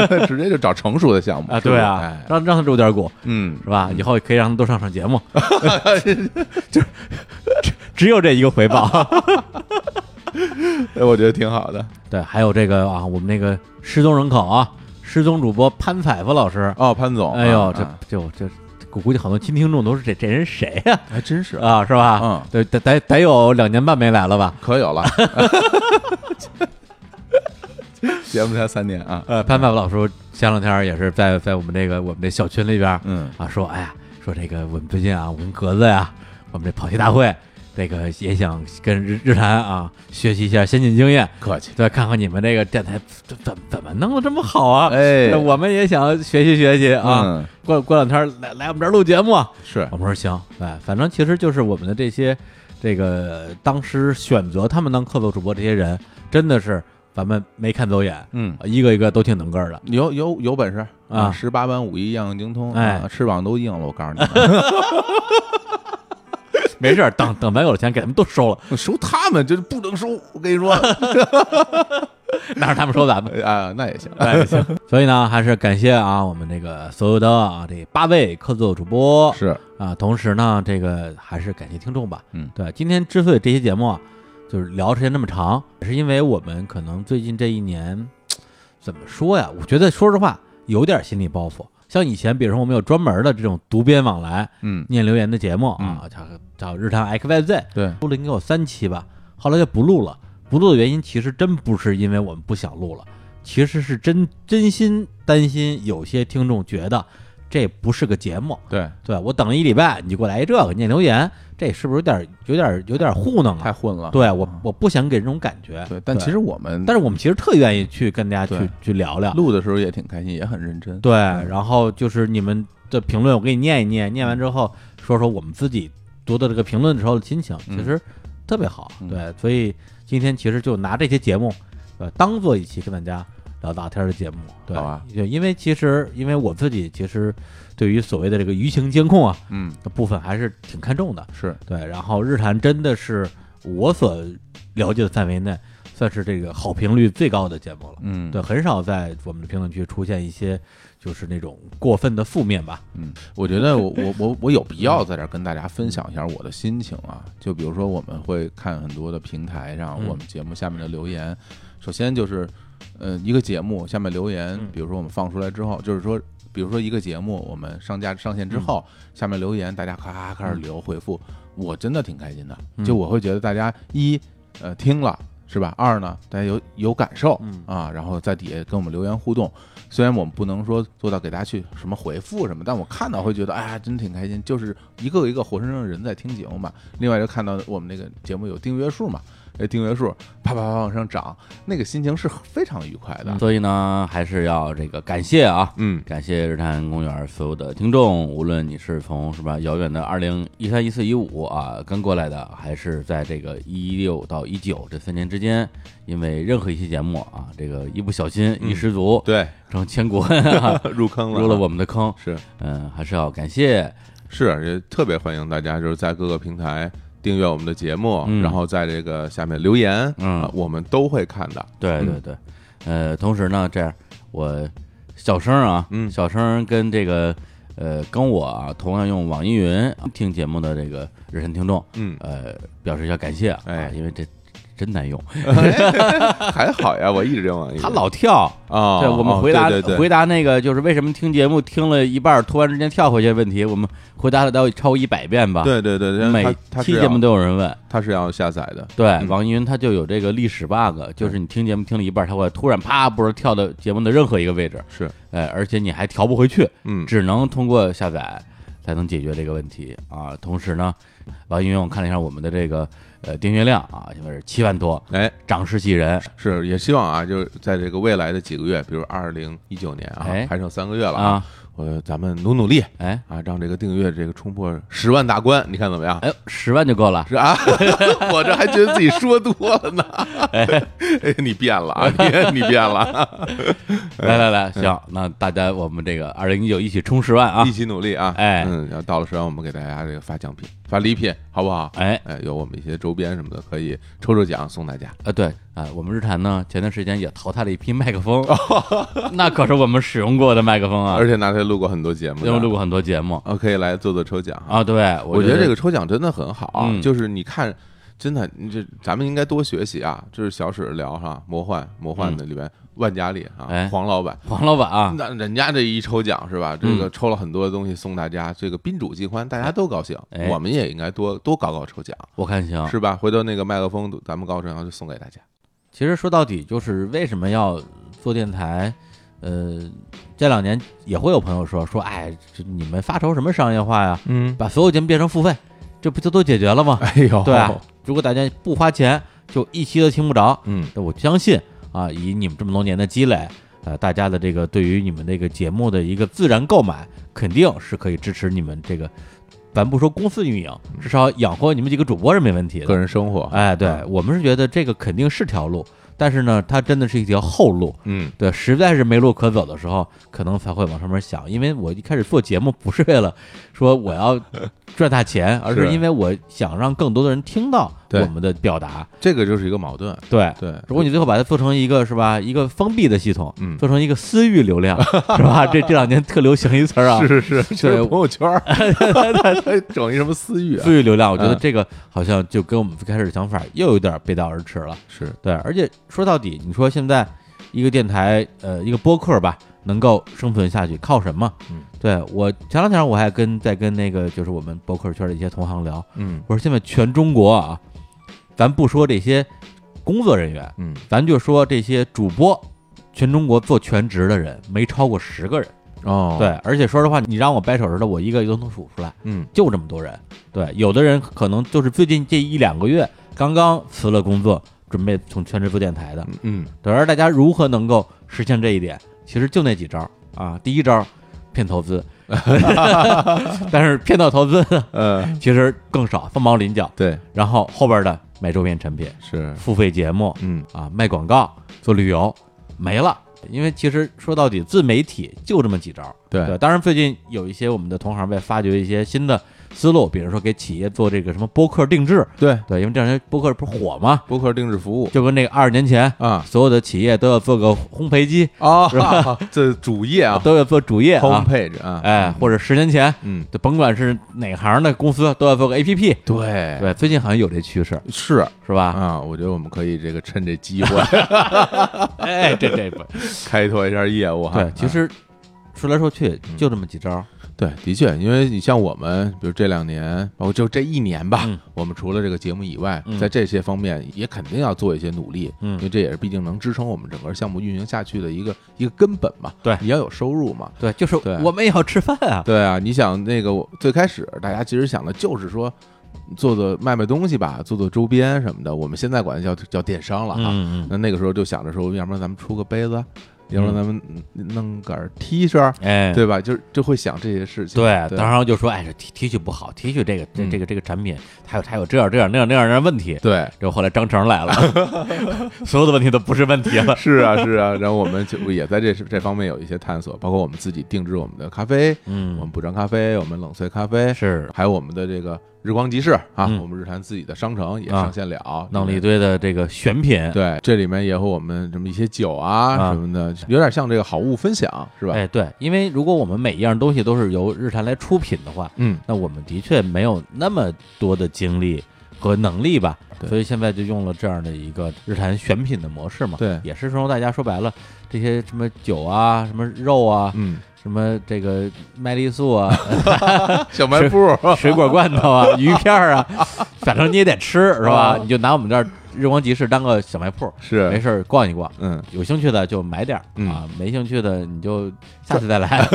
对 (laughs) 直接就找成熟的项目
啊！
是吧
对啊
哎，
让让他入点股
嗯，
是吧？以后可以让他多上上
(laughs)
节目， (laughs)
(laughs)
就只只有这一个回报。
哎我觉得挺好的。
对，还有这个啊，我们那个失踪人口啊，失踪主播潘采夫老师，
哦，潘总，
哎呦，
啊
这
啊
就这，我估计好多新听众都是这这人谁呀？
还真是，
啊，是吧？
嗯，
对，得得得有两年半没来了吧？
可有了， (laughs) 节目才三年啊，
呃，潘派老师前两天也是在在我们这个我们这小群里边，
嗯
啊，说哎呀，说这个我们最近啊，我跟格子呀，我们这跑题大会，这个也想跟日日坛啊学习一下先进经验，
客气，
对，看看你们这个电台怎怎怎么弄得这么好
(laughs)
啊？
哎
那我们也想学习学习啊。
嗯
过过两天来来我们这儿录节目啊，
是
我们说行，哎，反正其实就是我们的这些这个当时选择他们当客座主播这些人，真的是咱们没看走眼，
嗯，
一个一个都挺能干的。
有有有本事
啊
十八般武艺样样精通，
哎
啊翅膀都硬了，我告诉
(laughs)
你，
没事儿， (laughs) 等等咱有了钱，给他们都收了，
收他们就是不能收，我跟你
(laughs)
说
哪让他们收咱
(laughs)
们？
啊，那也行，
哎，行。所以呢，还是感谢啊，我们这个所有的啊这八位客座主播
是
啊，同时呢，这个还是感谢听众吧。
嗯
对，今天之所以这期节目啊，就是聊时间那么长，也是因为我们可能最近这一年怎么说呀？我觉得说实话有点心理包袱。像以前，比如说我们有专门的这种读编往来、
嗯，
念留言的节目啊，叫叫日常 XYZ，
对，
录了应该有三期吧，后来就不录了。不录的原因其实真不是因为我们不想录了，其实是真真心担心有些听众觉得这不是个节目，
对，
对我等了一礼拜，你就给我来一这个念留言，这是不是有点有点有点糊弄
太
啊？
混了，
对我我不想给这种感觉。
对，但其实我们
但是我们其实特愿意去跟大家去
对
去聊聊，
录的嗯时候也挺开心，也很认真，
对，然后就是你们的评论，我给你念一念，念完之后说说我们自己读的这个评论的时候的心情，
嗯
其实特别好。
嗯
对，所以今天其实就拿这些节目，呃，当做一期跟大家聊大天儿的节目。对，
好啊
就因为其实因为我自己其实对于所谓的这个舆情监控啊
嗯，
的部分还是挺看重的。
是
对，然后日坛真的是我所了解的范围内，算是这个好评率最高的节目了。
嗯，
对，很少在我们的评论区出现一些就是那种过分的负面吧。
我觉得我我我我有必要在这儿跟大家分享一下我的心情啊。就比如说，我们会看很多的平台上
嗯
我们节目下面的留言。首先就是，呃，一个节目下面留言
嗯，
比如说我们放出来之后，就是说，比如说一个节目我们上架上线之
嗯
后，下面留言大家咔开始留回复，我真的挺开心的。就
嗯
我会觉得大家一呃听了是吧？二呢，大家有有感受
嗯
啊，然后在底下跟我们留言互动。虽然我们不能说做到给大家去什么回复什么，但我看到会觉得，哎呀，真挺开心，就是一个一个活生生的人在听节目嘛。另外就看到我们那个节目有订阅数嘛，这订阅数啪啪啪往上涨，那个心情是非常愉快的。
所以呢，还是要这个感谢啊，
嗯，
感谢日坛公园所有的听众，无论你是从是吧遥远的二零一三、一四、一五啊跟过来的，还是在这个一六到一九这三年之间，因为任何一期节目啊，这个一不小心一失足、
嗯对，
成
(laughs)
千古
入坑
入了我们的坑，
是
嗯，还是要感谢，
是，也特别欢迎大家就是在各个平台订阅我们的节目，
嗯
然后在这个下面留言，
嗯
啊我们都会看的。
对
嗯
对对，呃，同时呢，这样我小声啊，
嗯
小声跟这个呃跟我啊同样用网易云听节目的这个日坛听众，
嗯，
呃，表示一下感谢啊，
哎
因为这真难用，
(laughs) 还好呀，我一直用网易云。
它老跳。
啊，
对，我们回答
哦对对对
回答那个就是为什么听节目听了一半儿突然之间跳回去的问题，我们回答了得有超过一百遍吧。，
对对对，
每
他啊嗯
期节目都有人问。
他是要下载的，
对，网易云它就有这个历史 bug，就是你听节目听了一半儿，它会突然啪，不是跳到节目的任何一个位置，
是，
哎，而且你还调不回去，
嗯，
只能通过下载才能解决这个问题啊。同时呢，网易云我看了一下我们的这个呃订阅量啊，现在是七万多，
哎，
涨势喜人。
是也希望啊，就是在这个未来的几个月，比如二零一九年啊
哎，
还剩三个月了啊，
啊，
我咱们努努力
哎
啊，让这个订阅这个冲破十万大关，你看怎么样？
哎呦，十万就够了。
是啊， (laughs) 我这还觉得自己说多了呢。 (laughs) 哎，你变了啊， (laughs) 你你变了，啊
来来来，行，那大家我们这个二零一九一起冲十万啊
哎一！起努力啊！
哎
嗯，然后到了十万，我们给大家这个发奖品、发礼品，好不好？
哎，
哎，有我们一些周边什么的，可以抽抽奖送大家。
啊对啊，我们日坛呢前段时间也淘汰了一批麦克风，
(laughs)
那可是我们使用过的麦克风啊
哦而，且拿它录过很多节目的，
又录过很多节目
啊，可以来做做抽奖。
啊。对，
我
觉
觉得这个抽奖真的很好啊，
嗯
就是你看，真的，你这咱们应该多学习啊。这是小史聊哈，魔幻魔幻的里边，万家丽啊，
哎
黄老板，
黄老板啊，
那人家这一抽奖是吧？这个抽了很多东西送大家，这个宾主尽欢，大家都高兴
哎。
我们也应该多多搞搞抽奖，
我看
啊
行。
是吧？回头那个麦克风咱们高抽，然后就送给大家。
其实说到底，就是为什么要做电台？呃，这两年也会有朋友说说，哎，这你们发愁什么商业化呀？
嗯，
把所有节目变成付费，这不就都解决了吗？
哎
哦
呦，
对
(laughs)
啊，如果大家不花钱，就一期都听不着。
嗯，
那我相信啊，以你们这么多年的积累，呃，大家的这个对于你们这个节目的一个自然购买，肯定是可以支持你们这个，咱不说公司运营，至少养活你们几个主播是没问题的。
嗯个人啊生活，
哎，对我们是觉得这个肯定是条路，但是呢，它真的是一条后路。
嗯，
对，实在是没路可走的时候，可能才会往上面想。因为我一开始做节目不是为了说我要赚大钱，而是
是
因为我想让更多的人听到
对
我们的表达。
这个就是一个矛盾。
对，
对，
如果你最后把它做成一个是吧，一个封闭的系统，
嗯
做成一个私域流
(laughs)
量，是吧？这这两年特流行一词儿啊，(laughs)
是是是，就是朋友圈儿整一什么私域啊？
私域流量。我觉得
嗯
这个好像就跟我们最开始的想法又有点背道而驰了。
是，
对，而且说到底，你说现在一个电台，呃，一个播客吧，能够生存下去，靠什么？
嗯，
对我前两天我还跟在跟那个就是我们播客圈的一些同行聊，
嗯
我说现在全中国啊，咱不说这些工作人员，
嗯，
咱就说这些主播，全中国做全职的人没超过十个人。
哦，
对，，而且说实话，你让我掰手指头，我一个一个都能数出来。
嗯
就这么多人。对，有的人可能就是最近这一两个月刚刚辞了工作，准备从全职做电台的。 (laughs)
嗯，
对，而大家如何能够实现这一点，其实就那几招儿啊。第一招儿，骗投资， (laughs) 但是骗到投资呢
呃，
其实更少，凤毛麟角。
对，
然后后边的买周边产品、
是，
付费节目
嗯
啊、卖广告、做旅游，没了。因为其实说到底，自媒体就这么几招儿。对，
对，
当然最近有一些我们的同行在发掘一些新的思路，比如说给企业做这个什么播客定制，
对，
对，因为这两年播客不是火吗？
博客定制服务
就跟那个二十年前，
啊
所有的企业都要做个烘焙机，
啊， (laughs) 这主页
(laughs)
啊
都要做主页啊，
，homepage 啊，
哎，或者十年前，
嗯，
就甭管是哪行的公司，都要做个 APP。
对，
对，最近好像有这趋势，
是
是吧？
啊，我觉得我们可以这个趁这机会
(laughs) 哎，这这不
开拓一下业务哈。
(laughs) 对，其实说来说去就这么几招儿。
对，的确，因为你像我们，比如这两年，包括就这一年吧，
嗯
我们除了这个节目以外，
嗯
在这些方面也肯定要做一些努力，
嗯
因为这也是毕竟能支撑我们整个项目运营下去的一个一个根本嘛。
对
你要有收入嘛。
对，就是
对
我们也要吃饭啊。
对啊，你想那个我最开始大家其实想的就是说，做做卖卖东西吧，做做周边什么的，我们现在管它叫叫电商了啊。
嗯嗯，
那那个时候就想着说，要不然咱们出个杯子，要不然咱们
嗯
弄个儿 T 恤，
哎，
对吧？就是就会想这些事情。
对，
对
当然就说，哎，这 T T 恤不好，T 恤这个这
嗯
这个这个产品，它有它有这样这样那样那样那样问题。
对，
这后来张成来 (laughs) 了，所有的问题都不是问题了。
(laughs) 是啊，是啊。然后我们就也在这这方面有一些探索，包括我们自己定制我们的咖啡，我们
嗯，
补装咖啡，我们冷萃咖
(laughs)
啡，
是
还有我们的这个日光集市啊，
嗯
我们日坛自己的商城也
啊
上线了，
弄了一
堆。
堆的这个选品，
对，这里面也有我们什么一些酒啊
啊
什么的，有点像这个好物分享，是吧？
哎，对，因为如果我们每一样东西都是由日产来出品的话，
嗯，
那我们的确没有那么多的精力和能力吧，
对
所以现在就用了这样的一个日产选品的模式嘛。 (laughs)
对
也是说大家说白了，这些什么酒啊、什么肉啊、
嗯，
什么这个麦丽素
(laughs)
啊，
小卖部
水果罐头啊、鱼片儿啊， (laughs) 反正你也得吃，是吧？
啊
你就拿我们这儿日光集市当个小卖铺，没
是，
事儿逛一逛。
嗯，
有兴趣的就买点儿 (laughs)
嗯
啊，没兴趣的你就下次再
(laughs)
来。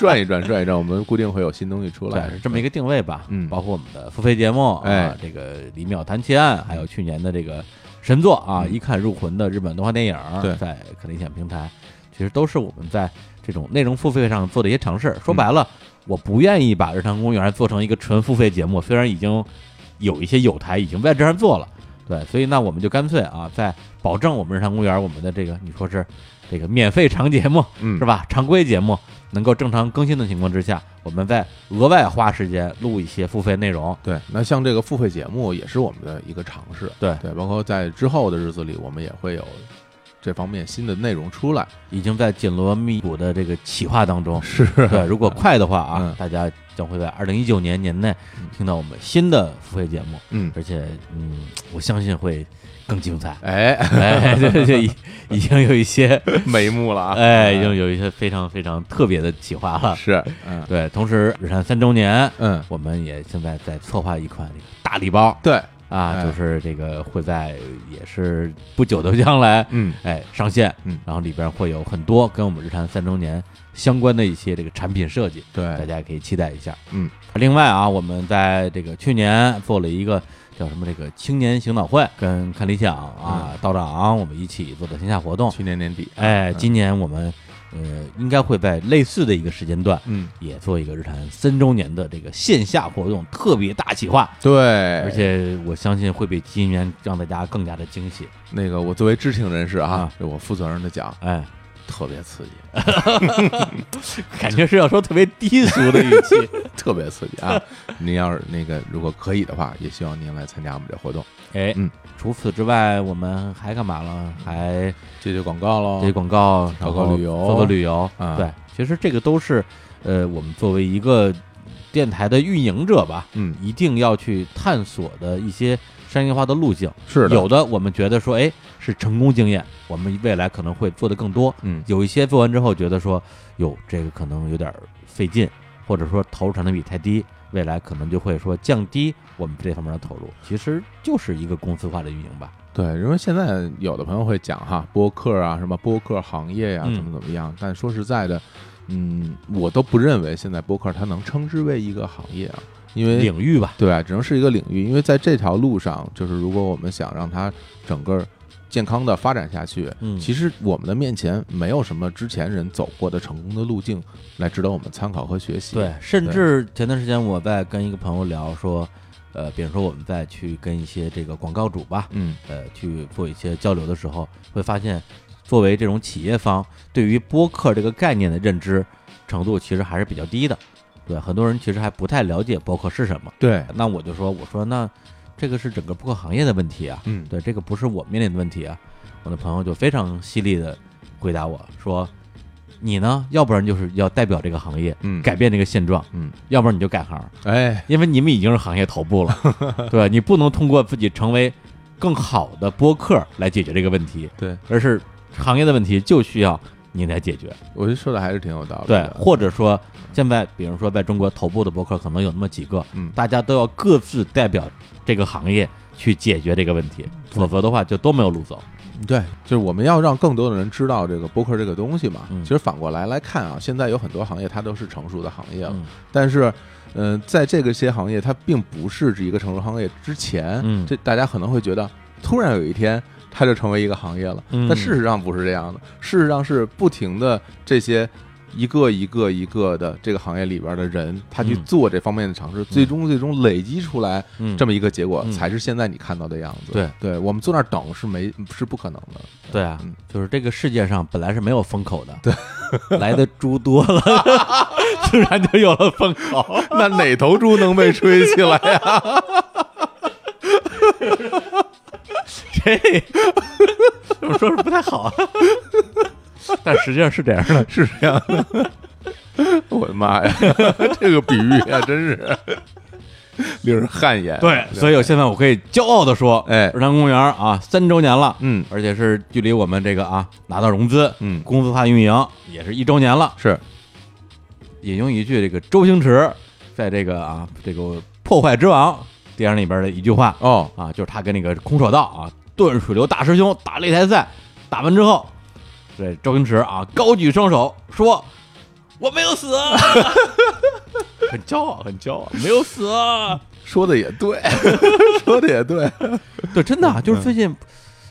转一转，转一转，我们固定会有新东西出来
对，。是这么一个定位吧。
嗯
包括我们的付费节目，啊
哎，
这个《李淼谈奇案》，还有去年的这个神作啊，
嗯
一看入魂的日本动画电影，
对
在可理想平台，其实都是我们在这种内容付费上做的一些尝试。说白了，
嗯
我不愿意把《日常公园》做成一个纯付费节目，虽然已经有一些有台已经在这样做了。对，所以那我们就干脆啊，在保证我们日常公园我们的这个你说是这个免费长节目， (laughs)
嗯
是，吧？常规节目能够正常更新的情况之下，我们再额外花时间录一些付费内容。
对，那像这个付费节目也是我们的一个尝试，
对
对，包括在之后的日子里，我们也会有这方面新的内容出来。
已经在紧锣密鼓的这个企划当中。
(laughs) 是
对，如果快的话啊，
嗯
大家将会在二零一九年年内听到我们新的付费节目，
嗯，。
而且嗯，我相信会更精彩 (laughs)
哎， (laughs)
哎，这这已已经有一些，
眉目了啊，
哎，已经有一些非常非常特别的企划了。
是，嗯
对，同时日产三周年，
嗯，
我们也现在在策划一款这个大礼包
对，
啊，
哎
就是这个会在也是不久的将来，
嗯
哎上线，
嗯
然后里边会有很多跟我们日产三周年相关的一些这个产品设计，大
对，
家也可以期待一下。
嗯，
另外啊，我们在这个去年做了一个叫什么这个青年行导会，跟看理想啊、
嗯
道长我们一起做的线下活动。
去年年底，
哎，今年我们呃应该会在类似的一个时间段。
嗯，
也做一个日产三周年的这个线下活动，特别大企划，
对，
而且我相信会比今年让大家更加的惊喜。
那个我作为知情人士啊
啊，
这我负责任的讲，
哎，
特别 (laughs) 刺激，
感觉是要说特别低俗的语 (laughs) 气。
特别刺激 (laughs) 啊！您要是那个如果可以的话，也希望您来参加我们这活动。
哎，
嗯，
除此之外，我们还干嘛 (laughs) 了？还
这就广告喽
接广告，
搞
然
搞
后
旅游
做做旅游。
啊
对，其实这个都是，呃，我们作为一个电台的运营者吧，
嗯，
一定要去探索的一些商业化的路径。
是的，
有的我们觉得说，哎，是成功经验，我们未来可能会做的更多。
嗯
有一些做完之后觉得说，哟，这个可能有点儿费劲，或者说投入产能比太低，未来可能就会说降低我们这方面的投入。其实就是一个公司化的运营吧。
对，因为现在有的朋友会讲哈，播客啊，什么播客行业呀、
嗯
怎么怎么样，但说实在的，嗯，我都不认为现在播客它能称之为一个行业啊，因为
领域吧，
对啊，只能是一个领域，因为在这条路上，就是如果我们想让它整个健康的发展下去，
嗯
其实我们的面前没有什么之前人走过的成功的路径来值得我们参考和学习。
对，甚至前段时间我在跟一个朋友聊说，呃，比如说我们在去跟一些这个广告主吧，
嗯，
呃，去做一些交流的时候，会发现，作为这种企业方，对于播客这个概念的认知程度其实还是比较低的。对，很多人其实还不太了解播客是什么。
对，
那我就说，我说那这个是整个播客行业的问题啊，
嗯，
对，这个不是我面临的问题啊。我的朋友就非常犀利的回答我说：“你呢，要不然就是要代表这个行业，
嗯
改变这个现状，
嗯，
要不然你就改行，
哎，
因为你们已经是行业头部
(laughs)
了，对你不能通过自己成为更好的播客来解决这个问题，
对，
而是行业的问题就需要你来解决。
我觉得说的还是挺有道理
对
的。，
或者说现在，比如说在中国头部的播客可能有那么几个，
嗯
大家都要各自代表这个行业去解决这个问题，否则的话就都没有路
(laughs)
走。
对，就是我们要让更多的人知道这个播客这个东西嘛。
嗯
其实反过来来看啊，现在有很多行业它都是成熟的行业了，
嗯
但是，嗯、在这个些行业它并不是一个成熟行业之前，
嗯
这大家可能会觉得突然有一天它就成为一个行业了，
嗯
但事实上不是这样的，事实上是不停的这些。一个一个一个的这个行业里边的人，他去
嗯
做这方面的尝试，最终最终累积出来
嗯，
这么一个结果，
嗯
才是现在你看到的样子。
对，
对我们坐那儿等是没是不可能的。
对啊
嗯，
就是这个世界上本来是没有风口的，对， (laughs) 来的猪多
(laughs)
了，自然就有了风口。
(laughs) 那哪头猪能被吹起来呀、
这怎么说是不太好啊， (laughs) 但实际上是这样的。
(laughs) 是这样的。 (laughs) 我的妈呀， (laughs) 这个比喻啊，真是 (laughs) 令人汗颜。
对，所以我现在我可以骄傲的说，
哎
日坛公园啊，三周年了，
嗯
而且是距离我们这个啊拿到融资，
嗯
公司化运营也是一周年了。
是
引用一句这个周星驰在这个啊这个《破坏之王》电影里边的一句话
哦，
啊，就是他跟那个空手道啊顿水流大师兄打擂台赛，打完之后，这周星驰啊高举双手说：“我没有死啊。” (laughs) 很骄傲，很骄傲，没有死啊！
说的也对，说的也对。
对，真的啊就是最近，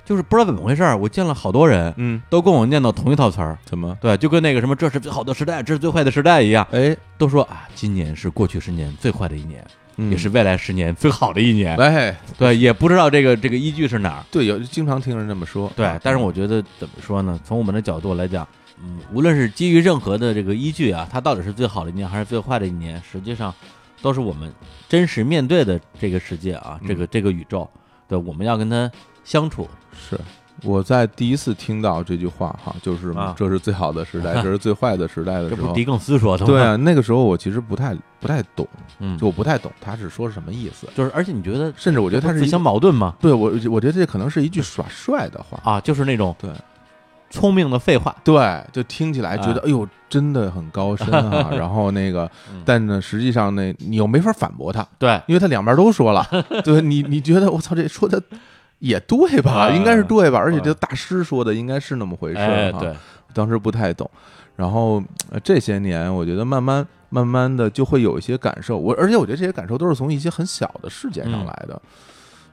就是不知道怎么回事儿，我见了好多人
嗯，
都跟我念叨同一套词儿，
怎么？
对，就跟那个什么“这是最好的时代，这是最坏的时代”一样，
哎，
都说啊，今年是过去十年最坏的一年，
嗯
也是未来十年最好的一年。
哎，
对，也不知道这个这个依据是哪儿。
对，有经常听人这么说。啊
对，但是我觉得怎么说呢？从我们的角度来讲，嗯，无论是基于任何的这个依据啊，它到底是最好的一年还是最坏的一年，实际上都是我们真实
嗯
面对的这个世界啊，这个这个宇宙，对，我们要跟它相处，
是我在第一次听到这句话哈，就是
啊
这是最好的时代，这是最坏的时代的
这
时
不是
候。
狄更斯说的吗？
对啊，那个时候我其实不太不太懂，
嗯，
就我不太懂他是说什么意思，
就是，而且你觉得
甚至我觉得他是
自
一
相矛盾吗？
对我我觉得这可能是一句耍帅的
嗯
话，
啊，就是那种
对
聪明的废话，
对，就听起来觉得哎呦真的很高深啊，然后那个
嗯，
但呢实际上呢你又没法反驳他，
对，
因为他两边都说
(laughs)
了，对你你觉得我操这说的也对吧，
嗯
应该是对吧，而且这大师说的应该是那么回事
哎，
儿哈，
对，
当时不太懂，然后呃这些年我觉得慢慢慢慢的就会有一些感受，我而且我觉得这些感受都是从一些很小的事件上
嗯
来的。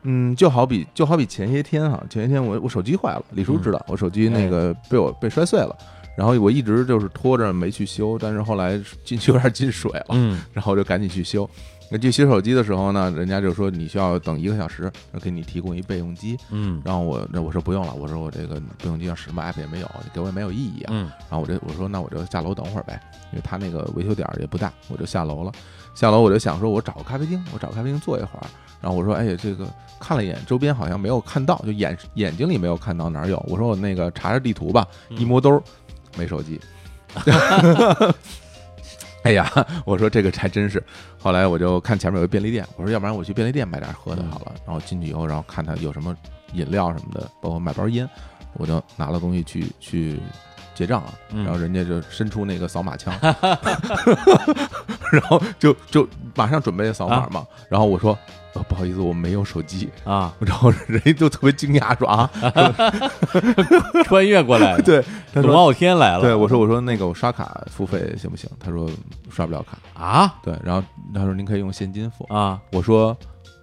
嗯，就好比就好比前些天哈、前些天我我手机坏了，李叔
嗯
知道、我手机
哎
那个被我被摔碎了，然后我一直就是拖着没去修，但是后来进有点进水了，
嗯
然后我就赶紧去修。那去修手机的时候呢，人家就说你需要等一个小时，给你提供一备用机。
嗯
然后我那我说不用了，我说我这个备用机上什么 app 也没有，给我也没有意义啊。
嗯
然后我这我说那我就下楼等会儿呗，因为他那个维修点儿也不大，我就下楼了。下楼我就想说，我找个咖啡厅，我找个咖啡厅坐一会儿。然后我说，哎呀，这个看了一眼周边好像没有看到，就眼眼睛里没有看到哪儿有。我说我那个查查地图吧，
嗯
一摸兜儿 (laughs) 没手机。哎呀，我说这个还真是。后来我就看前面有个便利店，我说要不然我去便利店买点儿喝的好了。然后进去以后，然后看他有什么饮料什么的，包括买包烟，我就拿了东西去去结账啊，
嗯
然后人家就伸出那个扫码枪， (laughs) 然后就就马上准备扫码嘛，然后我说、呃不好意思，我没有手机， (laughs)
啊，
然后人家就特别惊讶说
(laughs)
啊，
穿越过
(laughs)
来的，
对，他
董
说
傲天来了，
对我说我说那个我刷卡付费行不行？他说刷不了卡，
啊
对，然后他说您可以用现金付，
啊，
我说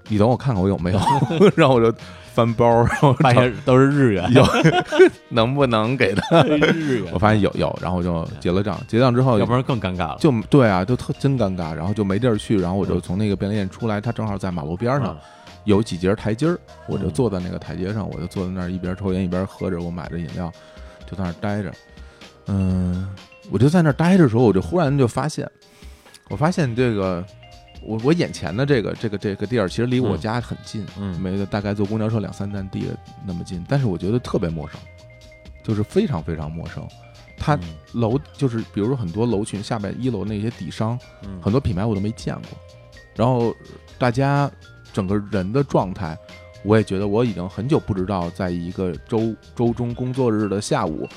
你等我看看我有没有， (laughs) 然后我就翻包，然后
(laughs) 发
找
现都是日元，
有 (laughs) 能不能给他，
(laughs) 日
我
元，
发现有有，然后我就结了账，结账之后
要不然更尴尬了，
就对啊，就特真尴尬，然后就没地儿去，然后我就从那个便利店出来，它正好在马路边上
嗯
有几节台阶儿，我就坐在那个台阶上，我就坐在那儿一边抽烟一边喝着我买的饮料，就在那儿待着，嗯，我就在那儿待着的时候，我就忽然就发现，我发现这个我我眼前的这个这个这个地儿其实离我
嗯
家很近，
嗯
没大概坐公交车两三站地的那么近，但是我觉得特别陌生，就是非常非常陌生，它。
嗯
楼就是比如说很多楼群下面一楼那些底商，
嗯
很多品牌我都没见过。然后大家整个人的状态，我也觉得我已经很久不知道，在一个周周中工作日的下午，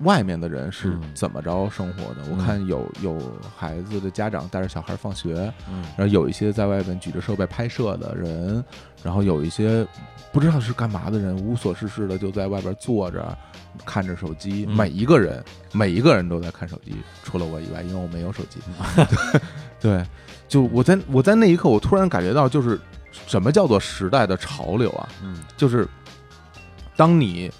外面的人是
嗯
怎么着生活的。我看有有孩子的家长带着小孩放学，
嗯
然后有一些在外面举着设备拍摄的人，然后有一些不知道是干嘛的人，无所事事的就在外边坐着，看着手机。
嗯
每一个人，每一个人都在看手机，除了我以外，因为我没有手
(laughs)
机。对，就我在我在那一刻，我突然感觉到，就是什么叫做时代的潮流啊？
嗯
就是当你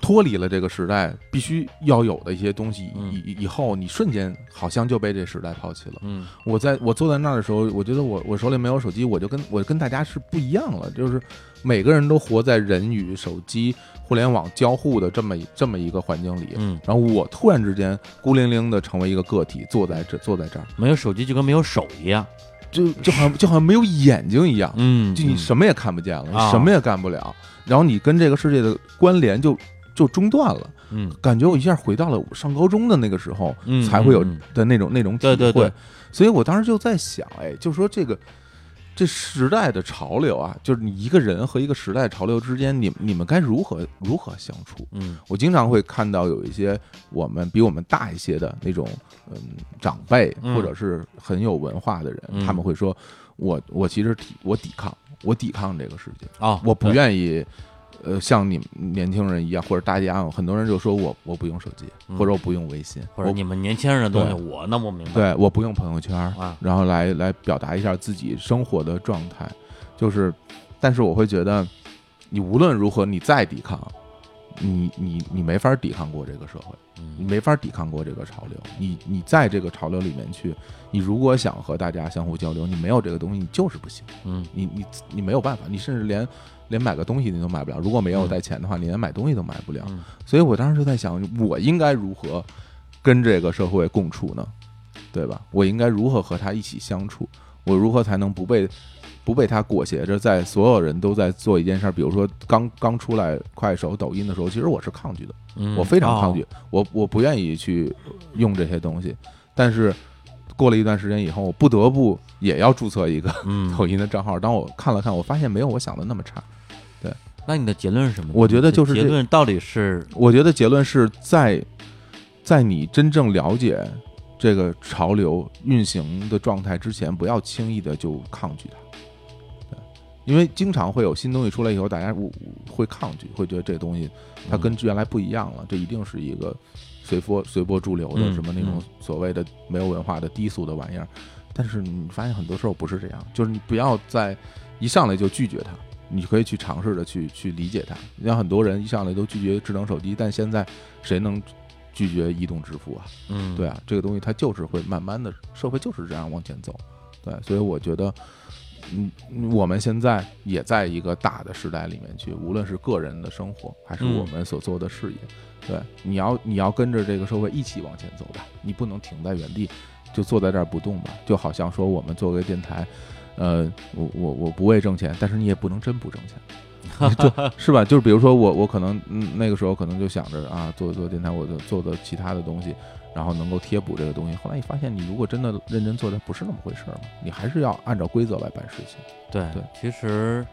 脱离了这个时代必须要有的一些东西
嗯
以以以后，你瞬间好像就被这时代抛弃了。
嗯
我在我坐在那儿的时候，我觉得我我手里没有手机，我就跟我跟大家是不一样了，就是每个人都活在人与手机、互联网交互的这么一这么一个环境里。
嗯，
然后我突然之间孤零零的成为一个个体，坐在这坐在这儿，
没有手机就跟没有手一样，
就就好像就好像没有眼睛一样，
嗯，
就你什么也看不见了，
啊
你什么也干不了，然后你跟这个世界的关联就就中断了，
嗯，嗯
感觉我一下回到了我上高中的那个时候，
嗯
才会有
嗯
的那种那种体会。
对对对
所以我当时就在想，哎，就说这个这时代的潮流啊，就是你一个人和一个时代潮流之间，你你们该如何如何相处？
嗯
我经常会看到有一些我们比我们大一些的那种，嗯，长辈
嗯
或者是很有文化的人，
嗯
他们会说，我我其实抵我抵抗，我抵抗这个世界，
啊，
我不
对
愿意，呃，像你们年轻人一样，或者大家很多人就说我我不用手机，
嗯
或者我不用微信，
或者
我
嗯你们年轻人的东西，
对
我那不明白。
对我不用朋友圈，
啊，
然后来来表达一下自己生活的状态，就是，但是我会觉得，你无论如何你再抵抗，你你你没法抵抗过这个社会，你
嗯
没法抵抗过这个潮流，你你在这个潮流里面去，你如果想和大家相互交流，你没有这个东西，你就是不行，
嗯
你你你没有办法，你甚至连连买个东西你都买不了，如果没有带钱的话，你连买东西都买不了，
嗯
所以我当时就在想，我应该如何跟这个社会共处呢？对吧？我应该如何和他一起相处？我如何才能不被不被它裹挟着，在所有人都在做一件事儿，比如说刚刚出来快手、抖音的时候，其实我是抗拒的，
嗯
我非常抗拒，我我不愿意去用这些东西。但是过了一段时间以后，我不得不也要注册一个 (laughs)
嗯，
抖音的账号。当我看了看，我发现没有我想的那么差。
那你的结论是什么呢？
我觉得就是
结
这
论到底是
我觉得结论是在在你真正了解这个潮流运行的状态之前，不要轻易的就抗拒它。对因为经常会有新东西出来以后，大家会会抗拒，会觉得这东西它跟原来不一样了，这一定是一个随波随波逐流的
嗯
什么那
嗯
种所谓的没有文化的低俗的玩意儿。但是你发现很多时候不是这样，就是你不要在一上来就拒绝它，你可以去尝试着去去理解它。你像很多人一上来都拒绝智能手机，但现在谁能拒绝移动支付啊？
嗯，
对啊，这个东西它就是会慢慢的，社会就是这样往前走。对，所以我觉得，嗯，我们现在也在一个大的时代里面去，无论是个人的生活，还是
嗯
我们所做的事业，对，你要你要跟着这个社会一起往前走吧，你不能停在原地，就坐在这儿不动吧。就好像说我们做个电台，呃，我我我不为挣钱，但是你也不能真不挣钱。
(laughs)
就是吧？就是比如说我，我可能嗯那个时候可能就想着啊，做做电台，我就做做其他的东西，然后能够贴补这个东西。后来你发现，你如果真的认真做，它不是那么回事儿嘛，你还是要按照规则来办事情。
对
对，
其实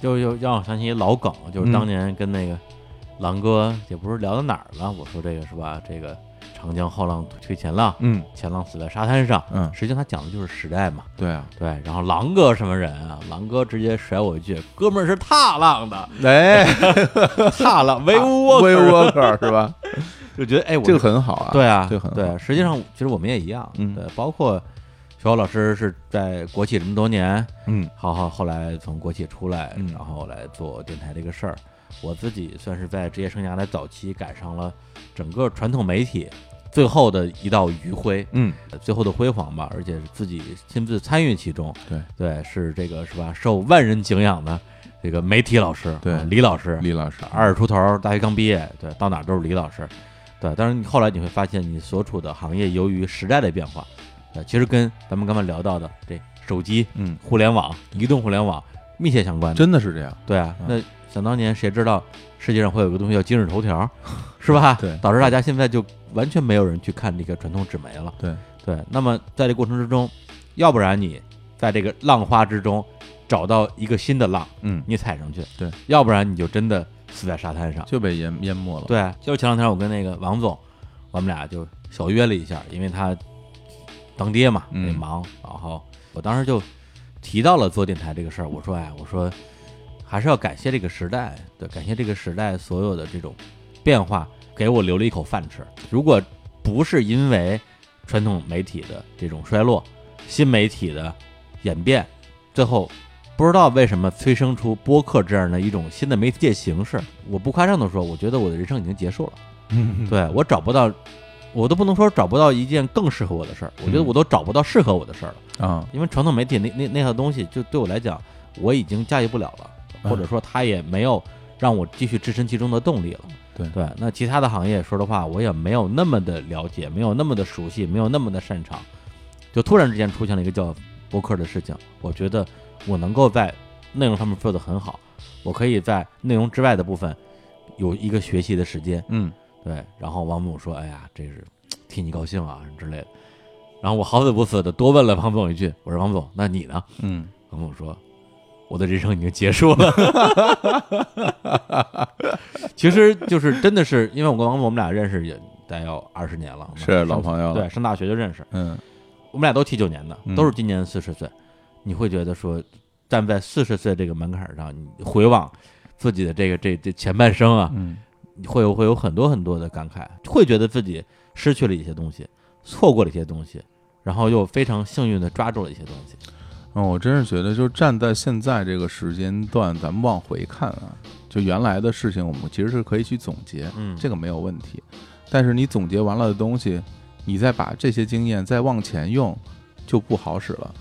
就又让我想起一老梗，就是
嗯
当年跟那个狼哥也不是聊到哪儿了，我说这个是吧？这个长江后浪推前浪，
嗯
前浪死在沙滩上。
嗯，
实际上他讲的就是时代嘛，
对啊，
对。然后狼哥什么人啊？狼哥直接甩我一句：“哥们儿是踏
(laughs)
浪的，
哎
踏浪
w
wave
a v
walker。
Walker 是 (laughs) 吧？”
就觉得哎，我
啊这个很好啊。
对啊，
这个很好
对。实际上，其实我们也一样，
嗯
对。包括小老师是在国企这么多年，
嗯
好好，后来从国企出来，
嗯
然后来做电台这个事儿。我自己算是在职业生涯的早期赶上了整个传统媒体最后的一道余晖，
嗯，
呃最后的辉煌吧，而且是自己亲自参与其中。
对
对，是这个是吧？受万人敬仰的这个媒体老师，
对
啊李老师，
李老师，
二十出头，大学刚毕业，对，到哪儿都是李老师，对。但是你后来你会发现，你所处的行业由于时代的变化，呃，其实跟咱们刚才聊到的这手机、
嗯，
互联网、移动互联网密切相关的。
真的是这样。
对啊，
嗯
那想当年谁知道世界上会有个东西叫今日头条，是吧？
对
导致大家现在就完全没有人去看这个传统纸媒了。
对
对，那么在这过程之中，要不然你在这个浪花之中找到一个新的浪，
嗯，
你踩上去；
对，
要不然你就真的死在沙滩上。
就被淹淹没了。
对，就是前两天我跟那个王总，我们俩就小约了一下，因为他当爹嘛，
嗯
也忙。然后我当时就提到了做电台这个事儿，我说哎，我说还是要感谢这个时代，对，感谢这个时代所有的这种变化，给我留了一口饭吃。如果不是因为传统媒体的这种衰落，新媒体的演变，最后不知道为什么催生出播客这样的一种新的媒介形式。我不夸张的说，我觉得我的人生已经结束了。
嗯，
对我找不到，我都不能说找不到一件更适合我的事儿，我觉得
嗯
我都找不到适合我的事儿了。
啊，
因为传统媒体那那那套东西，就对我来讲，我已经驾驭不了了，或者说它也没有让我继续置身其中的动力了。
对
对，那其他的行业说的话，我也没有那么的了解，没有那么的熟悉，没有那么的擅长，就突然之间出现了一个叫博客的事情，我觉得我能够在内容上面做得很好，我可以在内容之外的部分有一个学习的时间，
嗯，
对，然后王总说：“哎呀，这是替你高兴啊什么之类的。”然后我好死不死的多问了王总一句：“我说王总，那你呢
嗯，？”
王总说：“我的人生已经结束了。” (laughs) 其实就是真的是，因为我跟王总我们俩认识也得有二十年了，
是老
上
朋友了。
对，上大学就认识，
嗯，
我们俩都七九年的，
嗯
都是今年四十岁，你会觉得说，站在四十岁这个门槛上，你回望自己的这个这这前半生啊，
嗯，
你会有会有很多很多的感慨，会觉得自己失去了一些东西，错过了一些东西，然后又非常幸运的抓住了一些东西。
嗯，我真是觉得，就站在现在这个时间段，咱们往回看啊，就原来的事情，我们其实是可以去总结，
嗯
这个没有问题。但是你总结完了的东西，你再把这些经验再往前用，就不好使了。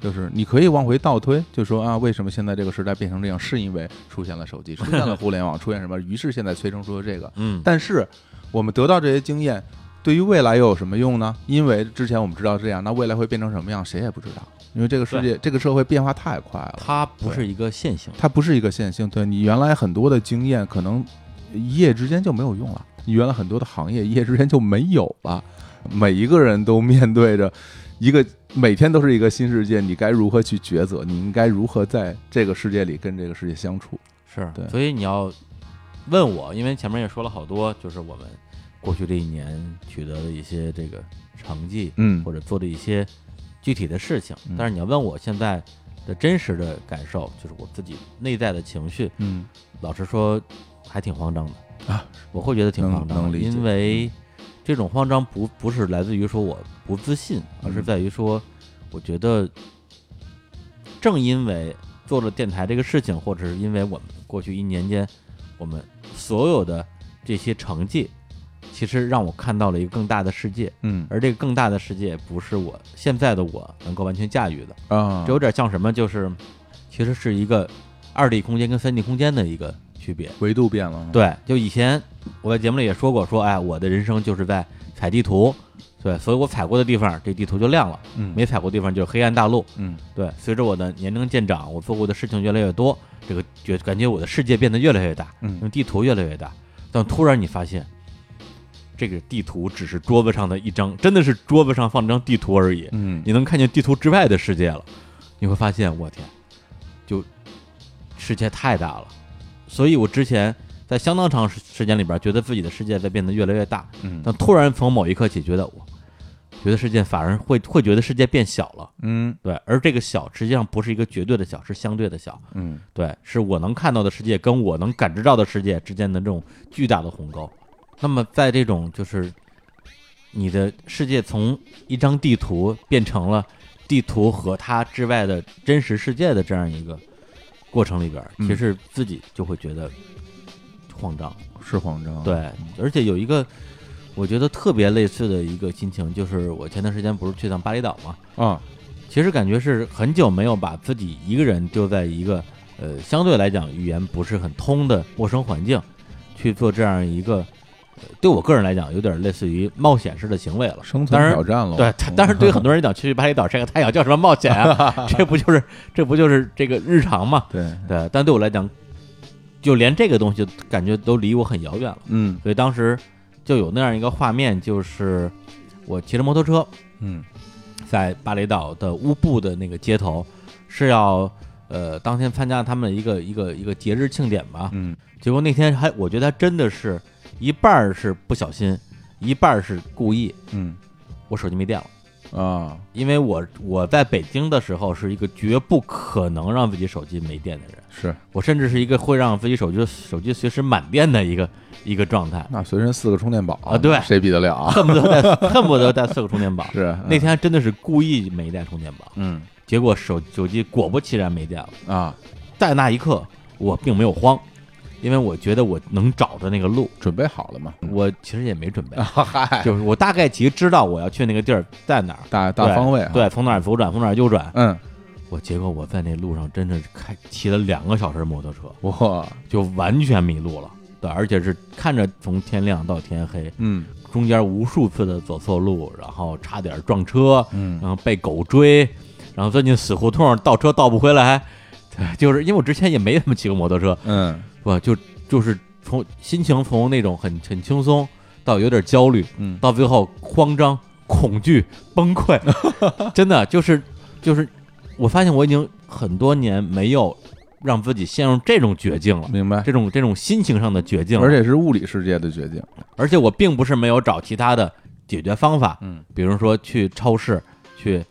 就是你可以往回倒推，就说啊，为什么现在这个时代变成这样，是因为出现了手
(laughs)
机，出现了互联网，出现什么，于是现在催生出了这个。
嗯，
但是我们得到这些经验，对于未来又有什么用呢？因为之前我们知道这样，那未来会变成什么样，谁也不知道。因为这个世界、这个社会变化太快了，
它不是一个线性的，
它不是一个线性。对你原来很多的经验，可能一夜之间就没有用了。你原来很多的行业，一夜之间就没有了。每一个人都面对着一个每天都是一个新世界，你该如何去抉择？你应该如何在这个世界里跟这个世界相处？
是
对
所以你要问我，因为前面也说了好多，就是我们过去这一年取得的一些这个成绩，
嗯
或者做的一些具体的事情
嗯。
但是你要问我现在的真实的感受，就是我自己内在的情绪，
嗯
老实说，还挺慌张的
啊，
我会觉得挺慌
能
张
能
的，
理解嗯
因为这种慌张不不是来自于说我不自信，而
嗯
是在于说，我觉得正因为做了电台这个事情，或者是因为我们过去一年间我们所有的这些成绩，其实让我看到了一个更大的世界，
嗯
而这个更大的世界不是我现在的我能够完全驾驭的，
啊
这，有点像什么，就是其实是一个二 D 空间跟三 D 空间的一个区别。
维度变了，，
对，就以前我在节目里也说过，说哎，我的人生就是在踩地图，对，所以我踩过的地方，这地图就亮了；
嗯
没踩过的地方就是黑暗大陆。
嗯
对，随着我的年龄渐长，我做过的事情越来越多，这个觉感觉我的世界变得越来越大，
嗯
用地图越来越大。但突然你发现，这个地图只是桌子上的一张，真的是桌子上放张地图而已。
嗯
你能看见地图之外的世界了，你会发现，我天，就世界太大了。所以我之前在相当长时时间里边，觉得自己的世界在变得越来越大，
嗯
但突然从某一刻起，觉得我觉得世界反而会会觉得世界变小了，
嗯
对，而这个小实际上不是一个绝对的小，是相对的小，
嗯
对，是我能看到的世界跟我能感知到的世界之间的这种巨大的鸿沟。那么，在这种就是你的世界从一张地图变成了地图和它之外的真实世界的这样一个过程里边儿，
嗯
其实自己就会觉得慌张。
是慌张，，
对，而且有一个我觉得特别类似的一个心情，就是我前段时间不是去趟巴厘岛嘛，
啊，
其实感觉是很久没有把自己一个人丢在一个呃相对来讲语言不是很通的陌生环境，去做这样一个、呃对我个人来讲有点类似于冒险式的行为了。
生存
当然
挑，战了，
对，他当然对于很多人来讲，去巴厘岛这个太阳叫什么冒险啊？这不就是这不就是这个日常嘛？
嗯对，
对，但对我来讲，就连这个东西感觉都离我很遥远了。
嗯
所以当时就有那样一个画面，就是我骑着摩托车，
嗯
在巴厘岛的乌布的那个街头，是要呃当天参加他们一个一个一个节日庆典吧。
嗯
结果那天还我觉得还真的是一半儿是不小心，一半儿是故意，
嗯
我手机没电了。
啊，
因为我我在北京的时候是一个绝不可能让自己手机没电的人，
是，
我甚至是一个会让自己手机手机随时满电的一个一个状态，
那随身四个充电宝
啊对
谁比得了
(laughs)
啊？
恨不得带恨不得带四个充电宝。
是
那天还真的是故意没带充电宝，
嗯
结果手手机果不其然没电了。
啊，
在那一刻，我并没有慌，因为我觉得我能找着那个路。
准备好了
(laughs)
吗？
我其实也没准备，
哎嗨，
就是我大概其实知道我要去那个地儿在哪儿，
(laughs) 大大
对
方位啊，，
对，从哪儿左转，从哪儿右转。
嗯，
我结果我在那路上真是开骑了两个小时摩托车，
哇，
就完全迷路了。对，而且是看着从天亮到天黑，
嗯
中间无数次的走错路，然后差点撞车，
嗯
然后被狗追，然后钻进死胡同，倒车倒不回来。对，就是因为我之前也没怎么骑过摩托车，
嗯
不就就是从心情从那种很很轻松到有点焦虑，
嗯
到最后慌张、恐惧、崩溃，真的就是就是，我发现我已经很多年没有让自己陷入这种绝境了。
明白，
这种这种心情上的绝境了，
而且是物理世界的决定，
而且我并不是没有找其他的解决方法，
嗯
比如说去超市去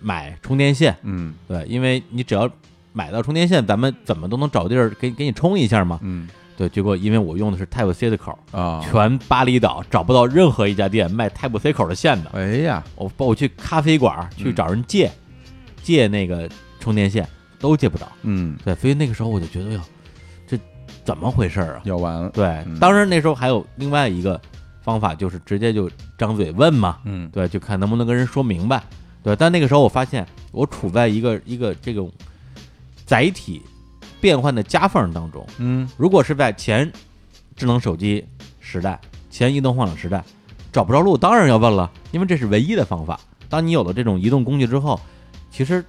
买充电线，
嗯
对，因为你只要买到充电线，咱们怎么都能找地儿给给你充一下嘛。
嗯
对，结果因为我用的是 Type C 的口儿，
啊，
全巴厘岛找不到任何一家店卖 Type C 口儿的线的。
哎呀，
我包括去咖啡馆儿去
嗯
找人借、借那个充电线，都借不着。
嗯，
对，所以那个时候我就觉得，哟，哎这怎么回事儿啊？
要完了，
对
嗯，
当然那时候还有另外一个方法，就是直接就张嘴问嘛。
嗯
对，就看能不能跟人说明白。对，但那个时候我发现我处在一个一个这种载体变换的夹缝当中。
嗯
如果是在前智能手机时代、前移动互联网时代，找不着路，当然要问了，因为这是唯一的方法。当你有了这种移动工具之后，其实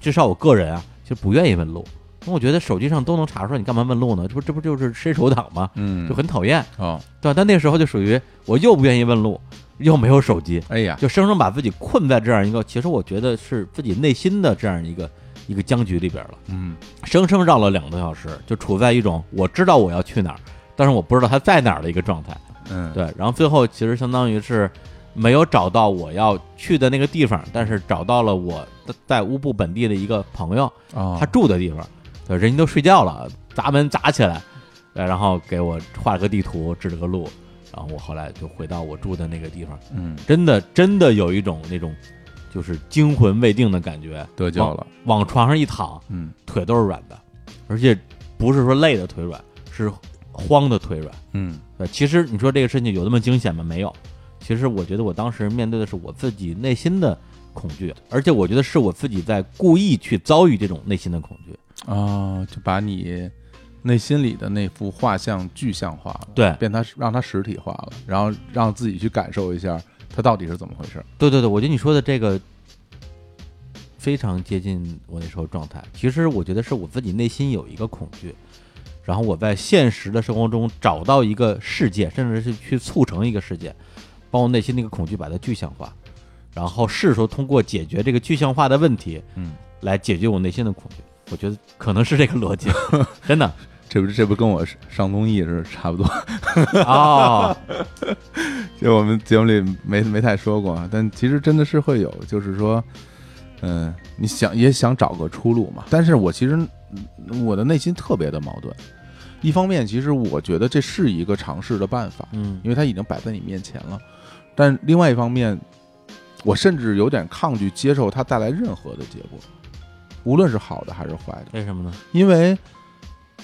至少我个人啊，就不愿意问路。因为我觉得手机上都能查出来，你干嘛问路呢？这不这不就是伸手党吗？
嗯
就，很讨厌，
哦，
对吧？但那时候就属于我又不愿意问路，又没有手机，
哎呀，
就生生把自己困在这样一个，其实我觉得是自己内心的这样一个一个僵局里边了。
嗯，
生生绕了两个多小时，就处在一种我知道我要去哪儿，但是我不知道它在哪儿的一个状态。
嗯，
对，然后最后其实相当于是没有找到我要去的那个地方，但是找到了我的在乌布本地的一个朋友，
哦
他，住的地方，对，人家都睡觉了，砸门砸起来，呃，然后给我画了个地图，指了个路，然后我后来就回到我住的那个地方，
嗯，
真的真的有一种那种就是惊魂未定的感觉，
得救了，
往床上一躺，
嗯
腿都是软的，而且不是说累的腿软，是慌的腿软。
嗯，
对，呃其实你说这个事情有那么惊险吗？没有。其实我觉得我当时面对的是我自己内心的恐惧，而且我觉得是我自己在故意去遭遇这种内心的恐惧。
哦，就把你内心里的那幅画像具象化了，
对
变它让它实体化了，然后让自己去感受一下它到底是怎么回事。
对对对，我觉得你说的这个非常接近我那时候状态。其实我觉得是我自己内心有一个恐惧，然后我在现实的生活中找到一个世界，甚至是去促成一个世界，帮我内心那个恐惧把它具象化，然后是时候通过解决这个具象化的问题，
嗯，
来解决我内心的恐惧。我觉得可能是这个逻 (laughs) 辑，真的
这不这不跟我上综艺是差不多， (laughs)
哦，
就我们节目里没没太说过，啊但其实真的是会有，就是说，嗯，你想也想找个出路嘛。但是我其实嗯我的内心特别的矛盾，一方面其实我觉得这是一个尝试的办法，
嗯
因为它已经摆在你面前了，但另外一方面，我甚至有点抗拒接受它带来任何的结果，无论是好的还是坏的。
为什么呢？
因为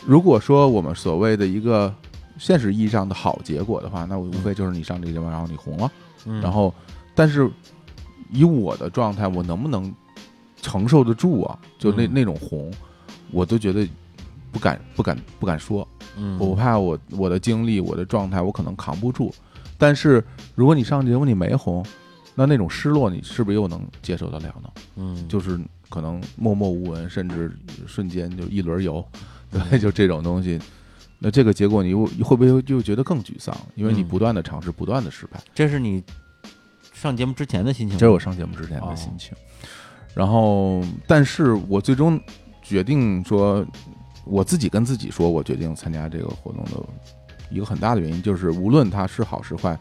如果说我们所谓的一个现实意义上的好结果的话，那我无非就是你上这个节目，然后你红了，
嗯，
然后，但是以我的状态，我能不能承受得住啊？就那
嗯
那种红，我都觉得不敢不敢不敢说，
嗯
我怕我我的经历、我的状态，我可能扛不住。但是如果你上节目你没红，那那种失落，你是不是又能接受得了呢？
嗯
就是可能默默无闻，甚至瞬间就一轮游，
嗯
对，就这种东西。那这个结果你又会不会就觉得更沮丧？因为你
嗯
不断的尝试，不断的失败。
这是你上节目之前的心情吗，
这是我上节目之前的心情。然后，但是我最终决定说，我自己跟自己说，我决定参加这个活动的一个很大的原因就是，无论它是好是坏，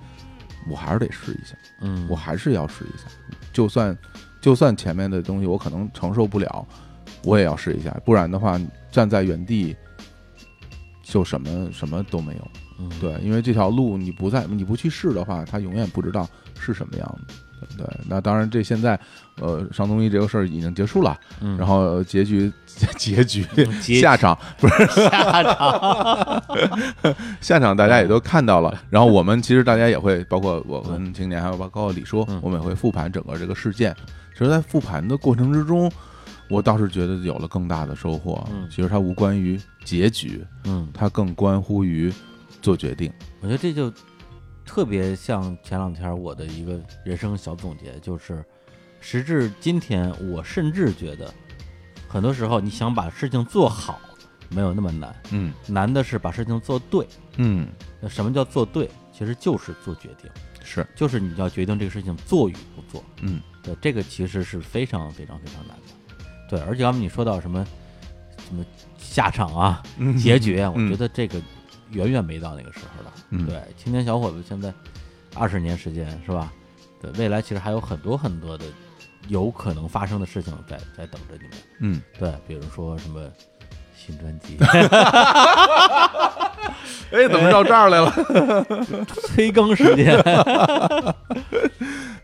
我还是得试一下。
嗯
我还是要试一下，就算就算前面的东西我可能承受不了，我也要试一下，不然的话站在原地就什么什么都没有。
嗯
对，因为这条路你不在你不去试的话，他永远不知道是什么样的。对，那当然，这现在，呃，上综艺这个事儿已经结束了，
嗯
然后结局结局
结
下场
(laughs) 下场，嗯
下场大家也都看到了，然后我们其实大家也会，包括我跟青年，还有包括李叔
嗯，
我们也会复盘整个这个事件。其实，在复盘的过程之中，我倒是觉得有了更大的收获
嗯。
其实它无关于结局，
嗯，
它更关乎于做决定。
我觉得这就特别像前两天我的一个人生小总结，就是时至今天，我甚至觉得，很多时候你想把事情做好没有那么难，
嗯
难的是把事情做对。
嗯，
那什么叫做对？其实就是做决定，
是
就是你要决定这个事情做与不做。
嗯，
对，这个其实是非常非常非常难的。对，而且刚才你说到什么什么下场啊，结局啊，我
嗯
觉得这个远远没到那个时候了。
嗯
对，青年小伙子现在二十年时间是吧？对，未来其实还有很多很多的有可能发生的事情在在等着你们。
嗯，
对，比如说什么新专辑
(laughs)
哎，怎么到这儿来了？
催更时
(laughs)
间。 (laughs)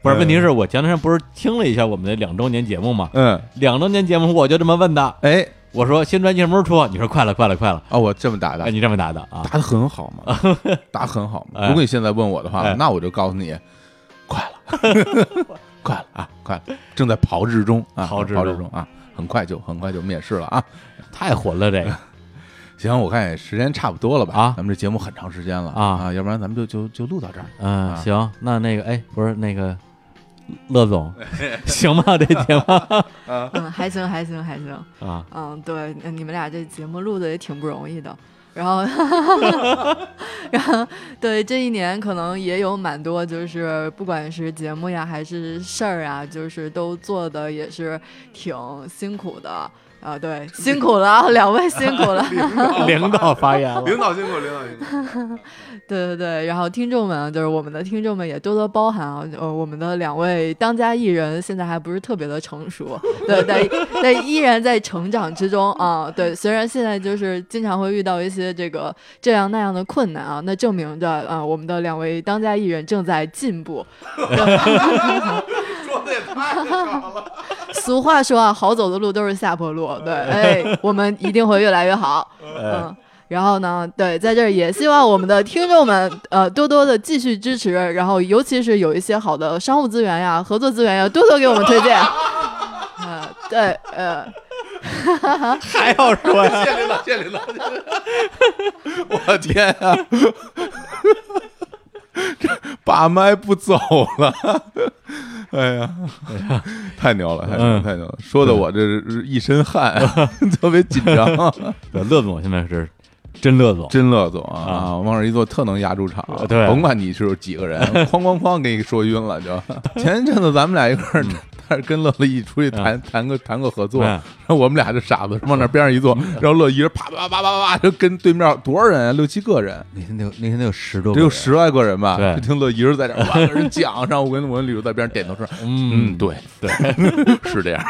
不是，问
嗯
题是我前段时间不是听了一下我们的两周年节目嘛？
嗯，
两周年节目我就这么问的，
哎，
我说新专辑什么时候出？你说快了，快了，快了。
哦，我这么打的
哎，，你这么答的
(laughs)
啊？
答的很好嘛，
(laughs)
答得很好嘛。
哎
如果你现在问我的话
哎，
那我就告诉你，快了，
(laughs)
快了啊，快了，正在炮制中啊，
炮
炮
制
制
中
中啊，很快就很快就面试了啊。
太混了， (laughs) 这个。
行，我看也时间差不多了吧？
啊
咱们这节目很长时间了
啊
啊，要不然咱们就就就录到这儿。
嗯，
啊
行，那那个，哎，不是那个，
乐
(laughs)
总，行吗？这节目
嗯，还行，还行，还行。
啊，
嗯，对，你们俩这节目录的也挺不容易的。然后，然后，对这一年可能也有蛮多，就是不管是节目呀，还是事儿啊，就是都做的也是挺辛苦的。啊，对，辛苦了啊，两位辛苦了。
领导发言了，
领导辛苦，领导辛苦。
对对对，然后听众们就是我们的听众们也多多包涵啊，呃，我们的两位当家艺人现在还不是特别的成熟，对对，但依然在成长之中啊。对，虽然现在就是经常会遇到一些这个这样那样的困难啊，那证明着啊，我们的两位当家艺人正在进步。
说的也太好了，
(laughs) 俗话说啊，好走的路都是下坡路，对，哎，我们一定会越来越好。嗯，然后呢，对，在这儿也希望我们的听众们，呃，多多的继续支持，然后尤其是有一些好的商务资源呀、合作资源呀，多多给我们推荐。呃，对，呃，
还要说呀？
谢谢领导，谢谢领导。 (laughs) 我天啊！这把麦不走了，哎呀，太牛了，太牛了，
嗯
太牛了！说的我这是一身汗，啊 (laughs) 特别紧张。
(laughs) 对乐总现在是真乐总，
真乐总啊，
啊
啊呃往这一坐特能压住场，
对
甭管你是几个 (laughs) 人，哐哐哐给你说晕了 (laughs) 就。前一阵子咱们俩一块儿，他是跟乐乐一起出去谈谈个谈个合作，
嗯
然后我们俩就傻子往那边上一坐，然后乐一人啪啪啪啪啪啪就跟对面多少人啊，六七个人。
那天得有那天得有十多，
得有，十来个人吧，
对
就听乐一人在这儿哇跟人讲，然后我跟我跟李叔在边上点 (laughs) 头说，
嗯
嗯，，对对，是这样，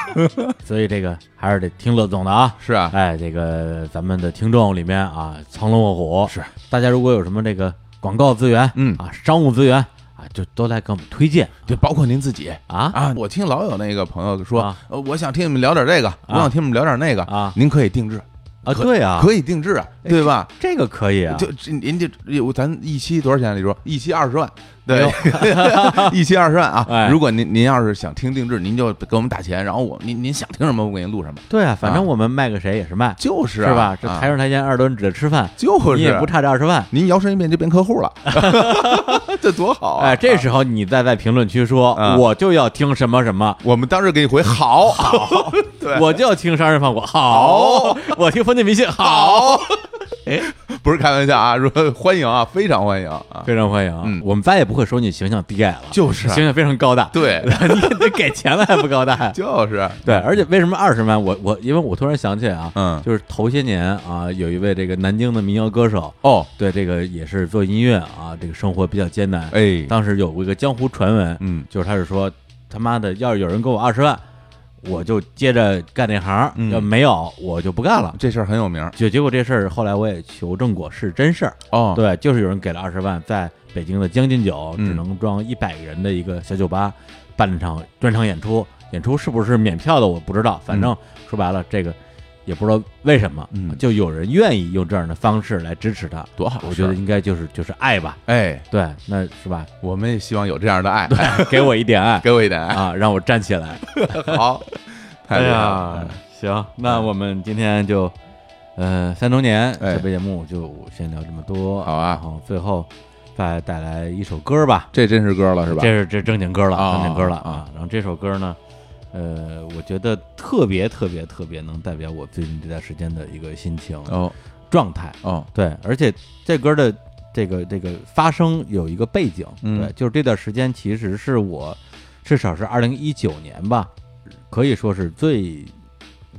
所以这个还是得听乐总的啊。
是啊，
哎，这个咱们的听众里面啊，藏龙卧虎
是。
大家如果有什么这个广告资源，
嗯
啊，商务资源啊，就都来给我们推荐
对，包括您自己，
啊
啊，我听老有那个朋友说
啊，
呃，我想听你们聊点这个，我想听你们聊点那个
啊
您可以定制
啊！
可
对啊，
可以定制啊，对吧？
这个可以啊，
就这您这有咱一期多少钱？李叔，一期二十万，对， (laughs) 一期二十万啊
(laughs) 哎。
如果您您要是想听定制，您就给我们打钱，然后我您您想听什么，我给您录什么，
对啊，反正我们卖给谁也是卖，
就
是
是啊
吧？这
啊
台上台前二十多人指着吃
啊
饭，
就是
你也不差这二十万。
您摇身一变就变
(laughs)
客户了，这多好啊！
哎，这时候你再在评论区说，
啊
我就要听什么什么，
我们当时给你回好，好，对，
我就要听商人放火，好，我听封建迷信，啊好，
好，
(laughs) 哎，
不是开玩笑啊，说欢迎啊，非常欢迎啊，
非常欢迎。
嗯
我们再也不会说你形象低矮哎了，
就是啊
形象非常高大。 (laughs)
对
你得给钱了还不高大呀？
就是，啊
对，而且为什么二十万？我我因为我突然想起来啊，
嗯，
就是头些年啊，有一位这个南京的民谣歌手，
哦，
对这个也是做音乐啊，这个生活比较艰难。
哎，
当时有过一个江湖传闻，
嗯
就是他是说他妈的，要是有人给我二十万，我就接着干这行；
嗯
要没有，我就不干了。
这事儿很有名儿
就结果这事儿后来我也求证过是真事儿，
哦，
对，就是有人给了二十万，在北京的将进酒
嗯
只能装一百个人的一个小酒吧，办了场专场演出。演出是不是免票的我不知道，反正说白了，这个也不知道为什么，
嗯
就有人愿意用这样的方式来支持他。
多好，
我觉得，应该就是就是爱吧，
哎，
对，那是吧？ (laughs)
我们也希望有这样的爱，
给我一点
(laughs)
爱
给我一点
(laughs)
爱，
啊，让我站起来。
好，太
哎
厉害
呀
了，，嗯
行，那我们今天就，呃，三周年
哎
特别节目就先聊这么多，
好啊
然后最后再带来一首歌吧，
这真是歌了是吧？
这是这正经歌了，
啊
正经歌了
啊
然后这首歌呢，呃，我觉得特别特别特别能代表我最近这段时间的一个心情、
哦
状态。
哦，
对，而且这歌的这个这个发生有一个背景，
嗯
对，就是这段时间其实是我至少是二零一九年吧，可以说是最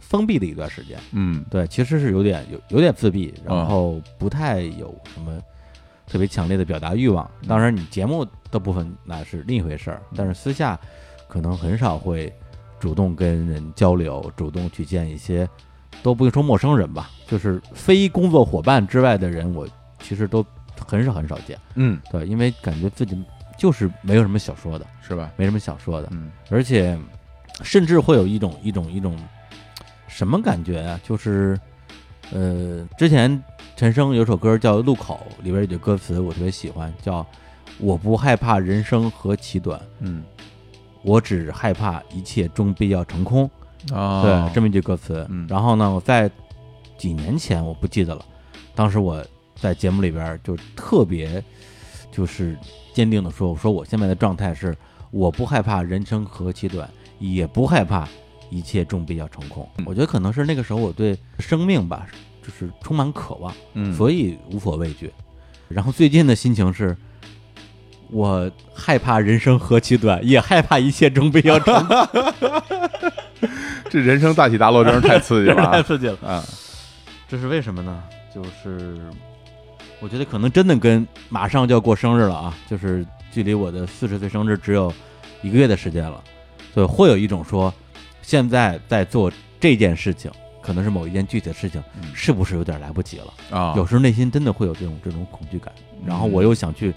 封闭的一段时间。
嗯
对，其实是有点有有点自闭，
啊
然后不太有什么特别强烈的表达欲望。当然，你节目的部分那是另一回事儿，但是私下可能很少会主动跟人交流，主动去见一些都不用说陌生人吧，就是非工作伙伴之外的人，我其实都很少很少见。
嗯，
对，因为感觉自己就是没有什么想说的，
是吧？
没什么想说的，
嗯
而且甚至会有一种一种一种什么感觉啊？就是呃，之前陈升有首歌叫《路口》，里边有句歌词我特别喜欢，叫“我不害怕人生何其短，
嗯，
我只害怕一切终必要成空”
哦，
对，这么一句歌词。
嗯
然后呢，我在几年前我不记得了，当时我在节目里边就特别就是坚定的说，我说我现在的状态是我不害怕人生何其短，也不害怕一切终必要成空。我觉得可能是那个时候我对生命吧，就是充满渴望，
嗯，
所以无所畏惧。然后最近的心情是，我害怕人生何其短，也害怕一切终必要成空。
这人生大起大落真是太刺激了
(laughs) 太
啊。
刺激了。
嗯
这是为什么呢？就是我觉得可能真的跟马上就要过生日了啊，就是距离我的四十岁生日只有一个月的时间了，所以会有一种说，现在在做这件事情，可能是某一件具体的事情，
嗯
是不是有点来不及了？
啊，
有时候内心真的会有这种这种恐惧感，然后我又想去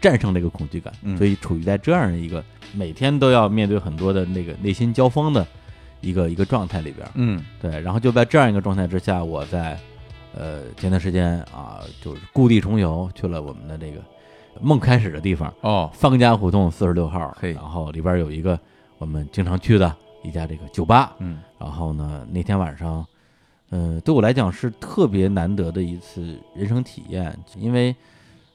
战胜这个恐惧感，
嗯
所以处于在这样一个每天都要面对很多的那个内心交锋的一个一个状态里边，
嗯
对，然后就在这样一个状态之下，我在呃前段时间啊，就是故地重游，去了我们的这个梦开始的地方
哦，
方家胡同四十六号，
嘿
然后里边有一个我们经常去的一家这个酒吧，
嗯
然后呢那天晚上，呃，对我来讲是特别难得的一次人生体验，因为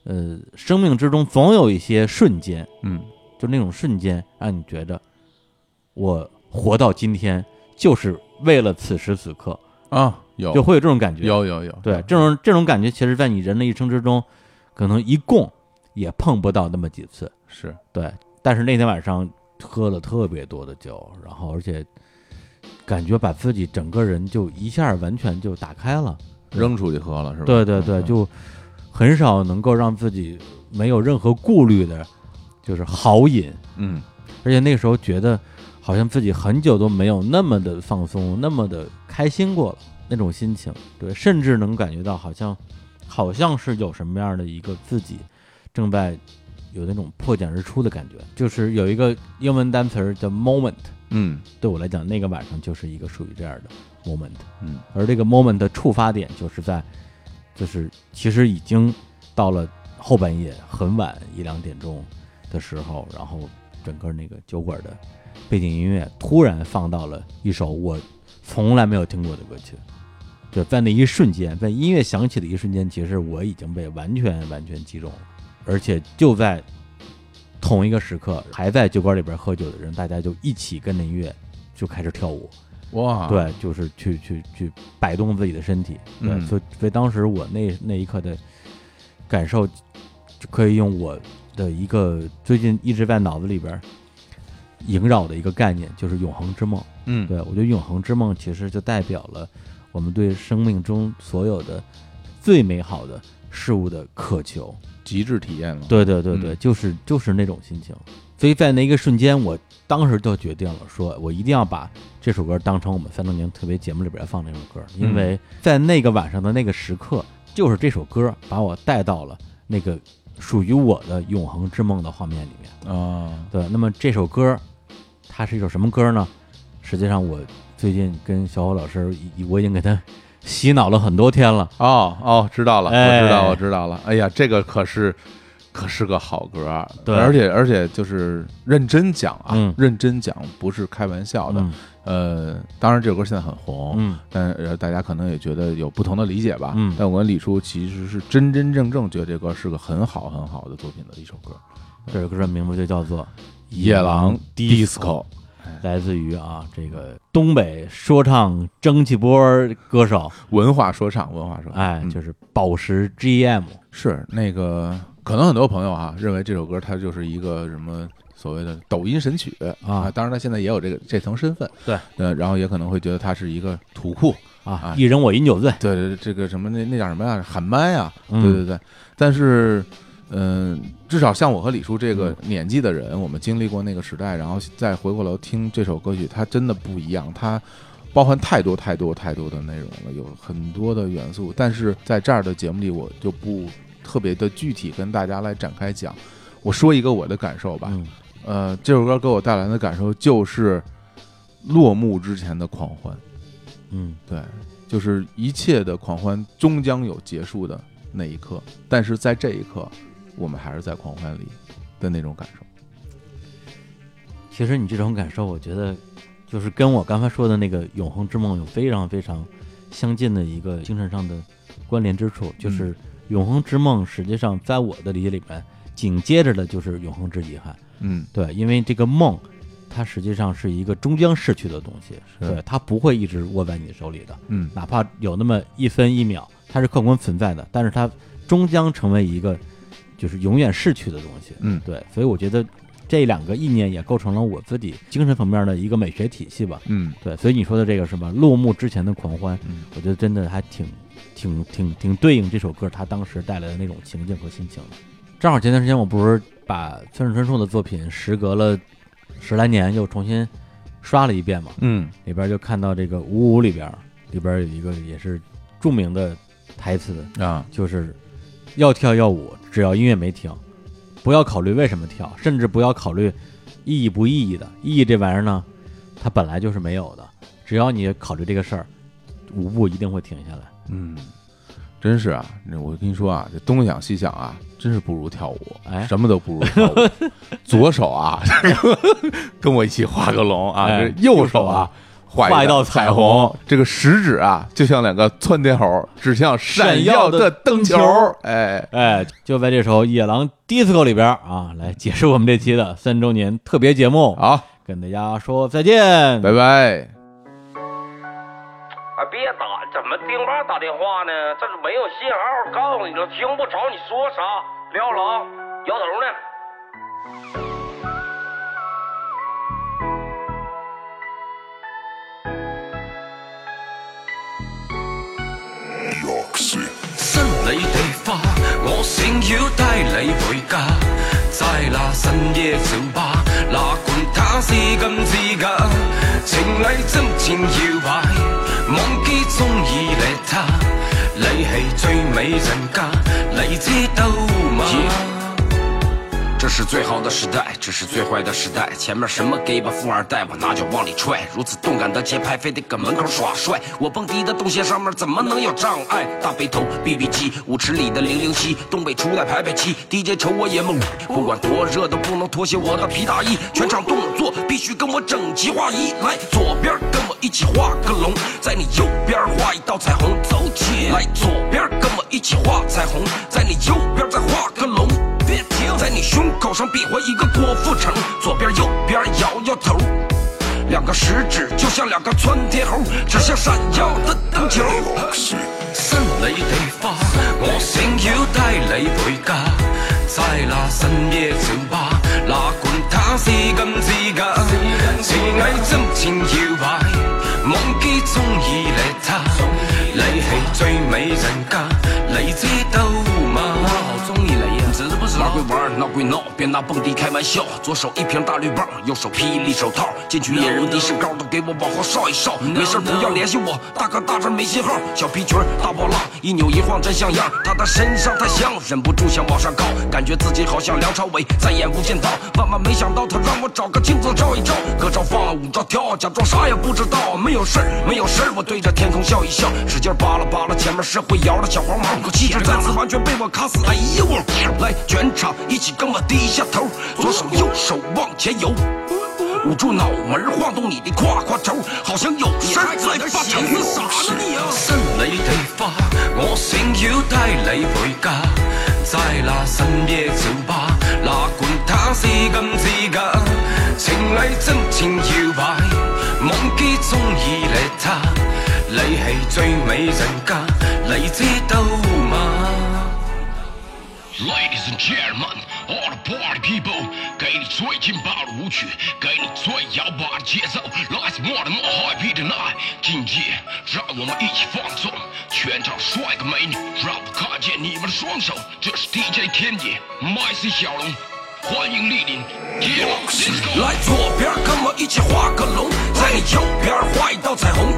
呃生命之中总有一些瞬间，
嗯
就那种瞬间，让你觉得我活到今天就是为了此时此刻，
啊，有
就会有这种感觉。
有有有，
对这种这种感觉，其实在你人的一生之中，可能一共也碰不到那么几次。
是
对，但是那天晚上喝了特别多的酒，然后而且感觉把自己整个人就一下完全就打开了。
扔出去喝了是吧？
对对对，
嗯
就很少能够让自己没有任何顾虑的，就是豪饮。
嗯
而且那个时候觉得好像自己很久都没有那么的放松，那么的开心过了那种心情，对，甚至能感觉到好像好像是有什么样的一个自己正在有那种破茧而出的感觉，就是有一个英文单词儿叫 moment，
嗯
对我来讲，那个晚上就是一个属于这样的 moment，
嗯，
而这个 moment 的触发点就是在就是其实已经到了后半夜很晚一两点钟的时候，然后整个那个酒馆的背景音乐突然放到了一首我从来没有听过的歌曲，就在那一瞬间，在音乐响起的一瞬间，其实我已经被完全完全击中了，而且就在同一个时刻，还在酒馆里边喝酒的人，大家就一起跟着音乐就开始跳舞，
哇，
对，就是去去去摆动自己的身体，对，
嗯
所以所以当时我那那一刻的感受，就可以用我的一个最近一直在脑子里边儿萦绕的一个概念，就是永恒之梦。
嗯
对我觉得永恒之梦其实就代表了我们对生命中所有的最美好的事物的渴求。
极致体验了，
对对对
嗯
对，就是就是那种心情。所以在那一个瞬间，我当时就决定了，说我一定要把这首歌当成我们三周年特别节目里边放这首歌，
嗯
因为在那个晚上的那个时刻，就是这首歌把我带到了那个属于我的永恒之梦的画面里面。
啊，
对，那么这首歌，它是一首什么歌呢？实际上，我最近跟小伙老师已，我已经给他洗脑了很多天了。
哦哦，知道了，
哎
我知道，我知道了。哎呀，这个可是可是个好歌啊，
对
而且而且就是认真讲啊，
嗯
认真讲不是开玩笑的，
嗯
呃，当然这首歌现在很红，
嗯
但呃大家可能也觉得有不同的理解吧。
嗯
但我跟李叔其实是真真正正觉得这歌是个很好很好的作品的一首歌，
这首歌的名字就叫做《
野狼 disco
来自于啊这个东北说唱蒸汽波儿歌手，
文化说唱，文化说唱，
哎，
嗯
就是宝石 GM，
是那个可能很多朋友啊认为这首歌它就是一个什么。所谓的抖音神曲
啊
当然他现在也有这个这层身份，
对，
呃，然后也可能会觉得它是一个土库，
啊
哎，
一人我饮酒醉，
对对，对这个什么那那叫什么呀？喊麦啊，
嗯
对对对。但是，嗯、至少像我和李叔这个年纪的人，我们经历过那个时代，然后再回过头听这首歌曲，它真的不一样，它包含太多太多太多的内容了，有很多的元素。但是在这儿的节目里，我就不特别的具体跟大家来展开讲。我说一个我的感受吧，
嗯
呃，这首歌给我带来的感受就是落幕之前的狂欢。
嗯
对，就是一切的狂欢终将有结束的那一刻，但是在这一刻，我们还是在狂欢里的那种感受。
其实你这种感受，我觉得就是跟我刚才说的那个《永恒之梦》有非常非常相近的一个
嗯
精神上的关联之处，就是《永恒之梦》实际上在我的理解里面，紧接着的就是《永恒之遗憾》。
嗯，
对，因为这个梦，它实际上是一个终将逝去的东西，
是
对，它不会一直握在你手里的，
嗯，
哪怕有那么一分一秒，它是客观存在的，但是它终将成为一个就是永远逝去的东西，
嗯
对，所以我觉得这两个意念也构成了我自己精神层面的一个美学体系吧，
嗯，
对，所以你说的这个什么落幕之前的狂欢，
嗯
我觉得真的还挺挺挺挺对应这首歌它当时带来的那种情境和心情的。正好前段时间我不是把村上春树的作品时隔了十来年又重新刷了一遍嘛，
嗯，
里边就看到这个《五五》里边里边有一个也是著名的台词，
啊，
就是要跳要舞，只要音乐没停，不要考虑为什么跳，甚至不要考虑意义不意义的。意义这玩意儿呢，它本来就是没有的。只要你考虑这个事儿，舞步一定会停下来。
嗯，
真是啊！我跟你说啊，这东想西想啊，真是不如跳舞，
哎
什么都不如
(laughs)
跳舞。左手啊，
跟我一起画个龙啊，
哎
这右手啊。
画
画
一道彩
彩
虹，
这个食指啊，就像两个窜天猴，指向闪
耀
耀
的
的灯球
灯球。
哎，
哎，就在这首《野狼 DISCO》里边儿啊，来结束我们这期的三周年特别节目，
好，
跟大家说再见，
拜拜。
啊，别打，怎么丁爸打电话呢？这是没有信号，告诉你了，听不着你说啥。撂了啊，摇头呢。
新理地花，我想要帶你回家。齋那新夜小巴，哪管它是金是假，情侶真前搖擺，忘記中意你他，你係最美人家，你知道嗎
这是最好的时代，这是最坏的时代。前面什么 gay 吧富二代，我拿脚往里踹。如此动感的节拍，非得搁门口耍帅。我蹦迪的动线上面怎么能有障碍？大背头、BB 机，舞池里的零零七，东北出来排排气，DJ 瞅我也懵。不管多热都不能脱下我的皮大衣，全场动作必须跟我整齐划一。来，左边跟我一起画个龙，在你右边画一道彩虹，走起来。左边跟我一起画彩虹，在你右边再画个龙。别停，在你胸口上比划一个郭富城，左边右边摇摇头，两个食指就像两个窜天猴，指向闪耀的灯球。
新理地花，我想要帶你回家。齋那新夜小巴，哪管它是金是假，是偽真前搖擺，忘記中意你他，你係最美人家，你知道嗎？
好中意你呀，知不知道？玩归玩，闹归闹，别拿蹦迪开玩笑。左手一瓶大绿棒，右手霹雳手套，进去野人的身高都给我往后稍一稍。没事不要联系我，大哥大这没信号。小皮裙儿大波浪，一扭一晃真像样。她的身上太香，忍不住想往上靠，感觉自己好像梁朝伟在演《无间道》。万万没想到，她让我找个镜子照一照，歌照放，舞照跳，假装啥也不知道。没有事儿，没有事儿，我对着天空笑一笑，使劲扒拉扒拉前面是会摇的小黄毛，可气质再次完全被我卡死。哎呦我，来全场一起跟我低下头，左手右手往前游。捂住脑门儿，晃动你的胯胯轴，好像有事儿在发愁。你傻呢你啊！
新理地花，我想要帶你回家。齋那深夜小巴，哪管它是金是假，情侶真情搖擺，忘記中意你他，你係最美人家，你知道嗎？
Ladies and gentlemen, all the party people，给你最劲爆的舞曲，给你最摇摆的节奏。Let's more and more happy tonight，今夜让我们一起放纵，全场帅哥美女，让我看见你们的双手。这是 DJ 天野麦 C 小龙，欢迎莅临夜郎 disco。
来左边跟我一起画个龙，在你右边画一道彩虹。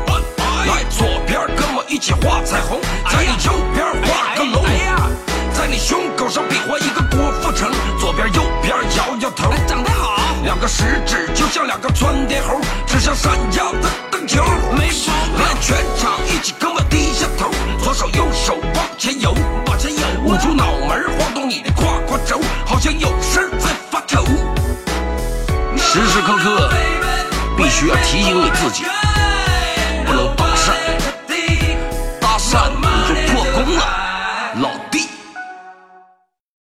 来左边跟我一起画彩虹，
哎
在你右边画个龙。在你胸口上比划一个郭富城，左边右边摇摇
哎
头。长得好，两个食指就像两个窜天猴，指向闪耀的灯球。没错，来全场一起跟我低下头，左手右手往前游，往前游，捂住脑门儿晃动你的胯胯轴，好像有事儿在发愁。
时时刻刻必须要提醒你自己，